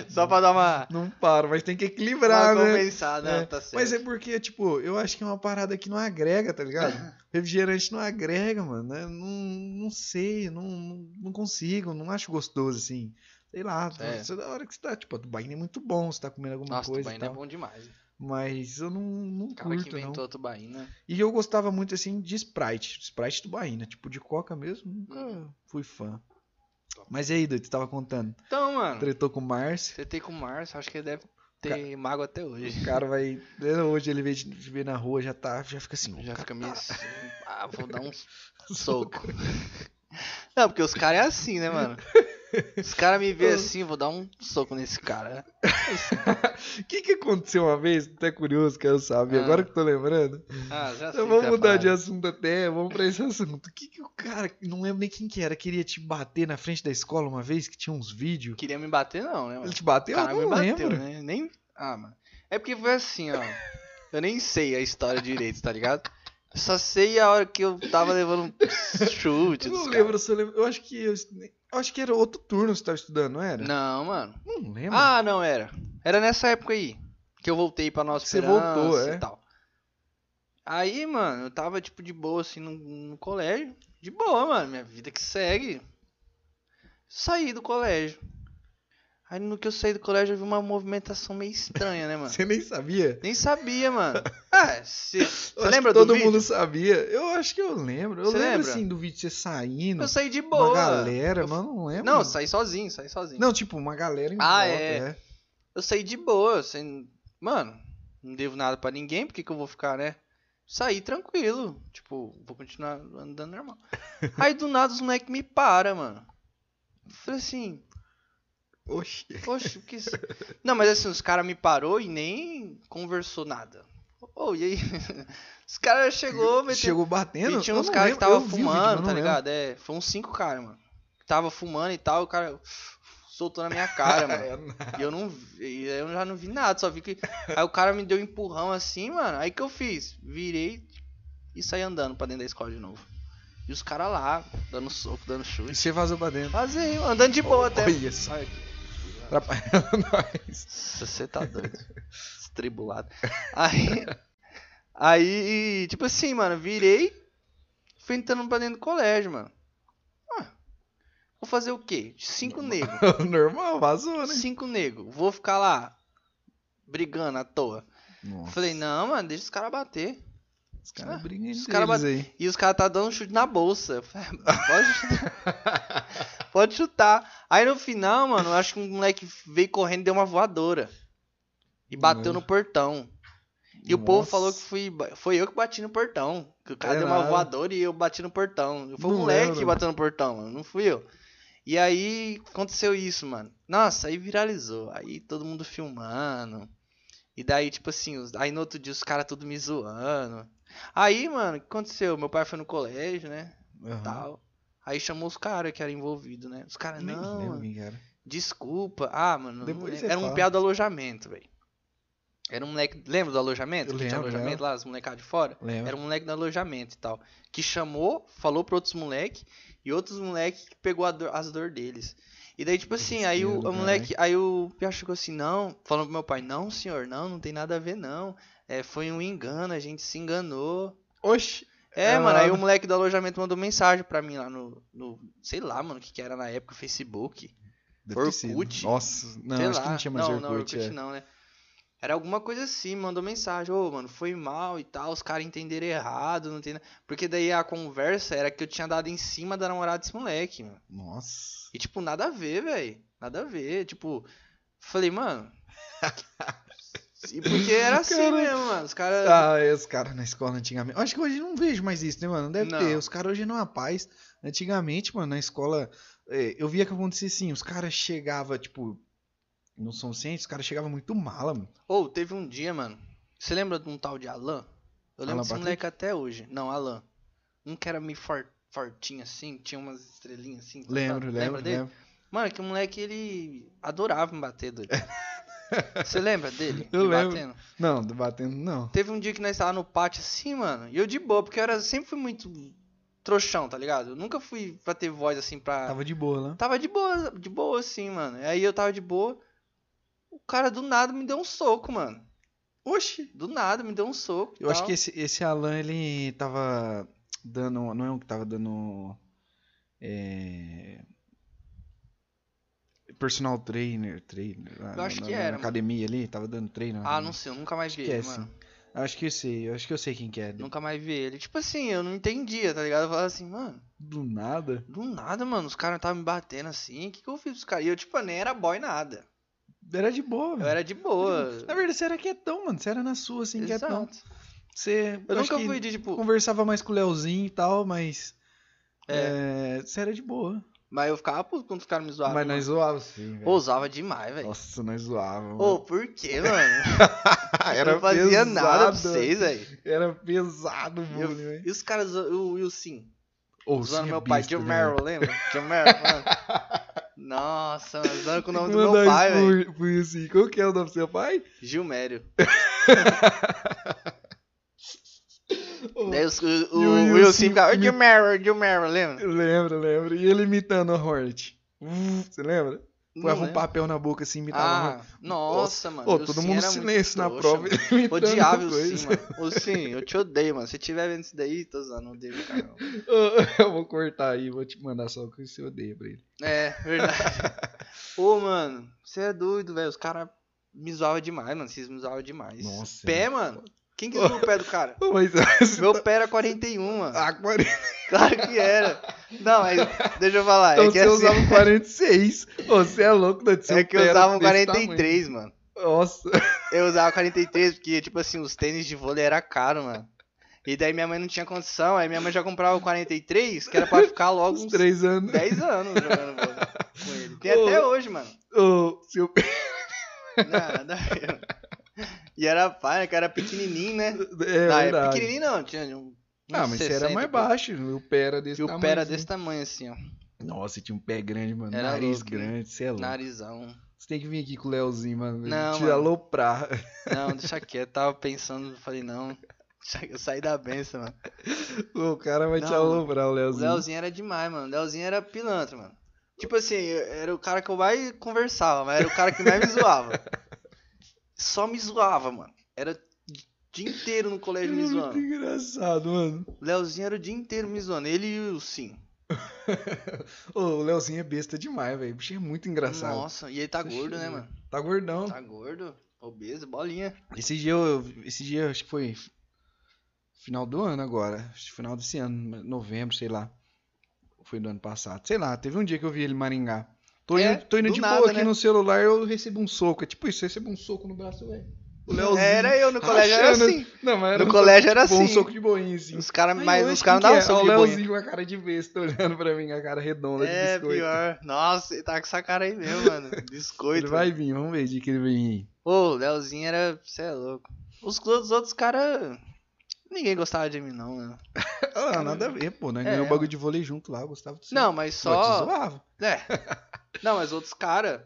Só pra dar uma, Não paro, mas tem que equilibrar, uma né? compensada. É, Não, tá certo. Mas é porque, tipo, eu acho que é uma parada que não agrega, tá ligado? Refrigerante não agrega, mano. né? Não, não sei, não, não não consigo, não acho gostoso assim. Sei sei lá, É. você- da hora que você tá, tipo, do Bahia é muito bom, você tá comendo alguma Nossa, coisa e tubaína é tal. bom demais. O Mas eu não, não cara que curto, não. inventou a tubaína. E eu gostava muito, assim, de Sprite. Sprite do Bahia, tipo, de Coca mesmo, nunca Uhum. fui fã. Mas e aí, doido, você tava contando? Então, mano, Tretou com o Márcio. você tem com o Márcio, acho que ele deve ter mago até hoje. O cara vai. Hoje ele vê, de- de ver na rua, já tá. Já fica assim. Já "Cara, fica meio assim, ah, vou [laughs] dar um soco. [laughs] Não, porque os caras é assim, né, mano? Os caras me vê assim, vou dar um soco nesse cara. O que, que aconteceu uma vez? Até curioso, quero saber. Ah. Agora que eu tô lembrando. Ah, já sei Eu vou que você vai mudar falar. de assunto até, vamos pra esse assunto. O que, que o cara, não lembro nem quem que era, queria te bater na frente da escola uma vez, que tinha uns vídeos. Queria me bater, não, né, mano? Ele te bateu? cara eu me não bateu, lembro. né? Nem. Ah, mano. É porque foi assim, ó. Eu nem sei a história direito, tá ligado? Eu Só sei a hora que eu tava levando [laughs] um chute. Eu não dos lembro se eu lembro. Eu acho que. Eu, eu acho que era outro turno que você tava estudando, não era? caras. Não, mano. Não lembro. Ah, não, era. Era nessa época aí. Que eu voltei pra Nossa Você Esperança voltou, é. e tal. Aí, mano, eu tava, tipo, de boa, assim, no, no colégio. De boa, mano. Minha vida que segue. Saí do colégio. Aí no que eu saí do colégio eu vi uma movimentação meio estranha, [laughs] né, [laughs] mano? Você nem sabia? Nem [laughs] sabia, mano. Ah, você Eu acho lembra que todo do mundo vídeo? sabia. Eu acho que eu lembro. Eu Você lembro lembra? assim do vídeo de você saindo. Eu saí de boa. Uma galera, Eu- mas eu não lembro. Não, eu saí sozinho, saí sozinho. Não, tipo, uma galera em Ah, volta, é. é. Eu saí de boa, sem... mano, não devo nada pra ninguém, porque que eu vou ficar, né? Saí tranquilo, tipo, vou continuar andando normal. Aí do nada os moleques me param, mano. Eu Falei assim, é. Oxi. poxa, o que... isso- [laughs] Não, mas assim, os caras me parou e nem conversou nada. Ô, e aí? [laughs] Os caras chegou, meteu Chegou batendo? E tinha Eu uns não caras que lembro. tava Eu vi o vídeo, mas não fumando, tá lembro. ligado? É, foi uns cinco caras, mano. Que Tava fumando e tal, o cara soltou na [laughs] minha cara, mano. É E eu não vi, e eu já não vi nada, só vi que. Aí o cara me deu um empurrão assim, mano. Aí que eu fiz? Virei e saí andando pra dentro da escola de novo. E os caras lá, dando soco, dando E chute. Você vazou pra dentro. Fazei, andando de boa até. Olha só. Olha que- [laughs] Atrapalhando nós. nossa, Você tá doido. Estribulado. Aí. Aí, tipo assim, mano, virei. Fui entrando pra dentro do colégio, mano. Ah, vou fazer o quê? Cinco [laughs] negros. Normal, vazou, né? Cinco negros. Vou ficar lá. Brigando à toa. Nossa, Falei, não, mano, deixa os caras bater. os caras ah, brigam os entre caras eles aí. E os caras tá dando chute na bolsa. Eu falei, "Ah, Pode chutar. Pode chutar. Aí no final, mano, eu acho que um moleque veio correndo e deu uma voadora. E bateu Não. no portão. E o povo Nossa. falou que fui, foi eu que bati no portão. Que o cara É deu uma nada. voadora e eu bati no portão. Foi Não o moleque lembro. que bateu no portão, mano. Não fui eu. E aí aconteceu isso, mano. Nossa, aí viralizou. Aí todo mundo filmando. E daí, tipo assim, os- aí no outro dia os caras tudo me zoando. Aí, mano, o que aconteceu? Meu pai foi no colégio, né? Aham. Tal. Aí chamou os caras que eram envolvidos, né? Os caras, Nem não, lembro mano, quem era. desculpa. Ah, mano, Depois não- você era um fala. piada do alojamento, velho. Era um moleque. Lembra do alojamento? Eu que tinha lembro, alojamento lembro. lá, os molecados de fora? Lembra? Era um moleque do alojamento e tal. Que chamou, falou pra outros moleques. E outros moleques que pegou a dor- as dor deles. E daí, tipo assim, aí o, Desespero, o moleque. Aí o Pia chegou assim, não. Falando pro meu pai, não, senhor, não, não tem nada a ver, não. É, foi um engano, a gente se enganou. Oxi. É, É mano, aí nada. o moleque do alojamento mandou mensagem pra mim lá no. no sei lá, mano, o que, que era na época, Facebook. Deve ter sido. Orkut? Nossa, não, sei acho lá. que não tinha mais não, Orkut. não, Orkut é. não, né? Era alguma coisa assim, mandou mensagem, ô, mano, foi mal e tal, os caras entenderam errado, não tem nada. Porque daí a conversa era que eu tinha dado em cima da namorada desse moleque, mano. Nossa. E, tipo, nada a ver, velho. Nada a ver. Tipo, falei, mano. [laughs] E porque era assim Cara, mesmo, mano. Os caras. Ah, é, os caras na escola antigamente. Acho que hoje não vejo mais isso, né, mano? Deve Não. ter. Os caras hoje não há paz. Antigamente, mano, na escola, é, eu via que acontecia assim: os caras chegavam, tipo, não são cientes, os caras chegavam muito mala, mano. Ou teve um dia, mano. Você lembra de um tal de Alan? Eu lembro Alan desse Patrick? moleque até hoje. Não, Alan. Um que era meio for- fortinho assim, tinha umas estrelinhas assim. tá ligado? Lembro, lembro, Lembra dele? lembro. Mano, que o moleque ele adorava me [laughs] bater doido. Você lembra dele? Eu me lembro. batendo? Não, do batendo, não. Teve um dia que nós tava no pátio assim, mano. E eu de boa, porque eu era, sempre fui muito trouxão, tá ligado? Eu nunca fui pra ter voz assim pra. Tava de boa, né? Tava de boa, de boa assim, mano. Aí eu tava de boa. O cara do nada me deu um soco, mano. Oxi! Do nada me deu um soco. e Eu acho tal. que esse, esse Alan, ele tava dando. Não é um que tava dando. É. Personal trainer, trainer. lá Eu na- acho na- que na era, mano. academia ali, tava dando treino. Ah, não sei, eu nunca mais vi ele, Esquece. mano. Acho que eu sei, eu acho que eu sei quem que é. Nunca mais vi ele. Tipo assim, eu não entendia, tá ligado? Eu falava assim, mano, Do nada. do nada, mano, os caras estavam me batendo assim. O que, que eu fiz pros caras? E eu, tipo, nem era boy nada. Era de boa, Eu velho. era de boa. Na verdade, você era quietão, mano. Você era na sua, assim, quietão. Exato. Você. Eu acho nunca que fui de, tipo. Conversava mais com o Leozinho e tal, mas. É, é, Você era de boa. mas eu ficava puto quando os caras me zoavam. mas nós zoávamos, sim, velho. Pô, usava demais, velho. Nossa, nós zoávamos. Ô, por quê, mano? [laughs] era não fazia pesado. nada pra vocês, velho. Era pesado o Eu- bullying, velho. E os caras, o Wilson, Ô, usando sim, é meu pai, besta, John né, Merrill, lembra? John Merrill, [laughs] mano. Nossa, mano, usando com o nome do meu Mandar pai, isso velho. pro- pro Wilson. Qual que é o nome do seu pai? [laughs] Gilmério. Ô, Daí os- o, o, E o o Wilson Wilson ficava, me- Gilmério, Gilmério, lembra? Eu lembro, lembro. E ele imitando a Hort. Você lembra? Não Põe um lembro. papel na boca assim, imitava a Hort. Ah, nossa, mano. Pô, o todo Sim mundo era silêncio na muito trouxa, prova. mano. [laughs] imitando [laughs] Odiava o coisa. Sim, mano. O Sim, eu te odeio, mano. Se tiver vendo isso daí, tô usando, odeio, cara. não. Ô, Eu vou cortar aí, vou te mandar só o que você odeia pra ele. É, [laughs] verdade. Ô, mano, você é doido, velho. Os caras me zoavam demais, mano. Vocês me zoavam demais. Nossa, pé, mano. Quem que zoou o pé do cara? [laughs] Ô, Mas [laughs] Meu pé era 41, mano. Ah, 40. Claro que era. Não, mas deixa eu falar. Então é você que assim, usava um 46. [laughs] Ô, Você é louco, Dante. seu é que eu pé era usava um desse tamanho. 43, mano. Nossa. Eu usava 43 porque, tipo assim, os tênis de vôlei era caro, mano. E daí minha mãe não tinha condição, aí minha mãe já comprava o 43, que era [laughs] pra ficar logo Uns uns 3 anos. 10 anos jogando vôlei com ele. Tem Ô. até hoje, mano. Ô, seu pé. Nada. E era pai, né? Que era pequenininho, né? [laughs] É não, era verdade. pequenininho não, tinha um. Ah, mas você era 60 e mais pouco. baixo. O pé era desse E o tamanho. pé era assim. desse tamanho, assim, ó. Nossa, tinha um pé grande, mano. Era Nariz louco, né? grande, você é louco. Narizão. Você tem que vir aqui com o Leozinho, mano. Não, te mano. aloprar. [laughs] Não, deixa quieto. Tava pensando, falei, não. deixa- Eu saí da benção, mano. O cara vai te Não, aloprar, o O Leozinho. Leozinho era demais, mano. O Leozinho era pilantra, mano. Tipo assim, eu- era o cara que eu mais conversava, mas era o cara que mais me zoava. Só me zoava, mano. Era o dia inteiro no colégio me Muito zoando. engraçado, mano. O Leozinho era o dia inteiro me zoando. Ele e o Sim. Ô, o Leozinho é besta demais, velho. O bicho é muito engraçado. Nossa, e ele tá Você gordo, né, chega. mano? Tá gordão. Tá gordo, obeso, bolinha. Esse dia, eu, esse dia acho que foi final do ano agora, acho que final desse ano, novembro, sei lá. Foi do ano passado, sei lá. Teve um dia que eu vi ele em Maringá. Tô É, indo, tô indo do de nada, boa aqui né? no celular, eu recebo um soco. É tipo isso, eu recebo um soco no braço, velho. O Leozinho. Era eu no colégio, era rachando. assim. Não, mas era No um colégio era soco, tipo, assim. um soco de boinha, assim. Os caras Aí mais. hoje, Os caras quem não davam que é? Ó, soco de O boinha. Leozinho com a cara de besta [laughs] olhando pra mim, com a cara redonda É, de biscoito. pior. Nossa, ele tá com essa cara aí mesmo, [laughs] mano. Ele Biscoito. vai vir, vamos ver de que ele vem. Ô, o Leozinho era. Você é louco. Os, os outros caras. Ninguém gostava de mim, não, né? mano. Ah, nada a ver, pô, né? É, Ganhou é. o bagulho de vôlei junto lá, eu gostava disso. Não, mas Só te só. zoava. É. [laughs] Não, mas outros caras.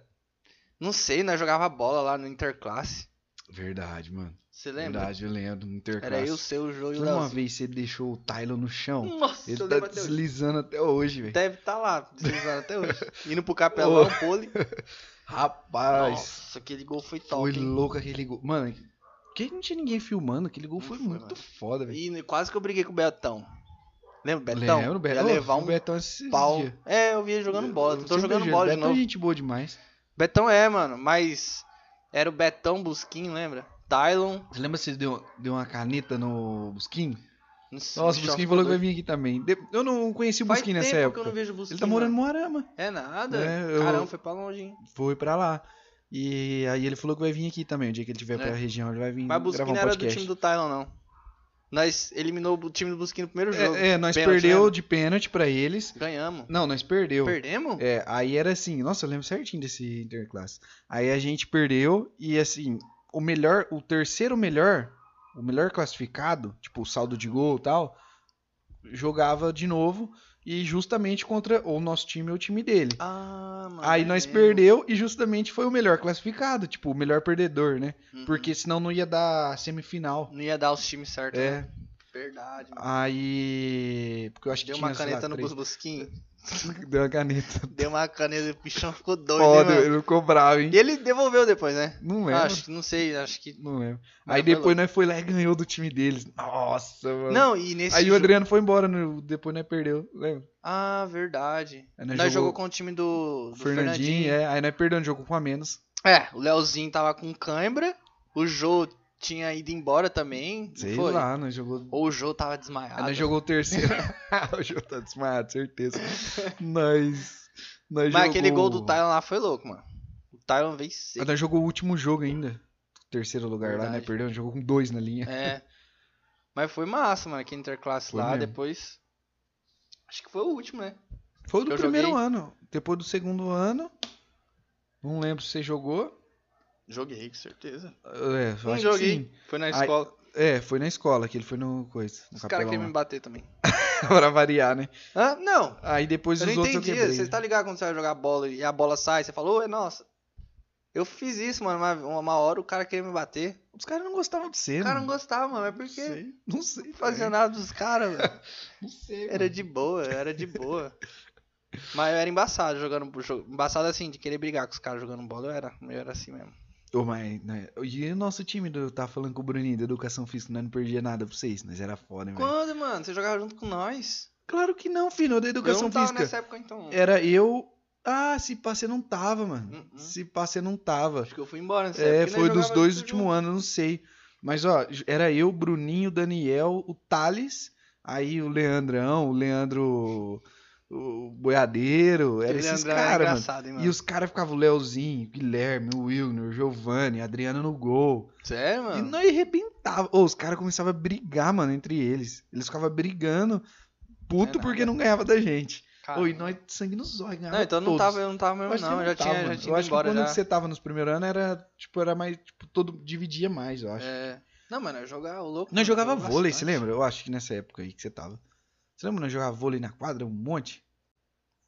Não sei, nós jogava bola lá no Interclasse. Verdade, mano. Você lembra? Verdade, eu lembro. No interclasse. Era eu, o seu, o Jô e o Lembra uma Leozinho. vez você deixou o Tyler no chão? Nossa, Ele eu tá lembro até hoje. deslizando até hoje, velho. Deve estar lá, deslizando até [laughs] hoje. Indo pro capelão, o pole. Rapaz, Nossa, aquele gol foi top. foi hein? louco aquele gol. Mano, que não tinha ninguém filmando, aquele gol Não foi foi, muito mano. foda, velho. E quase que eu briguei com o Betão. Lembra o Betão? Lembro, o Ia Betão. levar o um Betão esses pau. dias. É, eu vi ele jogando bola. Tô Sempre jogando vejo, bola de Betão novo. é gente boa demais. Betão é, mano, mas era o Betão Busquinho, lembra? Tylon. Você lembra que você deu, deu uma caneta no Busquinho? não sei, Nossa, o bicho, Busquinho ficou falou que vai doido. vir aqui também. De- Eu não conheci o Faz Busquinho tempo nessa que eu não época. vejo o Busquinho. Ele tá morando em mano. Moarama. É nada. É, eu- Caramba, foi pra longe, hein? Foi pra lá. E aí ele falou que vai vir aqui também. O dia que ele tiver É. pra região, ele vai vir Mas o gravar Busquinho um não era do podcast. time do Tylon, não. Nós eliminou o time do Busquinho no primeiro jogo. É, é, nós Pênalti, né? perdeu lembra? de pênalti pra eles. Ganhamos. Não, nós perdeu. Perdemos? É, aí era assim, nossa, eu lembro certinho desse interclasse. Aí a gente perdeu e assim, o melhor, o terceiro melhor, o melhor classificado, tipo o saldo de gol e tal, jogava de novo e justamente contra ou o nosso time ou o time dele. Ah, mano. Aí é nós mesmo. perdeu e justamente foi o melhor classificado, tipo, o melhor perdedor, né? Uhum. Porque senão não ia dar semifinal. Não ia dar os times certos. né? É. Verdade. mano. Aí. Porque eu acho que Deu tinha. uma sei lá, caneta no três- Busbusquim. [laughs] Deu uma caneta. Deu uma caneta e o bichão ficou doido, né, Foda, mano? ele ficou bravo, hein? E ele devolveu depois, né? Ah, Não lembro. Acho, não sei, acho que. Não lembro. Mas Aí foi depois nós foi lá e ganhou do time deles. Nossa, mano. Não, e nesse. Aí o jogo- Adriano foi embora, no- depois nós perdeu, lembra? Ah, verdade. Aí Nós, jogou... com o time do, do o É, né, Fernandinho, é. Aí nós perdemos, jogou com a menos. É, o Leozinho tava com cãibra, o Jô tinha ido embora também, não Sei foi? lá, nós jogou. Ou o Jô tava Aí desmaiado. nós jogou o [laughs] terceiro. [laughs] o jogo tá desmaiado, certeza. nós. nós Mas aquele gol jogou- do Tylon lá foi louco, mano. O Tylon veio Aí seco. nós jogou o último jogo ainda. Terceiro lugar lá, né? Verdade. Perdeu, jogou com dois na linha. É. Mas foi massa, mano, aquele interclasse Foi lá, mesmo. depois... Acho que foi o último, né? Foi o do Eu primeiro joguei. ano. Depois do segundo ano. Não lembro se você jogou. Joguei, com certeza. É, eu Não acho que joguei, sim. foi na Aí, escola. É, foi na escola que ele foi no coisa. No Os caras capelão queriam me lá. [laughs] bater também. pra variar, né? Hã? Não, Aí depois eu os não outros entendi. eu quebrei. né? Você tá ligado quando você vai jogar bola e a bola sai, você falou, é nossa. Eu fiz isso, mano, mas uma hora o cara queria me bater. Os caras não gostavam de ser, O cara não mano. gostava, mano, mas por quê? sei. Não sei. Não fazia velho. nada dos [laughs] caras, velho. Não sei. Era de boa, era de boa. Mas eu era embaçado jogando. jo- Embaçado assim, de querer brigar com os caras jogando bola, eu era. Eu era assim mesmo. Ô, mas, né, E o nosso time, do, eu tava falando com o Bruninho da educação física, nós não perdia nada pra vocês, nós era foda, velho. Quando, mano? Você jogava junto com nós? Claro que não, filho, da eu educação não tava física. É. nessa época, então. Era eu. Ah, se pá, você não tava, mano. Uh-uh. Se pá, você não tava. Acho que eu fui embora nessa É, época. e nós foi dos jogava dois junto. últimos anos, não sei. Mas, ó, j- era eu, Bruninho, Daniel, o Thales, aí o Leandrão, o Leandro, o Boiadeiro, era Aquele esses André era caras, mano. engraçado, hein, E os caras ficavam o Leozinho, o Guilherme, o Wilner, o Giovanni, Adriano no gol. Sério, E é, mano? nós arrebentava. Ô, os caras começavam a brigar, mano, entre eles. Eles ficavam brigando, puto É porque nada. não ganhava da gente. Cara, Ô, e nós sangue nos olhos, ganhava Não, então eu não É um todos. tava, eu não tava mesmo, Acho que não. você Eu já tava, tinha, já mano. tinha eu ido acho embora que quando já. você tava nos primeiros anos era, tipo, era mais, tipo, todo dividia mais, eu acho. É. Não, mano, eu jogava o louco. Nós mano, jogava jogava vôlei, você bastante. lembra? Eu acho que nessa época aí que você tava. Você lembra nós jogava vôlei na quadra um monte?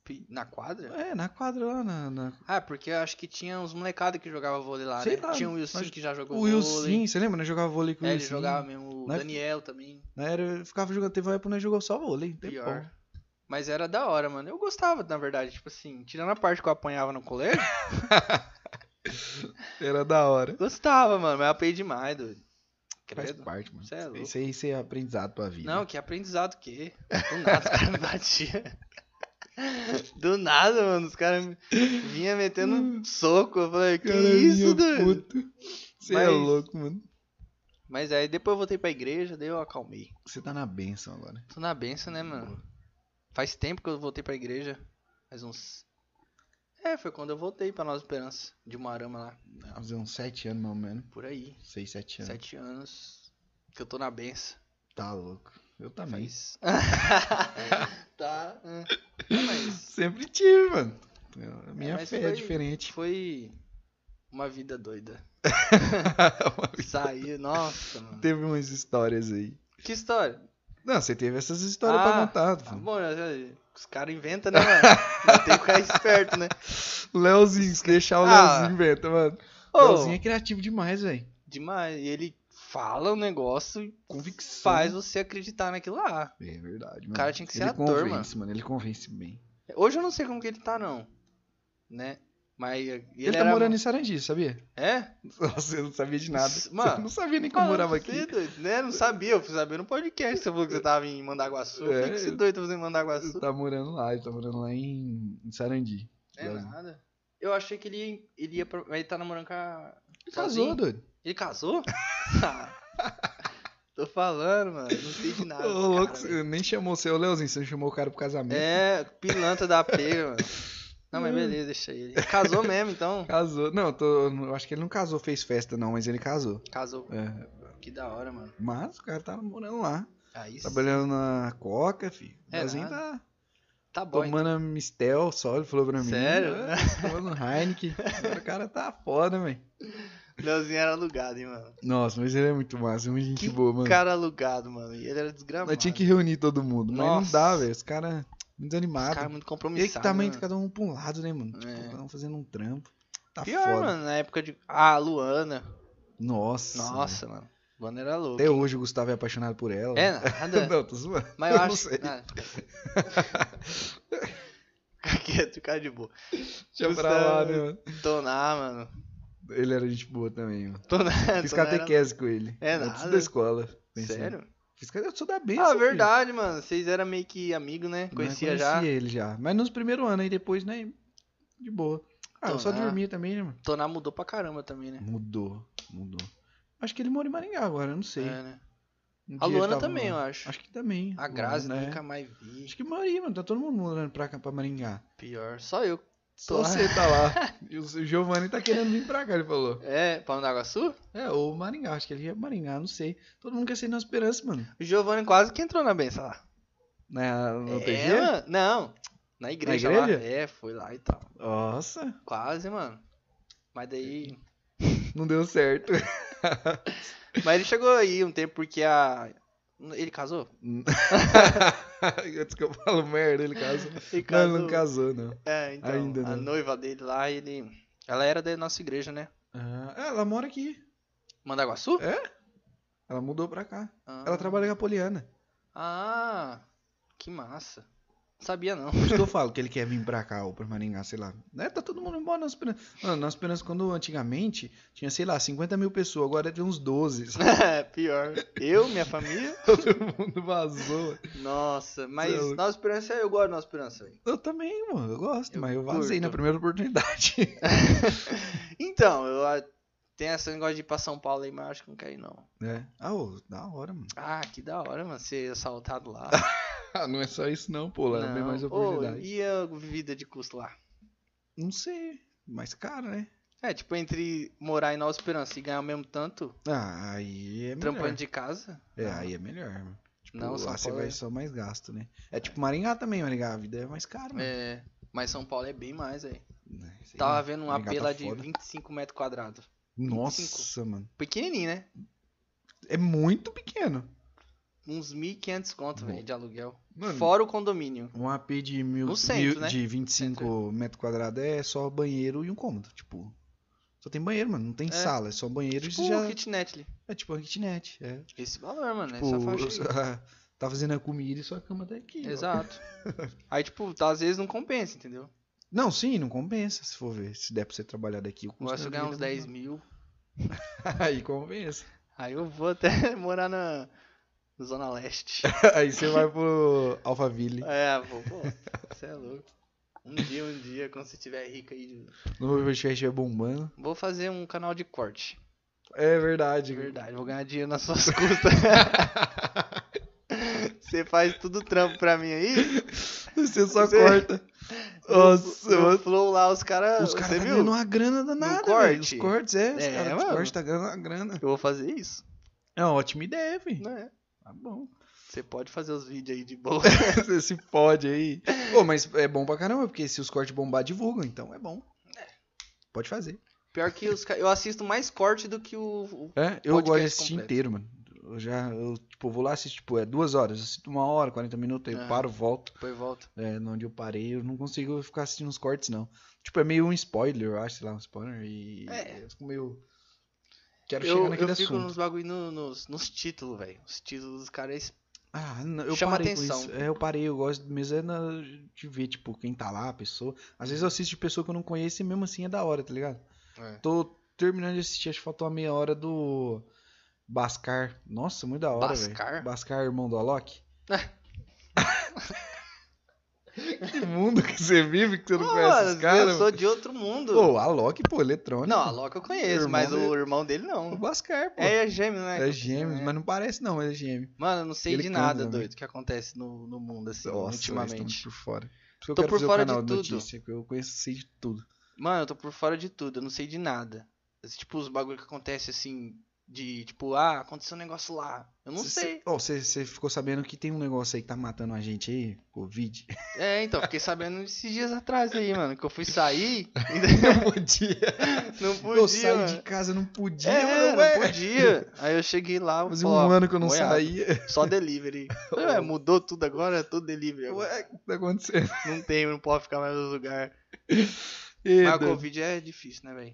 Pi- Na quadra? É, na quadra lá na, na- Ah, porque eu acho que tinha uns molecados que jogava vôlei lá, Sei né? lá, tinha o Wilson mas que já jogou O vôlei. Wilson, você lembra? Nós jogava vôlei com o É, ele Wilson. jogava mesmo. O Né? Daniel também. Né, Era, eu ficava jogando, teve uma época que nós jogamos só vôlei, tem Pior. Mas era da hora, mano. Eu gostava, na verdade. Tipo assim, tirando a parte que eu apanhava no colégio, Era da hora. gostava, mano. Mas eu apanhei demais, doido. Faz Credo. parte, mano. Cê é louco. Isso aí isso aí é aprendizado pra vida. Não, que aprendizado que? [laughs] Do nada os caras me batiam. Do nada, mano, os caras me- vinha metendo um soco. Eu falei, que isso, doido? Você é Mas- louco, mano. Mas aí depois eu voltei pra igreja, daí eu acalmei. Você tá na benção agora. Tô na benção, né, mano? Faz tempo que eu voltei pra igreja. Faz uns. É, foi quando eu voltei pra Nova Esperança, de Moarama lá, Vai Fazer uns 7 anos, meu menos. por aí. 6, 7 anos. Sete anos que eu tô na benção. Tá louco. Eu também. Faz. [laughs] tá. hum. É, mas Sempre tive, mano. A minha mas fé é foi- diferente. foi uma vida doida. Saiu, nossa, mano. [laughs] teve umas histórias aí. [laughs] Que história? Não, você teve essas histórias Ah, pra contar. Tá filho. bom, já- já- os caras inventam, né, mano? Tem que ficar esperto, [laughs] né? O Leozinho, se deixar o Ah. Leozinho, inventa, mano. O Ô, Leozinho é criativo demais, velho. demais. E ele fala um negócio e Convicção. faz você acreditar naquilo lá. É verdade, mano. cara tinha que ser ele ator, convence, mano. Ele convence bem. Hoje eu não sei como que ele tá, não. Né? Mas ele, Ele, tá era... morando em Sarandi, sabia? É? Nossa, eu não sabia de nada. [laughs] Mano, eu não sabia nem que eu morava aqui. Você é doido, né? Não sabia, eu fui saber no podcast. Você falou que você tava em Mandaguaçu. É. É. que você doido tá fazendo em Ele Mandaguaçu? tá morando lá, ele tá morando lá em, em Sarandi. É nada. Eu achei que ele ia, ele ia pra... mas Ele tá namorando com a... Ele casou, sozinho. doido. Ele casou? [laughs] Ah. Tô falando, mano. Não sei de nada. Ô, desse cara, louco, velho. você nem chamou você, ô Leozinho, você não chamou o cara pro casamento. é, pilantra da pega, mano. Não, mas beleza, deixa ele. Ele casou mesmo, então. Casou. Não, eu tô, eu acho que ele não casou, fez festa, não, mas ele casou. Casou. É, Que da hora, mano. mas o cara tá morando lá. Aí sim. Trabalhando na Coca, filho. O É Leozinho nada. tá Tá bom. tomando a Mistel só, ele falou pra mim. Sério? É, tomando [laughs] Heineken. Agora o cara tá foda, velho. Então. Leozinho era alugado, hein, mano. Nossa, mas ele é muito massa, é muito gente Que boa, mano. Cara alugado, mano. E ele era desgramado. Nós tinha que reunir todo mundo, mas não Nossa. dá, velho. Os caras muito Os desanimados. caras é muito E aí compromissados. que também mano. cada um pra um lado, né, mano? Tipo, É. cada um fazendo um trampo. Tá Pior, foda. mano, na época de. Ah, Luana. Nossa. Nossa, mano. Banda era louca. Até hoje o Gustavo é apaixonado por ela. [laughs] É nada. Não, tô zoando. [laughs] Mas eu não acho. sei. nada, [laughs] Fica quieto, fica de boa. Deixa pra lá, Gustavo- né, mano? Tonar, mano. Ele era gente boa também, mano. Tonar. Fiz Tonar É, era- catequese com ele. É antes nada. da escola. Pensei. Sério? Fiz cate- Eu sou da benção. Ah, filho. verdade, mano. Vocês eram meio que amigo, né? Mas Conhecia conhecia já. ele já. Mas nos primeiros anos aí depois, né? De boa. Ah, eu só Tonar. dormia também, né, mano? Tonar mudou pra caramba também, né? Mudou, mudou. Acho que ele mora em Maringá agora, eu não sei. É, né? Um A dia ele Luana tava também, lá. eu acho. Acho que também. A Grazi Luana, nunca né? mais vi. Acho que Maria, mano. Tá todo mundo mudando pra, cá, pra Maringá. Pior. Só eu. Só Tô- você tá lá. [laughs] E o o Giovanni tá querendo vir pra cá, ele falou. É, Palma da Iguaçu? É, ou Maringá, acho que ele é Maringá, não sei. Todo mundo quer ser na esperança, mano. O Giovanni quase que entrou na benção lá. Na, no é, TG? mano. Não. Na igreja, lá. igreja? É, foi lá e tal. Nossa, Quase, mano. Mas daí. não deu certo. [laughs] Mas ele chegou aí um tempo porque a. Ele casou? Antes que eu falo merda, ele casou. Ele Não, ele não casou, não. É, então. Ainda a não. noiva dele lá, ele. Ela era da nossa igreja, né? Ah, ela mora aqui. Mandaguaçu? É? Ela mudou pra cá. Ah. Ela trabalha com a Poliana. Ah, que massa. [laughs] Sabia não. Por isso que eu falo que ele quer vir pra cá ou pra Maringá, sei lá. Né? Tá todo mundo embora na Esperança. Mano, na Esperança, quando antigamente tinha, sei lá, 50 mil pessoas, agora tem uns 12. [laughs] sabe? É, Pior. Eu, [laughs] minha família. Todo mundo vazou. Nossa, mas Não. Nova Esperança, eu gosto de Nova Esperança. velho. Eu também, mano, eu gosto, Eu mas eu vazei curto. na primeira oportunidade. [laughs] Então, eu ah, tenho esse negócio de ir pra São Paulo aí, mas acho que não quero ir não. É. Ah, ô, da hora, mano. Ah, que da hora, mano, ser [laughs] assaltado lá. Ah, não é só isso não, pô, lá tem Não. mais Ô, oportunidade. e a vida de custo lá? Não sei, mais caro, né? É, tipo, entre morar em Nova Esperança e ganhar o mesmo tanto, Ah, aí é melhor. trampando de casa. Ah, É, aí é melhor, mano. Tipo, Não, lá São você Paulo vai é- só mais gasto, né? É tipo Maringá também, Maringá, a vida é mais cara, mano. É, mas São Paulo é bem mais, aí. Né, sei lá. Tava vendo um Maringá AP tá lá de foda. 25 metros quadrados. Nossa, mano. Pequenininho, né? É muito pequeno. Uns 1.500 conto, velho, de aluguel. Mano, Fora o condomínio. um AP de mil, No centro, mil- né? de 25 metros quadrados é só banheiro e um cômodo, tipo. Só tem banheiro, mano. Não tem É. sala, é só banheiro Tipo e você já. o kitnet ali. É tipo uma kitnet. É. Esse valor, mano. Tipo, essa [laughs] faixa aí. tá fazendo a comida e sua cama tá aqui. ó. Exato. aí, tipo, tá, às vezes não compensa, entendeu? Não, sim, não compensa, se for ver. Se der pra você trabalhar daqui, o Eu custo gosto de da ganhar vida uns é 10 muito mil. bom. [laughs] Aí compensa. Aí eu vou até [laughs] morar na Zona [laughs] Leste. Aí você vai pro Alphaville. é, pô, pô, você é louco. Um dia, um dia, quando você estiver rico aí. No meu podcast é bombando. Vou fazer um canal de corte. É De verdade. verdade, vou ganhar dinheiro nas suas custas. Você faz tudo trampo pra mim aí? [laughs] Você só Você- [laughs] corta. Nossa, No- no mano. Flow lá, os caras. Os Você caras tá viu? ganhando uma grana danada, corte? velho. Os cortes, é. Os É, caras dos mano. cortes tá ganhando uma grana. Eu vou fazer isso. É uma ótima ideia, velho. Né? Tá [laughs] bom. Você pode fazer os vídeos aí de boa. Você se pode aí. Pô, mas é bom pra caramba, porque se os cortes bombar, divulgam. Então é bom. Pode fazer. [laughs] Pior que os ca- eu assisto mais corte do que o. o- É, eu Podcast gosto de assistir completo. inteiro, mano. Eu já, eu, tipo, vou lá assistir, tipo, é duas horas. Eu assisto uma hora, 40 minutos, aí eu Ah. paro, volto. Depois volta. É, onde eu parei, eu não consigo ficar assistindo os cortes, não. Tipo, é meio um spoiler, eu acho, sei lá, um spoiler. E É. eu fico meio. Quero Eu, chegar eu naquele fico assunto. nos bagulho no- nos, nos títulos, velho. Os títulos dos caras. é es- Ah, não, eu Chama parei atenção. com isso. É, eu parei, eu gosto mesmo é na- de ver, tipo, quem tá lá, a pessoa. Às vezes eu assisto de pessoa que eu não conheço e mesmo assim é da hora, tá ligado? Tô terminando de assistir, acho que faltou uma meia hora do Bascar. Nossa, muito da hora, velho. Bascar? É. Bascar, irmão do Alok. [laughs] que mundo que você vive que você não Pô, conhece os eu caras? sou de outro mundo. Pô, Alok, pô, eletrônico. não, a Loki eu conheço, irmão mas o dele- irmão dele O não. Bascar, pô. É, É gêmeo, né? gêmeos, mas não parece não, mas é gêmeo. Mano, eu não sei Ele de canta nada, também. doido, que acontece no, no mundo, assim, Nossa, ultimamente. ultimamente. por fora. Por isso que eu Tô quero por fazer fora o canal de de tudo. notícia, que eu conheço sei de tudo. Mano, eu tô por fora de tudo, eu não sei de nada. Esse, tipo, os bagulho que acontece assim, de tipo, ah, aconteceu um negócio lá. Eu não Cê- sei. cê- Ó, você ficou sabendo que tem um negócio aí que tá matando a gente aí? [laughs] Covid. É, então, fiquei sabendo esses dias atrás aí, mano, que eu [laughs] fui sair, não podia. [laughs] não eu podia. saí mano. de casa, não podia. é, mano, não ué. podia. Aí eu cheguei lá, Fazia ó, um ano que eu não boiado. saía. [laughs] só [laughs] delivery. Ué, mudou tudo agora, é tudo delivery. agora. Ué, o que tá acontecendo? Não tem, não pode ficar mais no lugar. Ê, Mas a Dani. Covid é difícil, né, velho?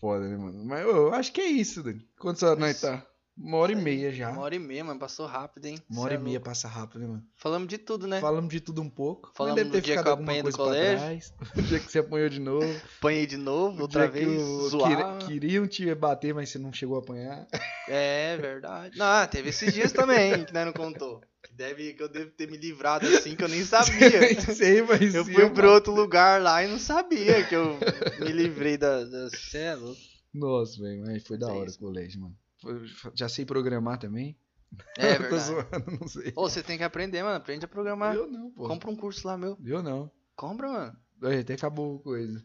Foda, né, mano? Mas ô, eu acho que é isso, Dani. Quantos horas nós Isso. tá? Uma hora e meia já. Uma hora e meia, mas passou rápido, hein? Uma hora e Cê é meia louco. passa rápido, né, mano? Falamos de tudo, né? Falamos de tudo um pouco. Falamos mas deve do ter dia ficado que eu alguma apanhei do coisa pra colégio. trás. [laughs] O dia que você apanhou de novo. Apanhei de novo, o outra dia que vez, o- zoar. quer- Queriam te bater, mas você não chegou a apanhar. [laughs] É, verdade. Não, teve esses dias também, que nós não contou. Que, deve, que eu devo ter me livrado assim, que eu nem sabia. Nem sei, mas Eu se fui ba- pro outro lugar lá e não sabia que eu me livrei da... da... Cê é [laughs] louco. Nossa, velho, mas foi Mas da é hora isso. o colégio, mano. Foi- Já sei programar também. [laughs] É Tô verdade. zoando, não sei. Ô, você tem que aprender, mano. Aprende a programar. Eu não, pô. Compra um curso lá, meu. Eu não. Compra, mano. Aí, Até acabou a coisa.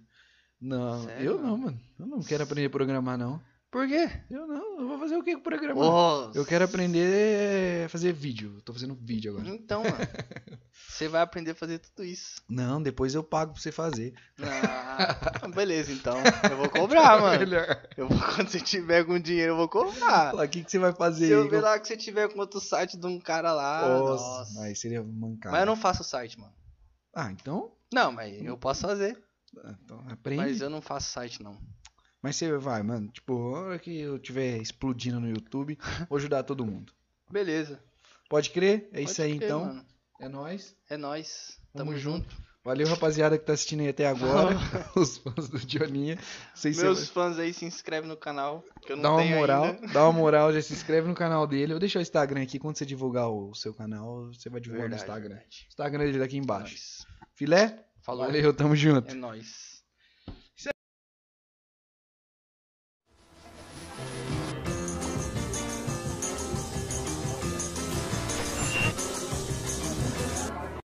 Não, Sério, eu não, mano. Eu não quero aprender a programar, não. Por quê? Eu não, eu vou fazer o que com programar? Ô, Eu quero aprender a fazer vídeo. Eu tô fazendo vídeo agora. Então, mano. Você vai aprender a fazer tudo [laughs] isso. Não, depois eu pago pra você fazer. Ah, beleza, então. Eu [laughs] vou cobrar, mano. Melhor. Eu vou, [laughs] quando você tiver algum dinheiro, eu vou cobrar. Fala, o que, que você vai fazer Se eu aí? ver lá que você tiver com outro site de um cara lá. Nossa. Nossa, aí seria mancado. Mas eu não faço site, mano. Ah, então? Não, mas eu posso fazer. Ah, então aprende. Mas Mas, eu não faço site, não. você vai, mano. Tipo, a hora que eu tiver explodindo no [laughs] YouTube, vou ajudar todo mundo. Beleza. Pode crer? É isso Pode aí, crer, então. mano. É nóis. É nóis. Tamo, Tamo junto. Valeu, rapaziada, que tá assistindo aí até [laughs] agora. [laughs] Os fãs do Johninha. Vocês Meus fãs aí, se inscreve no canal. Que eu não Dá uma tenho moral, ainda. dá uma moral, [laughs] já se inscreve no canal dele. Eu vou deixar o Instagram aqui, quando você divulgar o seu canal, você vai divulgar Verdade, no Instagram. verdade. O Instagram dele tá aqui embaixo. Nóis. Filé? Falou. Valeu, tamo junto. É nóis.